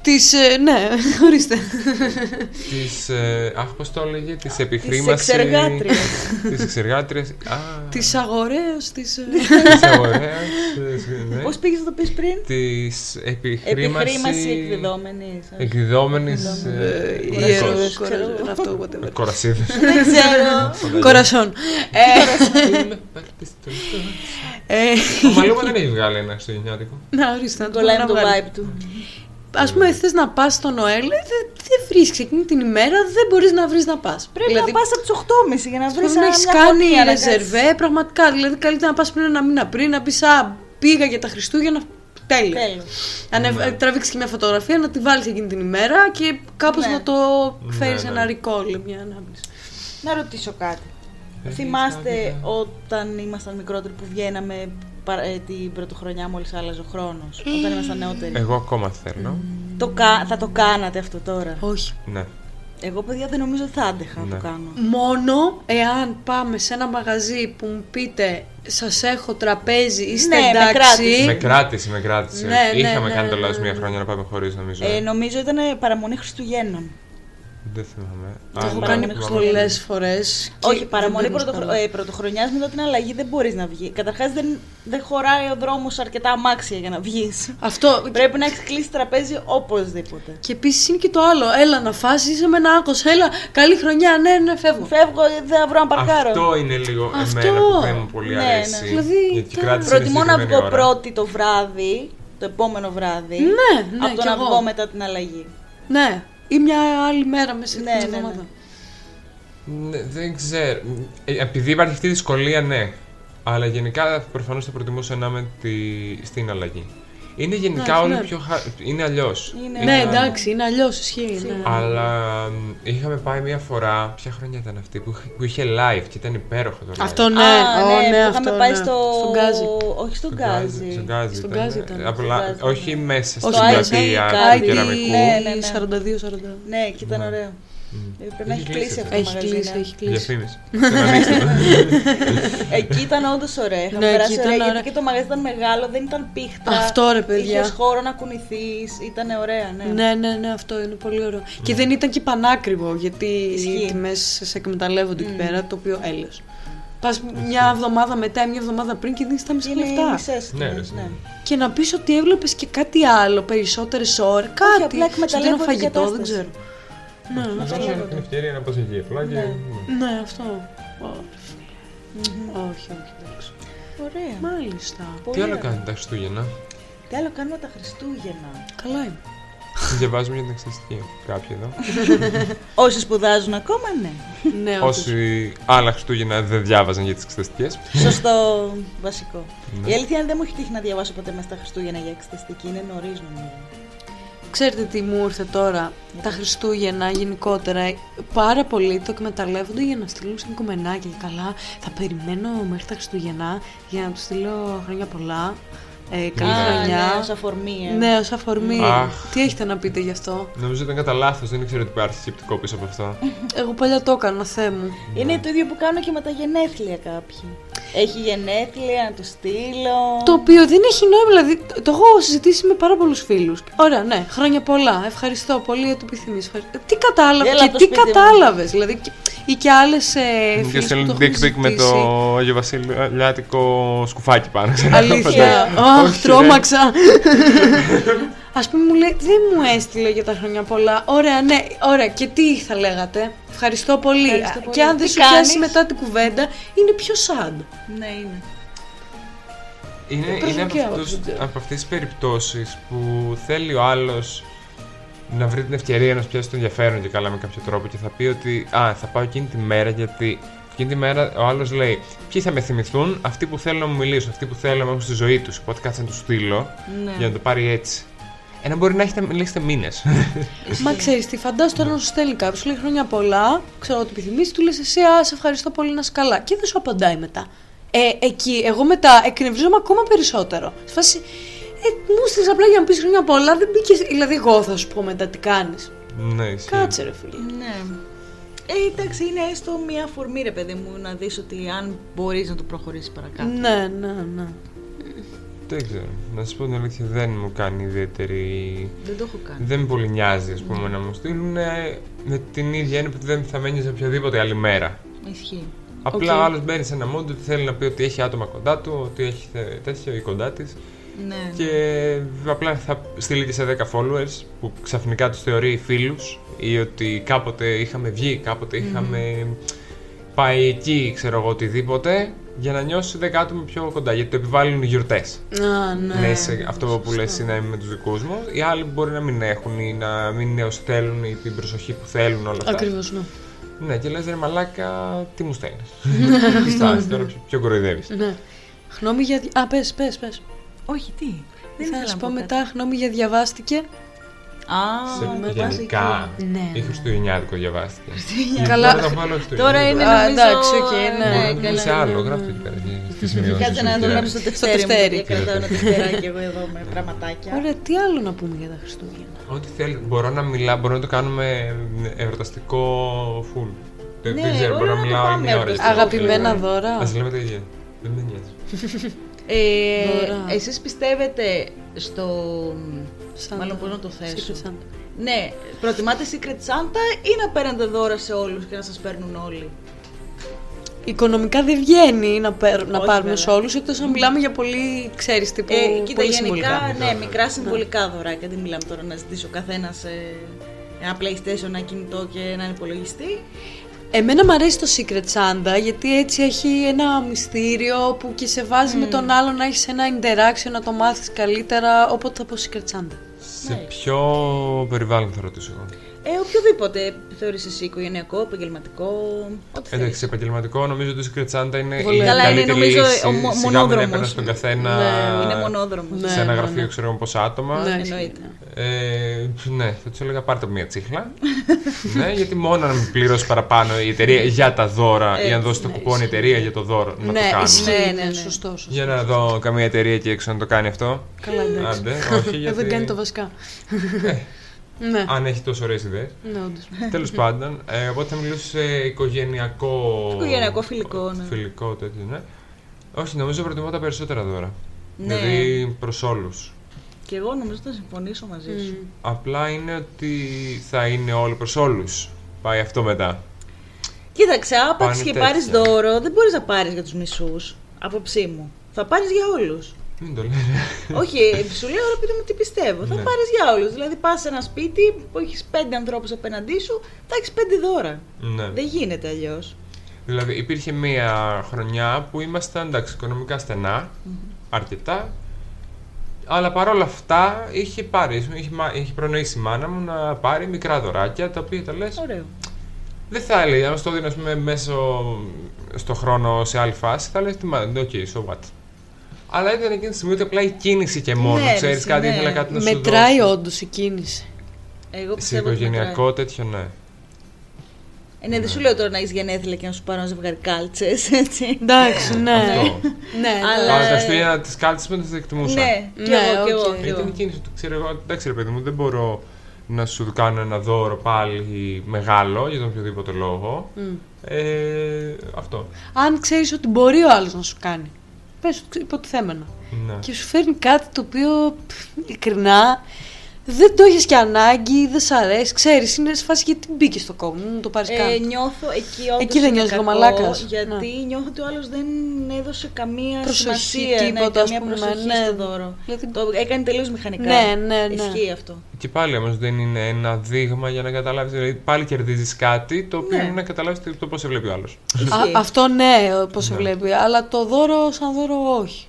D: Τη Της, ε, ναι, ορίστε.
C: Της. Ε, αχ, πώς το έλεγε, της επιχρήμαση.
A: εξεργάτριας.
C: Της εξεργάτριας. Α,
D: της αγορέως, της... ε,
A: Ναι.
C: τη αγορέα. Ναι.
A: Πώς πήγες να το πεις πριν,
C: Της
A: Επιχρήμαση
C: επιχρήμαση.
A: εκδεδόμενη.
C: Εκδεδόμενη.
D: ε, ιερός,
A: Κορασός.
D: κορα-
A: Ξέρω.
D: αυτό,
C: Ε,
D: whatever.
C: Κορασίδες.
A: Δεν ξέρω.
D: Κορασόν. Ε,
C: Ο Μαλούμα δεν έχει βγάλει ένα στο γενιάτικο.
D: Να, ορίστε, να το
A: Κολλάει με το
D: βγάλει.
A: vibe του.
D: Ας πούμε, θες να πας στο Νοέλ, δεν δε βρίσκεις εκείνη την ημέρα, δεν μπορείς να βρεις να πας. Πρέπει
A: Πρέπει να πας από τις 8.30 για να βρεις
D: Πρέπει να έχει Δηλαδή- κάνει ρεζερβέ, πραγματικά. Δηλαδή, καλύτερα να πας πριν ένα μήνα πριν, να πεις Α, πήγα για τα Χριστούγεννα. Τέλεια. Ανε...
C: Ναι.
D: Τραβήξεις και μια φωτογραφία, να τη βάλεις εκείνη την ημέρα και κάπως
A: Ναι.
D: να το φέρεις
C: Ναι, ναι.
D: ένα recall, μια ανάμνηση.
A: Να ρωτήσω κάτι.
C: Ε,
A: Θυμάστε
C: κοίτα.
A: όταν ήμασταν μικρότεροι που βγαίναμε παρα- ε, την πρωτοχρονιά μόλις άλλαζε ο χρόνος, όταν ήμασταν νεότεροι.
C: Εγώ ακόμα θέλω.
A: Το κα- θα το κάνατε αυτό τώρα.
D: Όχι.
C: Ναι.
A: Εγώ παιδιά δεν νομίζω θα άντεχα να
C: Ναι.
A: το κάνω.
D: Μόνο εάν πάμε σε ένα μαγαζί που μου πείτε Σας έχω τραπέζι, είστε
A: Ναι, με κράτησε.
D: εντάξει.
C: Με κράτησε, με κράτησε.
D: Ε, Ναι, ναι,
C: Είχαμε
D: ναι,
C: κάνει το
D: ναι,
C: λάθος
D: ναι.
C: μία χρόνια να πάμε χωρίς, νομίζω.
A: Ε, νομίζω ήταν παραμονή Χριστουγέννων.
C: Δεν θυμάμαι.
A: το
D: Το
C: Α,
D: έχω
C: ναι,
D: κάνει
C: θυμάμαι.
D: πολλέ φορές
A: Όχι,
D: και
A: παραμονή
D: δεν μπορείς
A: πρωτοχρο...
D: καλά.
A: ε, πρωτοχρονιάς μετά την αλλαγή δεν μπορείς να βγει. Καταρχάς δεν, δεν χωράει ο δρόμος αρκετά αμάξια για να βγεις.
D: Αυτό.
A: Πρέπει να έχεις κλείσει τραπέζι οπωσδήποτε.
D: Και επίσης είναι και το άλλο. Έλα να φας, είσαι με ένα άκο. Έλα, καλή χρονιά. Ναι, ναι, φεύγω.
A: Φεύγω, ε, δεν θα βρω να παρκάρω.
C: Αυτό είναι λίγο
D: Αυτό.
C: εμένα που δεν μου
A: Ναι,
C: πολύ
A: ναι.
C: αρέσει.
D: Δηλαδή,
C: γιατί
D: τα-
C: κράτησε
A: Προτιμώ να
C: συγκεκριμένη
A: βγω
C: ώρα.
A: πρώτη το βράδυ, το επόμενο βράδυ,
D: Ναι, ναι,
A: από το
D: κι
A: να
D: εγώ.
A: βγω μετά την αλλαγή.
D: Ναι, ή μια άλλη μέρα μέσα
A: Ναι,
D: στην
A: ναι, ναι.
D: εβδομάδα.
C: Ναι, δεν ξέρω. Ε, Επειδή υπάρχει αυτή η δυσκολία, ναι. Αλλά γενικά προφανώς θα προτιμούσα να είμαι τη... στην αλλαγή. Είναι γενικά
D: Ναι,
C: όλοι
D: ναι.
C: πιο. Χα... Είναι αλλιώς.
A: Είναι-
D: Ναι, εντάξει, είναι αλλιώς ισχύει. Ναι.
C: Αλλά μ, είχαμε πάει μία φορά. Ποια χρονιά ήταν αυτή που, είχε- που είχε live και ήταν υπέροχο το live.
D: Αυτό ναι,
A: Α,
D: Ω,
A: ναι, που
D: ναι,
A: είχαμε
D: αυτό,
A: πάει
D: ναι.
A: στο...
D: Στον Γκάζι.
A: Όχι στον
C: Στον
A: Γκάζι.
C: Γκάζι. Στον Γκάζι
D: Στον
C: ήταν. Ε,
D: Γκάζι ήταν.
C: Απλά,
A: Στον Γκάζι,
C: όχι
A: ναι.
C: μέσα
D: Όχι
C: στην
A: Γκάζι,
C: πλατεία
A: ναι,
C: του
A: ναι,
C: κεραμικού.
A: ναι, ναι, ναι.
D: 42-42.
A: Ναι, και ήταν ωραίο. Ε, Πρέπει να
C: Έχει
A: έχει
C: κλείσει
A: κλείσει
C: αυτό.
A: αυτό το
D: Έχει
A: μαγαζί.
D: κλείσει,
A: ναι.
D: έχει κλείσει.
C: Διαφήμιση. Ανοίξτε το.
A: Εκεί ήταν όντως ωραία. Είχαμε
D: Ναι,
A: περάσει
D: εκεί
A: ωραία,
D: ήταν
A: γιατί
D: ωραία.
A: και το μαγαζί ήταν μεγάλο, δεν ήταν πίχτα.
D: Αυτό, ρε, παιδιά.
A: Είχες χώρο να κουνηθείς, ήταν ωραία, ναι.
D: Ναι, ναι, ναι, αυτό είναι πολύ ωραίο. Και δεν ήταν και πανάκριβο, γιατί
A: Ισχύει.
D: οι τιμές σε εκμεταλλεύονται εκεί πέρα, το οποίο έλεο. Πα μια εβδομάδα μετά, μια εβδομάδα πριν και δίνεις τα μισά
A: Είναι οι
D: λεφτά.
A: μισές
C: Ναι,
A: τιμές,
C: ρε,
A: ναι.
D: Και να πεις ότι έβλεπες και κάτι άλλο, περισσότερες ώρες, κάτι.
A: απλά
D: Σαν ένα
A: εκμεταλλεύονται την
D: φαγητό, δεν
A: κατάσταση.
D: ξέρω.
C: Να
D: Ναι,
C: δώσω την ευκαιρία να πας εκεί απλά και... ναι.
D: ναι, αυτό. Ω, ρε φίλε. Όχι, όχι, εντάξει.
A: Ωραία.
D: Μάλιστα.
A: Πολύ
C: Τι άλλο
A: ωραία.
C: κάνετε τα Χριστούγεννα.
A: Τι άλλο κάνουμε τα Χριστούγεννα.
D: Καλά είναι.
C: Διαβάζουμε για την εξεταστική κάποιοι εδώ.
A: Όσοι σπουδάζουν ακόμα, ναι.
D: ναι, όντως.
C: Όσοι άλλα Χριστούγεννα δεν διάβαζαν για τις εξεταστικές.
A: Σωστό βασικό.
C: Ναι.
A: Η αλήθεια είναι δεν μου έχει τύχει να διαβάσω ποτέ μέσα στα Χριστούγεννα για εξεταστική. Είναι νωρίς νομίζω.
D: Ξέρετε τι μου ήρθε τώρα, τα Χριστούγεννα γενικότερα, πάρα πολλοί το εκμεταλλεύονται για να στείλουν σαν κομμενάκια και καλά. Θα περιμένω μέχρι τα Χριστούγεννα για να τους στείλω χρόνια πολλά, ε, καλή
C: Α,
D: χρονιά.
A: ναι, ως αφορμή. ε.
D: Ναι, ως αφορμή.
C: Αχ.
D: Τι έχετε να πείτε γι' αυτό.
C: Νομίζω ήταν κατά λάθος, δεν ήξερα ότι υπάρχει σκεπτικό πίσω από αυτό.
D: Εγώ παλιά το έκανα, θέ μου.
A: Είναι το ίδιο που κάνω και με τα γενέθλια κάποιοι. Έχει γενέθλια, να το στείλω.
D: Το οποίο δεν έχει νόημα, δηλαδή το, το έχω συζητήσει με πάρα πολλούς φίλους. Ωραία, ναι, χρόνια πολλά. Ευχαριστώ πολύ ότι επιθυμεί. Ε, Τι κατάλαβες
A: Έλα
D: και
A: το
D: τι
A: σπίτι μου.
D: κατάλαβες, δηλαδή. και- ή και άλλες ε,
C: Και
D: φίλε.
C: στέλνουν dick pic με το Άγιο Βασιλιάτικο σκουφάκι πάνω. ξέρω,
D: Αλήθεια.
C: παντού.
D: Αχ,
C: Όχι,
D: τρόμαξα. Ας πούμε, μου λέει, δεν μου έστειλε για τα χρόνια πολλά. Ωραία, ναι, ωραία. Και τι θα λέγατε. Ευχαριστώ πολύ.
A: Ευχαριστώ πολύ.
D: Και αν δεν
A: Τι
D: σου πιάσει
A: κάνεις?
D: μετά την κουβέντα, είναι πιο sad.
A: Ναι, είναι.
C: δεν- Είναι, είναι από,
D: Προσωπική
C: αυτούς-
D: άποψη, ναι.
C: από αυτές τις περιπτώσεις που θέλει ο άλλος να βρει την ευκαιρία να σου πιάσει το ενδιαφέρον και καλά με κάποιο τρόπο και θα πει ότι α, θα πάω εκείνη τη μέρα γιατί εκείνη τη μέρα ο άλλος λέει ποιοι θα με θυμηθούν, αυτοί που θέλω να μου μιλήσουν, αυτοί που θέλω να έχουν στη ζωή τους. Οπότε κάτσε να τους στείλω
A: Ναι.
C: για να το πάρει έτσι. Ένα μπορεί να έχετε μιλήσετε μήνες.
D: Μα ξέρεις τι, φαντάζομαι τώρα να σου στέλνει κάποιος, λέει χρόνια πολλά, ξέρω ότι επιθυμείς, του λες εσύ, Α, σε ευχαριστώ πολύ να είσαι καλά. Και δεν σου απαντάει μετά. Ε, εκεί, εγώ μετά εκνευρίζομαι ακόμα περισσότερο. Σε φάση, ε, μου στείλες απλά για να πεις χρόνια πολλά, δεν μπήκες. Δηλαδή, εγώ θα σου πω μετά τι κάνεις.
C: ναι, ισχύει.
D: Κάτσε, ρε φίλε.
A: Ναι. Ε, εντάξει, είναι έστω μία αφορμή, ρε παιδί μου, να δεις ότι αν μπορείς να το προχωρήσεις παρακάτω.
D: Ναι, ναι, ναι.
C: Δεν ξέρω. Να σα πω την αλήθεια, δεν μου κάνει ιδιαίτερη.
A: Δεν το έχω κάνει.
C: Δεν με πολύ νοιάζει, ας πούμε, να μου στείλουν. ε, Με την ίδια έννοια που δεν θα με σε οποιαδήποτε άλλη μέρα.
A: Ισχύει.
C: Απλά
D: Οκ.
C: ο άλλος μπαίνει σε ένα μόντ ότι θέλει να πει ότι έχει άτομα κοντά του, ότι έχει θε- τέτοιο ή κοντά της.
A: Ναι.
C: Και απλά θα στείλει και σε 10 followers που ξαφνικά τους θεωρεί φίλους ή ότι κάποτε είχαμε βγει, κάποτε είχαμε πάει εκεί, ξέρω εγώ, οτιδήποτε. Για να νιώσει 10 άτομα πιο κοντά, γιατί το επιβάλλουν οι γιορτές.
D: Α, ναι.
C: Ναι, σε αυτό που λες είναι με τους δικούς μου. Οι άλλοι μπορεί να μην έχουν ή να μην είναι όσοι θέλουν ή την προσοχή που θέλουν όλα αυτά.
D: Ακριβώς, ναι.
C: Ναι, και λες ρε μαλάκα, τι μου στέλνεις. Στάση τώρα, ποιο- ποιο κοροϊδεύεις.
D: Ναι. Γνώμη για. δι- Α, πες, πες, πες.
A: Όχι, τι. Δεν
D: Θα
A: ήθελα
D: σα
A: να
D: πω
A: πω κάτι.
D: μετά. Γνώμη για διαβάστηκε.
A: Α,
C: Σε
A: μετά
C: γενικά,
A: εκεί. Ναι.
C: ή Χριστουγεννιάτικο διαβάστηκε.
D: Καλά.
C: Τώρα, θα βάλω
A: Τώρα
C: Χριστουγεννιάτικο.
A: είναι
D: Α,
A: νομίζω...
D: εντάξει, οκ, ναι,
C: Μπορεί να
A: καλά,
C: πούμε σε
A: ναι,
C: άλλο,
A: ναι.
C: γράφτε εκεί πέρα. στη- στη σημειώση
A: Κάτσε
C: σου,
A: να δω
C: κύριε.
A: να στο τευτέρι μου,
D: τευτέρι.
A: γιατί κρατάω ένα τευτέρι και εγώ εδώ με πραγματάκια.
D: Ωραία, τι άλλο να πούμε για τα Χριστούγεννα.
C: Ό,τι θέλει. Μπορώ να μιλάω, μπορώ να το κάνουμε εορταστικό full. Δεν
A: Ναι,
C: δεν ξέρω, μπορώ
A: μπορούμε
C: να
A: να το
C: μιλάω
A: πάμε
C: μια ώρα.
A: εορταστικό.
D: Αγαπημένα δώρα.
C: Ας λέμε τα ίδια. Δεν με νοιάζει.
A: Ε,
D: Δώρα.
A: εσείς πιστεύετε στο...
D: Σαν
A: Μάλλον
D: τα-
A: πώς να το θέσω.
D: Secret Santa.
A: Ναι, προτιμάτε Secret Santa ή να παίρνετε δώρα σε όλους και να σας παίρνουν όλοι.
D: Οικονομικά δεν βγαίνει να, παίρ- να
A: Όχι,
D: πάρουμε
A: βέβαια.
D: σε όλους, εκτός αν μιλάμε για πολύ, ξέρεις τύπου.
A: Ε, κοίτα,
D: πολύ
A: γενικά,
D: συμβολικά.
A: ναι, μικρά συμβολικά δωράκια. Δεν μιλάμε τώρα να ζητήσει ο καθένας ένα PlayStation, ένα κινητό και έναν υπολογιστή.
D: Εμένα μου αρέσει το Secret Santa γιατί έτσι έχει ένα μυστήριο που και σε βάζει
C: Mm.
D: με τον άλλον να έχεις ένα interaction, να το μάθεις καλύτερα. Οπότε θα πω Secret Santa.
C: Σε
A: Ναι.
C: ποιο περιβάλλον θα ρωτήσω εγώ.
A: Ε, οποιοδήποτε θεωρείς εσύ οικογενειακό, επαγγελματικό, ό,τι θέλεις.
C: Εντάξει, σε επαγγελματικό νομίζω ότι η Secret Santa είναι η καλύτερη
D: Βολεύει.
A: Καλά, είναι νομίζω
C: λύση.
A: ο μο-
C: Σιγά μην
A: μονόδρομος.
C: έπαιρνα στον καθένα
A: Ναι, είναι μονόδρομος.
C: σε
D: Ναι,
C: ένα
D: ναι,
C: γραφείο,
D: ναι.
C: ξέρω εγώ πόσα άτομα.
D: Ναι.
A: Εννοείται.
C: Ε, ναι, θα τους έλεγα πάρτε μία τσίχλα. ναι, γιατί μόνο να μην πληρώσει παραπάνω η εταιρεία για τα δώρα ή αν δώσει το κουπόνι η εταιρεία για το δώρο να το
D: ναι,
C: κάνουν.
D: ισχύει,
A: Ε, Ναι,
D: ναι,
A: ναι, ναι.
D: σωστό. σωστό.
C: Για να δω καμία εταιρεία εκεί έξω να το κάνει αυτό.
D: Καλά, εντάξει.
C: Άντε, ναι, όχι,
D: Ε,
C: γιατί... Ε.
D: Δεν κάνει το βασικά. ναι,
C: Αν έχει τόσο ωραίες ιδέες.
D: ναι, όντως.
C: Τέλος πάντων, ε, οπότε θα μιλούσε σε οικογενειακό.
A: Οικογενειακό φιλικό, ναι.
C: Φιλικό τέτοιο, ναι. Όχι, νομίζω προτιμώ τα περισσότερα δώρα.
A: Ναι.
C: Δηλαδή προς όλους.
A: Και εγώ νομίζω θα συμφωνήσω μαζί σου.
C: Απλά είναι ότι θα είναι όλοι προς όλους. Πάει αυτό μετά.
A: Κοίταξε, άπαξ
C: Πάνε
A: και
C: τέτοια.
A: πάρει δώρο, δεν μπορείς να πάρεις για τους μισούς. Απόψη μου. Θα πάρεις για όλους.
C: Μην το λένε.
A: Όχι, σου λέω ρε παιδί μου τι πιστεύω. Θα
C: Ναι.
A: πάρεις για όλους. Δηλαδή, πας σε ένα σπίτι που έχεις πέντε ανθρώπους απέναντί σου, θα έχεις πέντε δώρα.
C: ναι.
A: Δεν γίνεται αλλιώς.
C: Δηλαδή υπήρχε μία χρονιά που ήμασταν εντάξει, οικονομικά στενά, αρκετά. Αλλά παρόλα αυτά είχε, πάρει, είχε, μα- είχε προνοήσει η μάνα μου να πάρει μικρά δωράκια τα οποία τα λες
A: Ωραίο.
C: Δεν θα έλεγε, αν στο δίνω ας πούμε, μέσω στο χρόνο σε άλλη φάση, θα λες τι μα, ναι, οκ, so what. Αλλά ήταν εκείνη τη στιγμή ότι απλά η κίνηση και μόνο,
A: Ναι, ρε,
C: ξέρεις
A: εσύ,
C: κάτι,
A: ναι.
C: ήθελα κάτι να σου
D: Μετράει
C: δώσω.
D: όντως η κίνηση.
A: Εγώ
C: Σε
A: πιστεύω. ότι μετράει.
C: οικογενειακό τέτοιο, ναι.
A: Ε, ναι, δεν σου λέω τώρα να έχεις γενέθλια και να σου πάρω ένα ζευγάρι κάλτσες, έτσι.
D: Εντάξει, ναι.
C: Αυτό.
D: ναι.
A: Αλλά-
C: Αλλά τα Χριστούγεννα της κάλτσης μου τις εκτιμούσα.
A: Ναι, και
D: Ναι,
A: εγώ, και
D: οκ.
A: εγώ.
C: Ε,
A: και
C: Ήταν
A: εγώ.
C: η κίνηση του, ξέρω εγώ, εντάξει ρε παιδί μου, δεν μπορώ να σου κάνω ένα δώρο πάλι μεγάλο για τον οποιοδήποτε λόγο. Ε, αυτό.
D: Αν ξέρεις ότι μπορεί ο άλλος να σου κάνει. Πες υποτιθέμενα.
C: Ναι.
D: Και σου φέρνει κάτι το οποίο πφ, ειλικρινά δεν το έχεις και ανάγκη, δεν σ' αρέσει. Ξέρεις, είναι σε φάση γιατί μπήκες στο κόμμα, μου το πάρεις
A: Ε,
D: καν.
A: νιώθω εκεί όντως
D: Εκεί δεν
A: είναι
D: νιώθω
A: κακό,
D: μαλάκας. Ναι.
A: Γιατί νιώθω ότι ο άλλος δεν έδωσε καμία
D: Προσοχή,
A: σημασία,
D: τίποτα,
A: ναι,
D: ας
A: καμία
D: πούμε,
A: προσοχή
D: ναι.
A: στο δώρο.
D: Δηλαδή-
A: Το έκανε τελείως μηχανικά.
D: Ναι, ναι, ναι.
A: Ισχύει αυτό.
C: Και πάλι όμως δεν είναι ένα δείγμα για να καταλάβεις. Δηλαδή πάλι κερδίζεις κάτι το οποίο
A: Ναι.
C: είναι να καταλάβεις το πώς σε βλέπει ο άλλος.
D: Α,
A: Ισχύει.
D: αυτό ναι, πώς σε βλέπει. Αλλά το δώρο σαν δώρο όχι.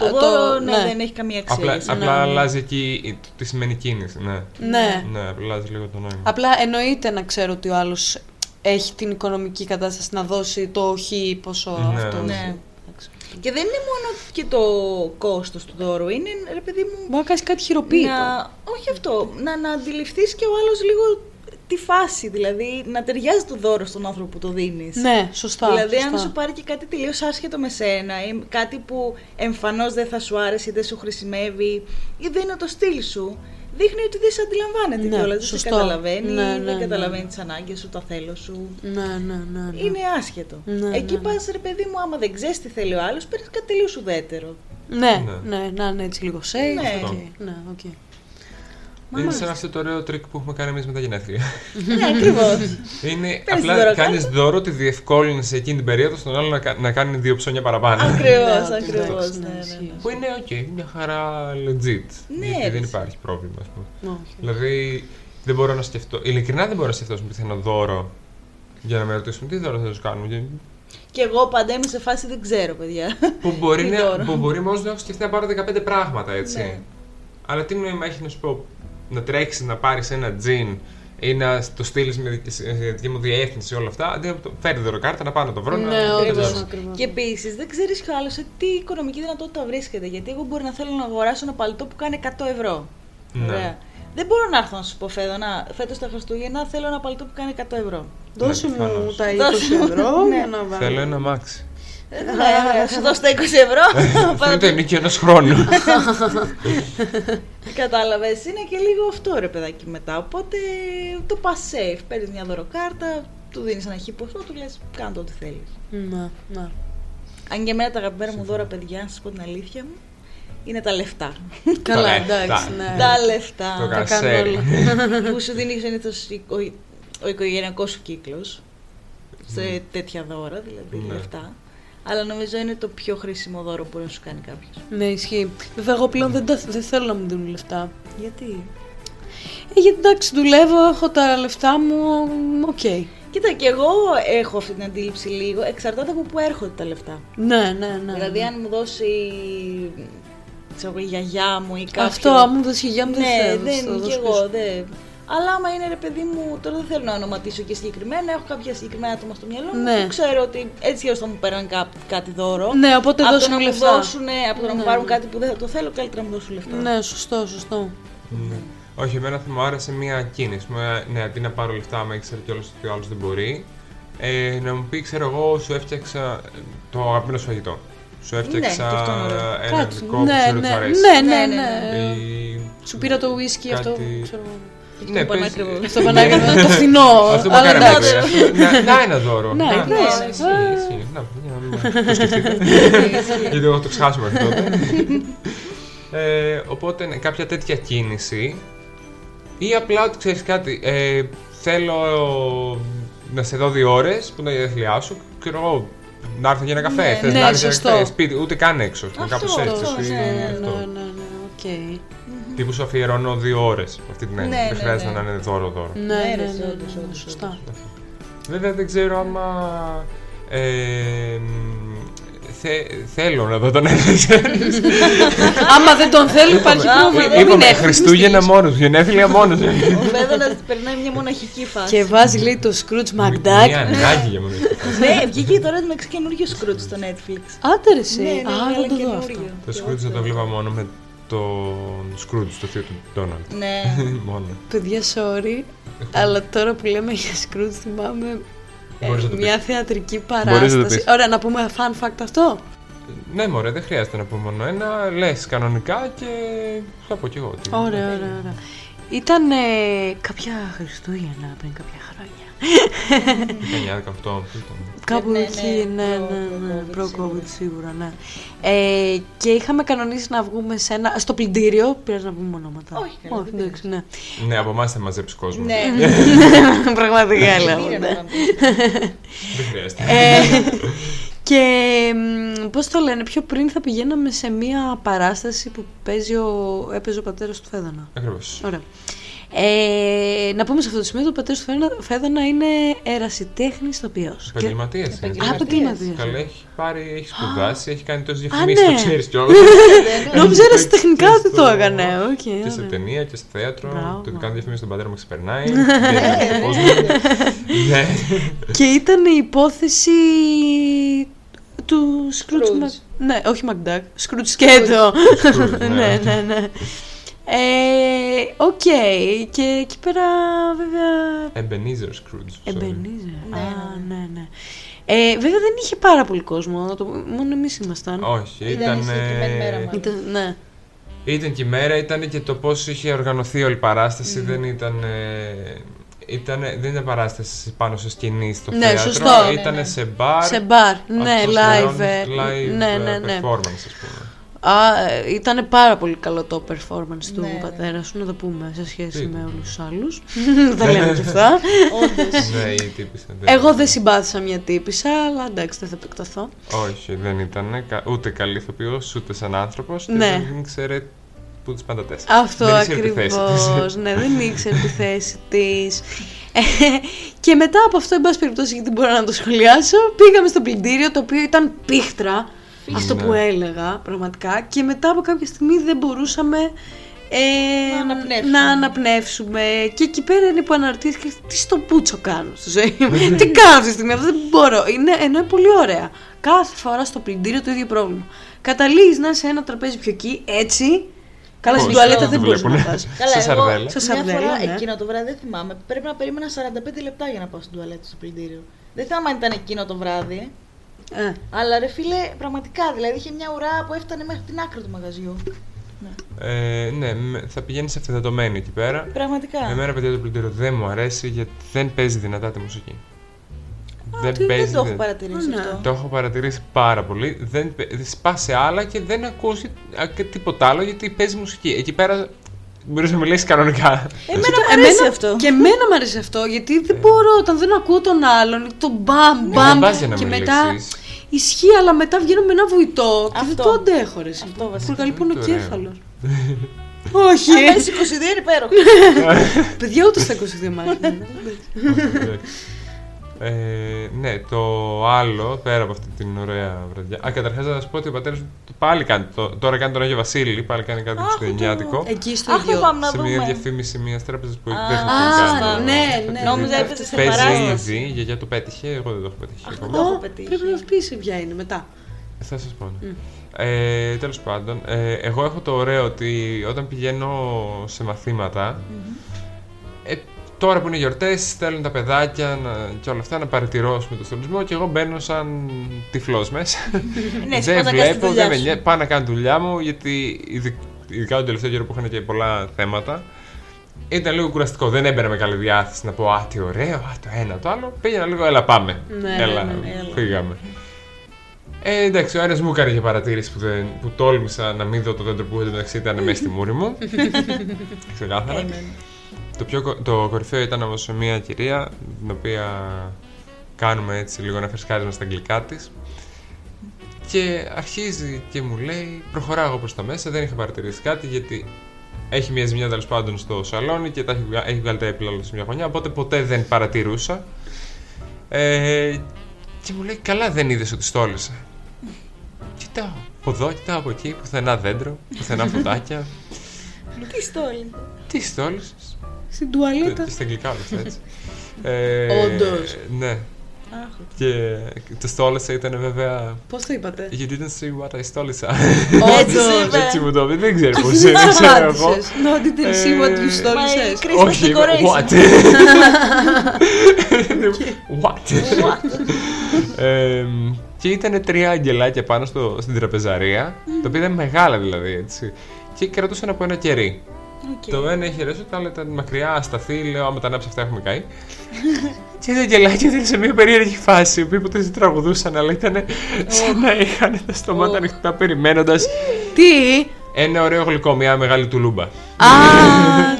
A: το
D: α, το-
A: δώρο ναι,
D: ναι.
A: δεν έχει καμία αξία.
C: Απλά,
A: έτσι.
C: απλά αλλάζει εκεί η- το- τι σημαίνει κίνηση. Ναι.
D: Ναι.
C: Ναι, απλά αλλάζει λίγο το νόημα.
D: Απλά εννοείται να ξέρω ότι ο άλλος έχει την οικονομική κατάσταση να δώσει το όχι πόσο
C: Ναι.
D: αυτό.
A: Ναι.
D: Εντάξει.
A: Και δεν είναι μόνο και το κόστος του δώρου, είναι ρε παιδί μου
D: Μπορεί να κάνεις κάτι χειροποίητο.
A: να... Όχι αυτό, να, να αντιληφθείς και ο άλλος λίγο τη φάση, δηλαδή να ταιριάζει το δώρο στον άνθρωπο που το δίνεις.
D: Ναι, σωστά.
A: Δηλαδή,
D: σωστά.
A: αν σου πάρει και κάτι τελείως άσχετο με σένα ή κάτι που εμφανώς δεν θα σου άρεσε ή δεν σου χρησιμεύει ή δεν είναι το στυλ σου, δείχνει ότι δεν σε αντιλαμβάνεται
D: Ναι,
A: κιόλας. Δεν σε
D: σωστό.
A: καταλαβαίνει,
D: Ναι, ναι,
A: δεν
D: ναι.
A: καταλαβαίνει τις ανάγκες σου, τα θέλω σου.
D: Ναι, ναι, ναι. ναι.
A: Είναι άσχετο.
D: Ναι,
A: Εκεί
D: ναι,
A: πας, ρε παιδί μου, άμα δεν ξέρεις τι θέλει ο άλλος, παίρνεις κάτι τελείως ουδέτερο.
D: Ναι,
C: Ναι.
D: ναι, να είναι έτσι λίγο safe.
A: Ναι.
D: και- ναι, οκ.
C: Είναι σαν αυτό το ωραίο τρίκ που έχουμε κάνει εμείς με τα γενέθλια.
A: ναι, ακριβώς.
C: Είναι
A: Παίρνεις δώρο
C: απλά
A: κάτω.
C: κάνεις δώρο τη διευκόλυνση εκείνη την περίοδο στον άλλο να, κα- να κάνει δύο ψώνια παραπάνω.
A: Ακριβώς,
D: Ναι,
A: ακριβώς.
D: εντάξει,
A: Ναι, ναι,
D: ναι,
A: ναι.
D: ισχύει.
C: Που είναι οκ, okay, μια χαρά legit.
A: Ναι,
C: γιατί δεν
A: έτσι.
C: υπάρχει πρόβλημα, ας πούμε.
D: Όχι.
C: Δηλαδή, δεν μπορώ να σκεφτώ. Ειλικρινά δεν μπορώ να σκεφτώ σαν πιθανό δώρο για να με ρωτήσουν τι δώρο θα τους κάνουμε. και
A: Και εγώ πάντα είμαι σε φάση δεν ξέρω, παιδιά.
C: Που μπορεί,
A: Τι
C: να,
A: δώρο.
C: που μπορεί μόνος να έχω σκεφτεί να πάρω 15 πράγματα, έτσι.
A: Ναι.
C: Αλλά τι νόημα έχει να σου πω να τρέξεις να πάρεις ένα τζιν ή να το στείλεις με δικ- σε δική μου διεύθυνση όλα αυτά. Αντί να το φέρει δωροκάρτα να πάω να το βρω.
D: Ναι,
C: να...
D: όντως,
C: τελειώσω.
D: ακριβώς.
A: Και επίσης δεν ξέρεις άλλος σε τι οικονομική δυνατότητα βρίσκεται. Γιατί εγώ μπορεί να θέλω να αγοράσω ένα παλτό που κάνει 100 ευρώ.
C: Ναι.
A: Ωραία. Δεν μπορώ να έρθω να σου πω φέτο, να φέτος τα Χριστούγεννα θέλω ένα παλτό που κάνει 100 ευρώ.
D: Δώσε
C: Ναι,
D: μου
C: προφανώς.
D: τα 20
A: Δώσε μου.
D: ευρώ
A: Ναι.
D: για να βάλω.
C: Θέλω ένα μάξι.
A: Ε, ναι, ωραία, σου δώσω τα 20 ευρώ.
C: Ε, Αυτό το ενίκιο ενός χρόνου.
A: Κατάλαβες. Είναι και λίγο αυτό ρε παιδάκι μετά. Οπότε το πας safe. Παίρνεις μια δωροκάρτα, του δίνεις ένα χι ποσό, του λες κάνε το ό,τι θέλεις.
D: Ναι, ναι.
A: Αν και εμένα τα αγαπημένα μου δώρα, παιδιά, να σας πω την αλήθεια μου, είναι τα λεφτά.
D: Καλά,
C: Ναι,
D: εντάξει,
C: τα-
D: ναι.
A: τα
C: Το
A: λεφτά
D: τα κάνω
C: κασέρι.
D: όλα.
A: που σου δίνει συνήθως ο οικογενειακός σου κύκλος σε τέτοια δώρα, δηλαδή
C: Ναι.
A: λεφτά. Αλλά νομίζω είναι το πιο χρήσιμο δώρο που μπορεί να σου κάνει κάποιος.
D: Ναι, ισχύει. Βέβαια, εγώ πλέον δεν, τα- δεν θέλω να μου δίνουν λεφτά.
A: Γιατί.
D: Ε, γιατί εντάξει, δουλεύω, έχω τα λεφτά μου, οκ.
A: Κοίτα, και εγώ έχω αυτή την αντίληψη λίγο. Εξαρτάται από πού έρχονται τα λεφτά.
D: Ναι, ναι, ναι.
A: Δηλαδή, αν μου δώσει ξέρω, η γιαγιά μου ή κάποιο.
D: Αυτό, άμα μου δώσει η γιαγιά μου, δεν
A: ναι,
D: θέλω. θα
A: δεν,
D: δώσω
A: κι
D: πίσω.
A: εγώ δεν. Αλλά άμα είναι ρε παιδί μου, τώρα δεν θέλω να ονοματίσω και συγκεκριμένα, έχω κάποια συγκεκριμένα άτομα στο μυαλό μου
D: Ναι.
A: που ξέρω ότι έτσι έως θα μου παίρνουν κά, κάτι δώρο.
D: Ναι, οπότε
A: από το
D: δώσε
A: να
D: μου
A: μου
D: λεφτά.
A: δώσουν, από το να μου
D: Ναι.
A: πάρουν κάτι που δεν θα το θέλω, καλύτερα να μου δώσουν λεφτά.
D: Ναι, σωστό, σωστό.
C: Ναι. Όχι, εμένα θα μου άρεσε μια κίνηση. Μου, ναι, αντί να πάρω λεφτά, άμα ήξερε κιόλα ότι ο άλλος δεν μπορεί, ε, να μου πει, ξέρω εγώ, σου έφτιαξα ε, το αγαπημένο σου φαγητό.
D: Ναι,
C: Σου έφτιαξα
A: και αυτό είναι ωραίο.
C: ένα
D: Κάτσε.
C: γλυκό που
D: Ναι,
C: ξέρω ότι
D: ναι,
C: σου αρέσει.
D: ναι, ναι,
A: Ναι, ναι,
D: ναι.
C: Ή-
D: Σου πήρα το whisky αυτό,
C: κάτι-
D: ξέρω εγώ.
C: Ναι,
A: Το
C: πες-
A: πανάκριβο.
D: Αυτό πανάκριβο, το φθηνό.
C: Αυτό που
D: αλλά
C: κάναμε
D: εντάξει.
C: βέβαια. Αυτό- να- Να ένα δώρο.
D: Ναι,
C: Να-
D: ναι.
C: ισχύει, ισχύει. Να, για να μην- το σκεφτείτε.
A: ναι,
C: Γιατί Ε. εγώ το ξεχάσουμε αυτό. ε, οπότε ναι, κάποια τέτοια κίνηση ή απλά ότι ξέρεις κάτι, ε, θέλω να σε δω δύο ώρες που είναι η γενέθλιά σου, ξέρω εγώ, να έρθω για ένα καφέ, θες
D: ναι,
C: να έρθεις για ένα
D: σωστό.
C: καφέ, σπίτι, ούτε καν έξω, πούμε,
A: Αυτό,
C: κάπως έτσι.
A: αυτό,
C: εσύ,
A: ναι, ναι,
C: αυτό.
D: Ναι, ναι, ναι, οκ.
C: Τύπου σου αφιερώνω δύο ώρες, αυτή την έννοια,
A: Ναι,
C: δεν
A: ναι,
C: χρειάζεται
A: ναι.
C: να είναι δώρο-δώρο.
D: Ναι,
A: ρε,
D: ναι,
A: όντως,
D: ναι,
A: όντως,
D: ναι,
A: όντως.
D: σωστά.
C: Βέβαια δεν ξέρω άμα... Ε, μ, θε- θέλω να δω τον Έλληνα.
D: Άμα δεν τον θέλει, υπάρχει
A: Άμα
D: πρόβλημα.
A: δεν-
D: Μην
C: Είπαμε
D: έρθει, μην
C: Χριστούγεννα μόνος, γενέθλια μόνος.
A: Ο Φέδωνας περνάει μια μοναχική φάση.
D: Και βάζει λέει το Σκρούτς Μακντάκ.
C: Μια ανάγκη για μόνο.
A: ναι, βγήκε τώρα με καινούριο σκρούτ στο Netflix.
D: Άντε ρε εσύ.
A: Ναι, ναι,
D: Α,
A: αλλά
D: δεν το δω
A: καινούριο.
D: αυτό.
C: Το
A: Και
C: Scrooge θα το βλέπα μόνο με τον Scrooge, το θείο του Ντόναλτ.
A: Ναι.
C: Μόνο.
D: Παιδιά, sorry, αλλά τώρα που λέμε για Σκρούτς θυμάμαι ε,
C: Μπορείς να το
D: μια
C: πεις.
D: θεατρική
C: Μπορείς να το
D: παράσταση.
C: πεις.
D: Ωραία, να πούμε fun fact αυτό.
C: Ναι, μωρέ, δεν χρειάζεται να πω μόνο ένα. Λες κανονικά και θα πω κι εγώ. ότι-
D: Ωραία, ωραία, ωραία. Ήταν ε, κάποια Χριστούγεννα πριν κάποια χρόνια.
C: 19-18.
D: Κάπου
A: ναι,
D: εκεί,
A: ναι,
D: ναι,
A: προ-
D: ναι, ναι,
A: προ-COVID
D: προ-COVID σίγουρα, ναι. Ε, και είχαμε κανονίσει να βγούμε σε ένα, στο πλυντήριο, πήρες να πούμε ονόματα.
A: Όχι, καλά, δεν
D: εντάξει, ναι.
C: Ναι, από εμάς θα μαζέψει κόσμο.
A: ναι.
D: Πραγματικά λέω.
A: Πήρε
D: ναι.
A: να πάμε.
C: Δεν χρειάζεται.
D: Ε, και μ, πώς το λένε, πιο πριν θα πηγαίναμε σε μία παράσταση που παίζει ο, έπαιζε ο πατέρας του Φέδωνα.
C: Ακριβώς.
D: Ωραία. Ε, να πούμε σε αυτό το σημείο ότι ο πατέρας του Φέδωνα, Φέδωνα είναι ερασιτέχνης τοπιός. Και-
C: Επαγγελματίας είναι.
D: Α, επαγγελματίας.
C: Καλά, έχει πάρει, έχει σπουδάσει, έχει κάνει τόσες
D: Α,
C: διαφημίσεις,
D: ναι.
C: το ξέρεις κιόλας.
D: Νόμιζα ερασιτεχνικά
C: Και
D: ότι το
C: στο-
D: έκανε. Οκ,
C: Και σε
D: ωραία.
C: ταινία και στο θέατρο.
D: Μπράβο.
C: Το ότι κάνω διαφημίσεις στον πατέρα μου ξεπερνάει. Ναι, Δεν είναι το φως μου. Ναι.
D: Και ήταν η υπόθεση του Σκρούτς
A: Scrooge.
D: Μακ... Ναι, όχι Μακντάκ, Σκρούτς Σκέτο.
C: Scrooge, ναι.
D: ναι, ναι, ναι. Ε, Οκ, και εκεί πέρα βέβαια...
C: Ebenezer Scrooge. sorry.
D: Εμπενίζε. Α, ναι, ναι. Ε, βέβαια δεν είχε πάρα πολύ κόσμο, το- μόνο εμείς ήμασταν.
C: Όχι,
A: Ήταν
C: ήταν.
A: η συγκεκριμένη μέρα, μάλλον.
D: Ήταν, ναι.
C: Ήταν και η μέρα, ήταν και το πώς είχε οργανωθεί όλη η παράσταση. Δεν ήταν. Ήταν, δεν ήταν παράσταση πάνω σε σκηνή στο
D: Ναι,
C: θέατρο,
D: σωστό.
C: ήταν σε μπαρ.
D: Σε μπαρ,
C: Αυτό
D: ναι,
C: σε
D: live.
C: live
D: ε, ναι, ναι, ναι.
C: performance, ας πούμε.
D: ήταν πάρα πολύ καλό το performance του
A: Ναι,
D: πατέρα σου, να το πούμε, σε σχέση
C: Τι?
D: με όλους τους άλλους. δεν λέμε και αυτά.
A: Όντως.
C: Ναι, η τύπησα.
D: Εγώ δεν συμπάθησα μια τύπησα, αλλά εντάξει, δεν θα επεκταθώ.
C: Όχι, δεν ήταν ούτε καλή ηθοποιός, ούτε σαν άνθρωπος.
D: Ναι.
C: Δεν ξέρε που τις πάντα τέσσερα.
D: Αυτό
C: Δεν ήξερε τη θέση
D: ακριβώς.
C: της.
D: ναι, δεν ήξερε τη θέση της. και μετά από αυτό, εν πάση περιπτώσει, γιατί μπορώ να το σχολιάσω, πήγαμε στο πλυντήριο το οποίο ήταν πίχτρα. Αυτό που
C: Ναι.
D: έλεγα πραγματικά. Και μετά από κάποια στιγμή δεν μπορούσαμε ε,
A: Να αναπνεύσουμε.
D: να αναπνεύσουμε. Και εκεί πέρα είναι που αναρωτήθηκα τι στο πούτσο κάνω στη ζωή
C: Ναι.
D: μου. τι κάνω αυτή τη στιγμή, αυτό δεν μπορώ. Είναι, ενώ είναι πολύ ωραία. Κάθε φορά στο πλυντήριο το ίδιο πρόβλημα. Καταλήγεις να είσαι ένα τραπέζι πιο εκεί, έτσι. Καλά, στην
A: Όχι,
D: τουαλέτα
A: δεν
D: δεν
A: το
D: μπορείς να
C: βλέπουνε.
D: πας.
C: Σε
A: Καλά, εγώ
C: σαρδέλα.
D: Σε
A: μια
D: σαρδέλα,
A: φορά
D: ναι.
A: εκείνο το βράδυ δεν θυμάμαι. Πρέπει να περίμενα 45 λεπτά για να πάω στην τουαλέτα στο πλυντήριο. Δεν θυμάμαι αν ήταν εκείνο το βράδυ.
D: Ε,
A: Αλλά ρε φίλε, πραγματικά δηλαδή είχε μια ουρά που έφτανε μέχρι την άκρη του μαγαζιού.
C: Ε, ναι, με- θα πηγαίνει αυθεντατωμένη εκεί πέρα.
A: Πραγματικά.
C: Εμένα, παιδιά, το πλυντήριο δεν μου αρέσει γιατί δεν παίζει δυνατά τη μουσική.
A: δεν, δεν το έχω
C: δυνα-
A: παρατηρήσει
D: Ναι.
A: αυτό.
C: Το έχω παρατηρήσει πάρα πολύ. Δεν, πε- σπά σε άλλα και δεν ακούσει α, και τίποτα άλλο γιατί παίζει μουσική. Εκεί πέρα μπορείς να μιλήσεις κανονικά.
A: Εμένα μου αρέσει αυτό.
D: Και εμένα μου αρέσει αυτό, γιατί δεν μπορώ όταν δεν ακούω τον άλλον, το μπαμ
C: Ε. Ναι,
D: μπαμ.
C: δεν βάζει να
D: και μετά
C: μιλήσεις.
D: ισχύει, αλλά μετά βγαίνω με ένα βουητό και δεν
A: Αυτό.
D: το αντέχω. Ρε, εσύ.
A: Αυτό βασικά.
D: Προκαλεί
C: Είναι
D: πονοκέφαλο. Όχι.
A: Αν παίζει 22 είναι υπέροχο.
D: Παιδιά, ούτε στα 22 μάτια.
C: ε, ναι, το άλλο, πέρα από αυτή την ωραία βραδιά. Α, καταρχάς να σας πω ότι ο πατέρας μου πάλι κάνει. το- τώρα κάνει τον Άγιο Βασίλη, πάλι κάνει κάτι
A: Αχ,
C: χριστουγεννιάτικο.
D: Εκεί στο
A: Αχ,
D: ίδιο.
A: το πάμε να
C: Σε μια
A: δούμε.
C: διαφήμιση μιας τράπεζας που δεν
A: Α,
C: έχει
D: α,
C: κάνει.
D: ναι,
C: Θα
D: ναι.
C: τη
A: Νόμιζα
C: δείτε.
A: έπαιζε σε
C: Παίζει
A: παράσταση.
C: ήδη, η γιαγιά το πέτυχε, εγώ δεν το έχω πετύχει. ακόμα.
A: Το έχω
D: Ω,
A: πετύχει.
D: Πρέπει να μας πεις ποια είναι μετά.
C: Θα σας πω. ναι. Ε, τέλος πάντων, ε, εγώ έχω το ωραίο ότι όταν πηγαίνω σε μαθηματα ε, τώρα που είναι γιορτές, θέλουν τα παιδάκια να, και όλα αυτά να παρατηρώσουμε το στολισμό και εγώ μπαίνω σαν τυφλός μέσα.
A: Ναι, εσύ
C: δεν
A: πας να κάνεις τη
C: βλέπω,
A: δουλειά
C: δεν με
A: σου.
C: νοιάζει, πάω να κάνω τη δουλειά μου γιατί ειδικ- ειδικά τον τελευταίο καιρό που είχαν και πολλά θέματα ήταν λίγο κουραστικό. Δεν έμπαινα με καλή διάθεση να πω Α, τι ωραίο, α, το ένα, το άλλο. Πήγαινα λίγο, έλα, πάμε.
D: Ναι,
C: έλα,
D: ναι, ναι,
C: φύγαμε. Ε, εντάξει, ο ένας μου έκανε και παρατήρηση που, δεν, που τόλμησα να μην δω το δέντρο που εντάξει ήταν μέσα στη μούρη μου. Ξεκάθαρα. Το, πιο, κο- το κορυφαίο ήταν όμως μια κυρία, την οποία κάνουμε έτσι λίγο ένα φρεσκάρισμα στα αγγλικά της. Και αρχίζει και μου λέει: Προχωράω εγώ προς τα μέσα, δεν είχα παρατηρήσει κάτι γιατί έχει μια ζημιά τέλος πάντων στο σαλόνι και τα έχει, βγα- έχει βγάλει τα έπιπλα όλα σε μια γωνιά. Οπότε ποτέ δεν παρατηρούσα. Ε, και μου λέει: Καλά δεν είδες ότι στόλισα. Κοιτάω από εδώ, κοιτάω από εκεί, πουθενά δέντρο, πουθενά φωτάκια.
A: Τι στόλι.
C: Τι στόλισες
D: Στην
C: και-
D: τουαλέτα.
C: Και στα αγγλικά όλα αυτά, έτσι. ε,
D: Όντως.
C: Ναι.
A: Άχ,
C: Και το στόλισα ήταν βέβαια.
D: Πώς το είπατε.
C: You didn't see what I στόλισα.
A: Έτσι σου είπε.
C: Έτσι μου το είπε. Δεν ξέρω πώς
D: Δεν
C: είναι, ξέρω εγώ.
D: απάντησες. No, didn't see what you
C: Ε,
A: Μα η
D: stole.
A: Christmas
C: Όχι, εγώ,
A: decoration.
C: what. What. Ε, Και ήταν τρία αγγελάκια πάνω στο, στην τραπεζαρία, τα οποία ήταν μεγάλα δηλαδή έτσι. Και κρατούσαν από ένα κερί.
A: Οκ.
C: Το ένα είχε ρέσο, το άλλο ήταν μακριά, ασταθή. Λέω, άμα τα ανάψει αυτά έχουμε καεί. και τα γελάκια ήταν σε μια περίεργη φάση, οι οποίοι ποτέ δεν τραγουδούσαν, αλλά ήταν σαν να είχαν τα στομάτα ανοιχτά, περιμένοντας
D: Τι.
C: ένα ωραίο γλυκό, μια μεγάλη τουλούμπα.
D: Α,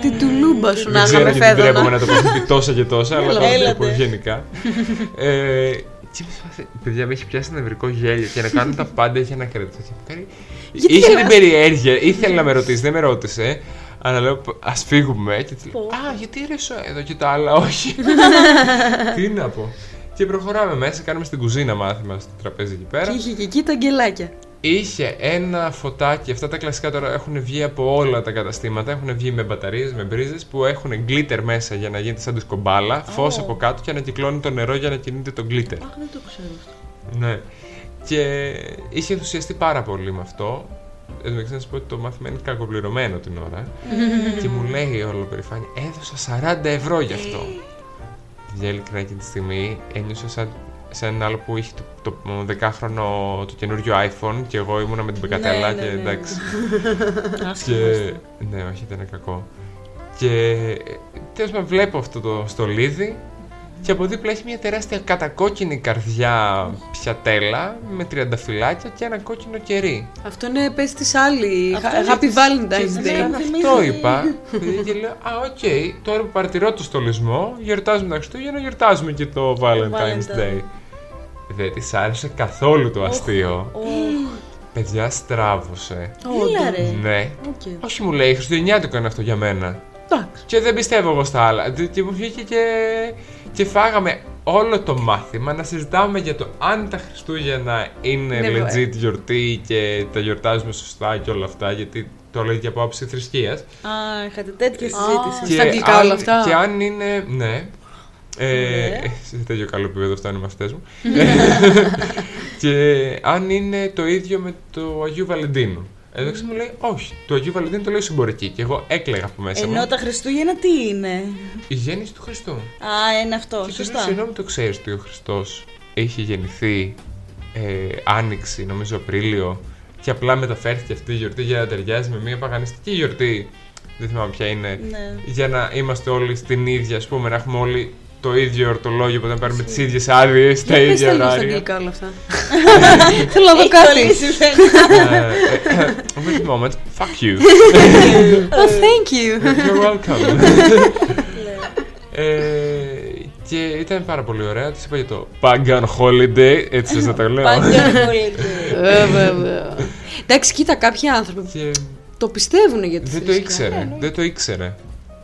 D: την τουλούμπα σου να
C: Δεν ξέρω
D: είχαμε
C: γιατί τρέπομαι
D: φέδωνα.
C: να το πω πει τόσα και τόσα, αλλά
A: Έλατε.
C: το πω γενικά. Ε, και με σπάσε- παιδιά, με έχει πιάσει ένα νευρικό γέλιο και να κάνω τα πάντα για να κρατήσω. Και μου κάνει- Είχε την περιέργεια, ήθελε να με ρωτήσει, δεν με ρώτησε. Αλλά λέω, ας φύγουμε. Και τη λέω, Α, γιατί ρέσω εδώ και τα άλλα, όχι. Τι να πω. Και προχωράμε μέσα, κάνουμε στην κουζίνα μάθημα στο τραπέζι εκεί πέρα.
D: Και είχε και εκεί τα αγγελάκια.
C: Είχε ένα φωτάκι, αυτά τα κλασικά τώρα έχουν βγει από όλα τα καταστήματα, έχουν βγει με μπαταρίες, με μπρίζες που έχουν γκλίτερ μέσα για να γίνεται σαν της σκομπάλα, φως από κάτω και ανακυκλώνει το νερό για να κινείται το γκλίτερ.
A: Αχ, δεν το ξέρω αυτό.
C: Ναι. Και είχε ενθουσιαστεί πάρα πολύ με αυτό. Εν τω μεταξύ να σα πω ότι το μάθημα είναι κακοπληρωμένο την ώρα. και μου λέει όλο περηφάνεια, έδωσα 40 ευρώ γι' αυτό.
A: Ε.
C: Παιδιά, ειλικρινά εκείνη τη στιγμή ένιωσα σαν, σαν ένα άλλο που είχε το, το 10χρονο το καινούριο iPhone και εγώ ήμουνα με την πεκατέλα
A: ναι,
C: και
A: ναι, ναι.
C: εντάξει. και... Ναι, όχι, ήταν κακό. Και τέλος πάντων βλέπω αυτό το στολίδι και από δίπλα έχει μια τεράστια κατακόκκινη καρδιά πιατέλα με τριανταφυλάκια και ένα κόκκινο κερί.
D: Αυτό είναι πες της άλλη.
A: Αυτό
D: Χα-
A: είναι
D: Happy
A: της-
D: Valentine's
A: της-
D: Day.
A: μου
C: Αυτό
A: θυμίζει-
C: είπα. και λέω, Α, οκ, τώρα που παρατηρώ το στολισμό, γιορτάζουμε τα Χριστούγεννα, γιορτάζουμε και το Valentine's Day.
A: Valentine.
C: Δεν της άρεσε καθόλου το αστείο.
A: Ωχ,
C: Παιδιά, στράβωσε.
A: Έλα ρε.
C: Ναι.
D: Οκ.
C: Όχι, μου λέει, Χριστουγεννιάτικο είναι αυτό για μένα.
D: Εντάξει.
C: Και δεν πιστεύω εγώ στα άλλα. Δι- Και μου βγήκε και, και φάγαμε όλο το μάθημα να συζητάμε για το αν τα Χριστούγεννα είναι
D: Ναι, βέβαια.
C: legit γιορτή και τα γιορτάζουμε σωστά και όλα αυτά, γιατί το λέει και από άποψη θρησκείας.
A: Α, είχατε τέτοια συζήτηση.
D: Στα αγγλικά
C: αν,
D: όλα αυτά.
C: Και αν είναι. Ναι. Ε,
A: Ναι.
C: Σε τέτοιο καλό επίπεδο φτάνουν οι μαθητές μου. και αν είναι το ίδιο με το Αγίου Βαλεντίνου. Εδώ ξέρεις μου λέει, όχι, το Αγίου Βαλεντίνου το λέει συμπορική. Και εγώ έκλαιγα από μέσα
A: Ενώ
C: μου.
A: τα Χριστούγεννα τι είναι.
C: Η γέννηση του Χριστού.
A: Α, είναι αυτό.
C: Και του λέω,
A: Σωστά.
C: Συγγνώμη, το ξέρεις ότι ο Χριστός έχει γεννηθεί ε, Άνοιξη, νομίζω Απρίλιο, και απλά μεταφέρθηκε αυτή η γιορτή για να ταιριάζει με μια παγανιστική γιορτή. Δεν θυμάμαι ποια είναι.
A: Ναι.
C: Για να είμαστε όλοι στην ίδια, ας πούμε, να έχουμε όλοι το ίδιο ορτολόγιο που να πάρουμε τι ίδιες άδειες, τα
D: Για πες τα
C: ίδια
D: λίγο στα
C: ωράρια.
D: αγγλικά όλα αυτά. Θέλω να δω
A: Έχει
D: κάτι.
A: κολλήσει, βέβαια.
C: Ε, ε, Wait a moment. Fuck you.
D: Oh, thank you.
C: You're welcome. Ε, και ήταν πάρα πολύ ωραία. Της είπα για το Pagan Holiday, έτσι σας να το λέω.
A: Πάντα κολλείται.
D: Ε, βέβαια. Εντάξει, κοίτα, κάποιοι άνθρωποι
C: Και
D: το πιστεύουν για τη
C: δεν το
D: θρησκεία.
C: ήξερε. Δεν το ήξερε.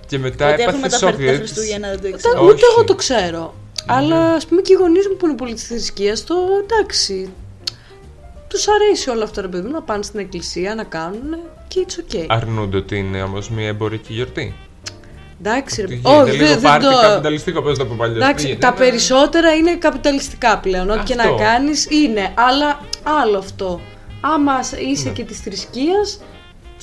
C: Και μετά
A: Ότι έχουν
C: έπαθε σοκ.
A: μεταφέρει τα
C: διότι-
A: Χριστούγεννα, δεν το
D: Τα-
A: ήξερα.
C: Όχι. Ναι.
D: Ούτε εγώ το ξέρω. Αλλά ας πούμε και οι γονείς μου που είναι πολύ τη θρησκεία, το εντάξει. Τους αρέσει όλο αυτό ρε παιδί μου να πάνε στην εκκλησία να κάνουν και it's okay.
C: Αρνούνται ότι είναι όμως μια εμπορική γιορτή.
D: Εντάξει, ρε παιδί
C: Γίνεται
D: Όχι,
C: λίγο
D: δεν δεν
C: πάρτι
D: το.
C: καπιταλιστικό, πώς να το πω παλιό.
D: Εντάξει, τα περισσότερα είναι καπιταλιστικά πλέον. Ό,τι και να
C: Αυτό.
D: κάνεις είναι. Αλλά άλλο αυτό. Άμα σ- είσαι και της θρησκείας.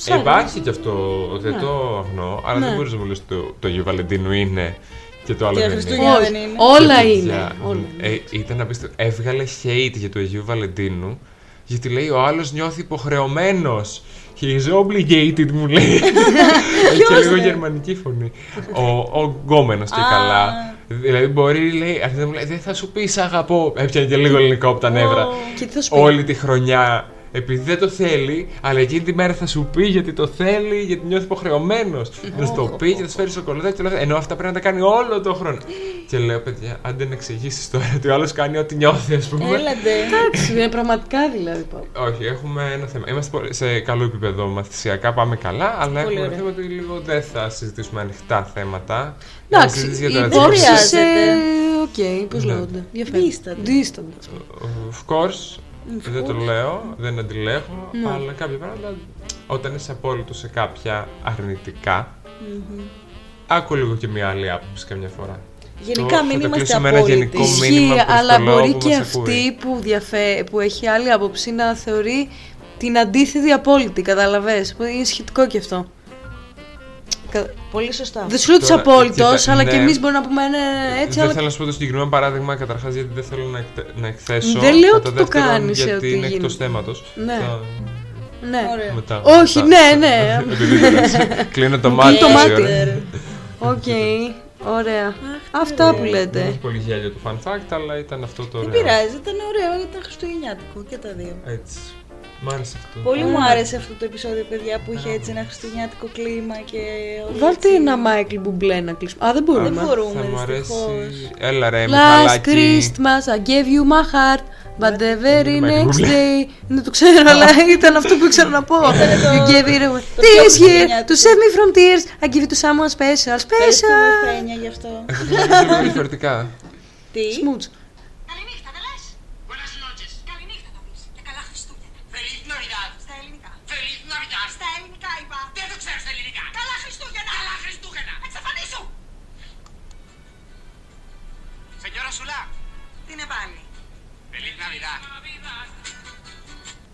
C: Ναι. Ε, Υπάρχει και αυτό, δεν το αγνώ, αλλά δεν μπορείς να μου λες το, το Αγίου Βαλεντίνου είναι και το άλλο
A: Και
C: δεν
A: Χριστούγεννα.
C: είναι.
A: δεν είναι.
D: όλα
C: Και
D: είναι.
C: παιδιά,
D: Όλα.
C: Ε, ήταν απίστευτο. Έβγαλε hate για το Αγίου Βαλεντίνου, γιατί λέει ο άλλος νιώθει υποχρεωμένος. He is obligated, μου λέει. Έχει λίγο γερμανική φωνή. ο ο γκόμενος και
A: Α.
C: καλά. Δηλαδή μπορεί, λέει, αρχίζει να μου λέει, δεν θα σου πεις σ' αγαπώ. Έπιανε και λίγο ελληνικό από τα νεύρα.
D: Και τι θα σου πει.
C: Όλη τη χρονιά. Επειδή δεν το θέλει, αλλά εκείνη τη μέρα θα σου πει γιατί το θέλει, γιατί νιώθει υποχρεωμένος. Θα σου το πει και θα σου φέρει σοκολάτα και όλα αυτά. Ενώ αυτά πρέπει να τα κάνει όλο το χρόνο. Και λέω, παιδιά, αν δεν εξηγήσεις τώρα ότι ο άλλος κάνει ό,τι νιώθει, ας πούμε.
A: Έλατε.
D: Εντάξει, είναι πραγματικά δηλαδή. πάω.
C: Όχι, έχουμε ένα θέμα. Είμαστε πολύ- σε καλό επίπεδο μαθησιακά, πάμε καλά, αλλά έχουμε ένα
A: ωραία.
C: θέμα ότι λίγο δεν θα συζητήσουμε ανοιχτά θέματα. Να
D: Εντάξει,
C: συζητήσεις
D: οι
C: για το
A: υπόψεις-
C: ρατσισμό.
D: υπόψεις, ε,
A: χρειάζεται.
D: Οκ, πώς
C: Ναι.
D: λέγονται. Διαφέρει.
A: Δίσταντα.
D: Δίσταντα.
C: Of course, δεν το λέω, δεν αντιλέχω,
D: Ναι.
C: αλλά κάποια πράγματα όταν είσαι απόλυτο σε κάποια αρνητικά, άκου λίγο και μια άλλη άποψη καμιά φορά.
A: Γενικά
C: Το-
A: μην
C: θα το
A: είμαστε
C: κλείσουμε ένα
A: απόλυτοι.
C: γενικό
A: Ισχύει,
C: μήνυμα προς το
D: αλλά
C: λαό
D: μπορεί
C: που
D: και
C: μας
D: αυτή
C: ακούει.
D: που, διαφε... που έχει άλλη άποψη να θεωρεί την αντίθετη απόλυτη, καταλαβες. Που Είναι σχετικό και αυτό. Κα-
A: Πολύ σωστά.
D: Δεν σου λέω τους
C: Τώρα,
D: απόλυτος,
C: κοίτα,
D: αλλά
C: ναι.
D: και εμείς μπορούμε να πούμε ναι, έτσι,
C: δεν
D: αλλά
C: θέλω να σου πω το συγκεκριμένο παράδειγμα καταρχάς γιατί δεν θέλω να, εκτε- να εκθέσω.
D: Δεν λέω
C: Κατά
D: ότι το
C: δεύτερον,
D: κάνεις, ε,
C: Γιατί
D: ότι
C: είναι
D: γίνεται.
C: εκτό θέματος.
D: Ναι. ναι.
A: Ωραία.
C: Μετά,
D: Όχι,
C: μετά.
D: ναι, ναι.
C: Επειδή δεν αρέσει. Κλείνω το μάτι.
D: κλείνει το
C: όση
D: μάτι.
C: ώρα.
A: Ε,
D: Οκ, ωραία. Αυτά
A: ναι.
D: που
C: Έχει
D: λέτε.
C: πολύ γέλιο το fun fact, αλλά ήταν αυτό το
A: Δεν
C: ωραίο.
A: πειράζει, ήταν ωραίο γιατί ήταν Χριστουγεννιάτικο και τα δύο.
C: Έτσι. Μ' άρεσε αυτό.
A: Πολύ μου άρεσε αυτό το επεισόδιο, παιδιά, που είχε έτσι ένα χριστουγεννιάτικο κλίμα και. όλα
D: Βάλτε
A: έτσι.
D: ένα Μάικλ Μπουμπλέ να κλείσουμε. Α,
A: Δεν
D: δεν μπορούμε.
A: μπορούμε.
C: Θα μου αρέσει.
A: δυστυχώς.
C: Έλα ρε, Ε,
D: Last
C: Μιχαλάκη.
D: Christmas I gave you my heart But the very
C: είναι το
D: next
C: Μαρκούλη.
D: day Ναι το ξέρω αλλά ήταν αυτό που ήξερα να πω You gave it away
A: πιο
D: This year
A: χριστουγεννιάτικο.
D: To save me from tears I give it to someone special
A: Ευχαριστούμε,
D: Special
A: Φένια, γι' αυτό.
C: Ε, Λίγο Ναι, διαφορετικά.
A: Τι.
D: Σμούτς
F: Καληνύχτα, δεν λες. Buenas noches. Καληνύχτα θα πεις. Και καλά Χριστούγεννα. Feliz Navidad. Στα ελληνικά. Feliz Navidad. Στα ελληνικά είπα. Δεν το ξέρω στα ελληνικά. Καλά Χριστούγεννα. Καλά Χριστούγεννα. Εξαφανίσου. Señora Σουλά. Τι είναι πάλι. Feliz Navidad.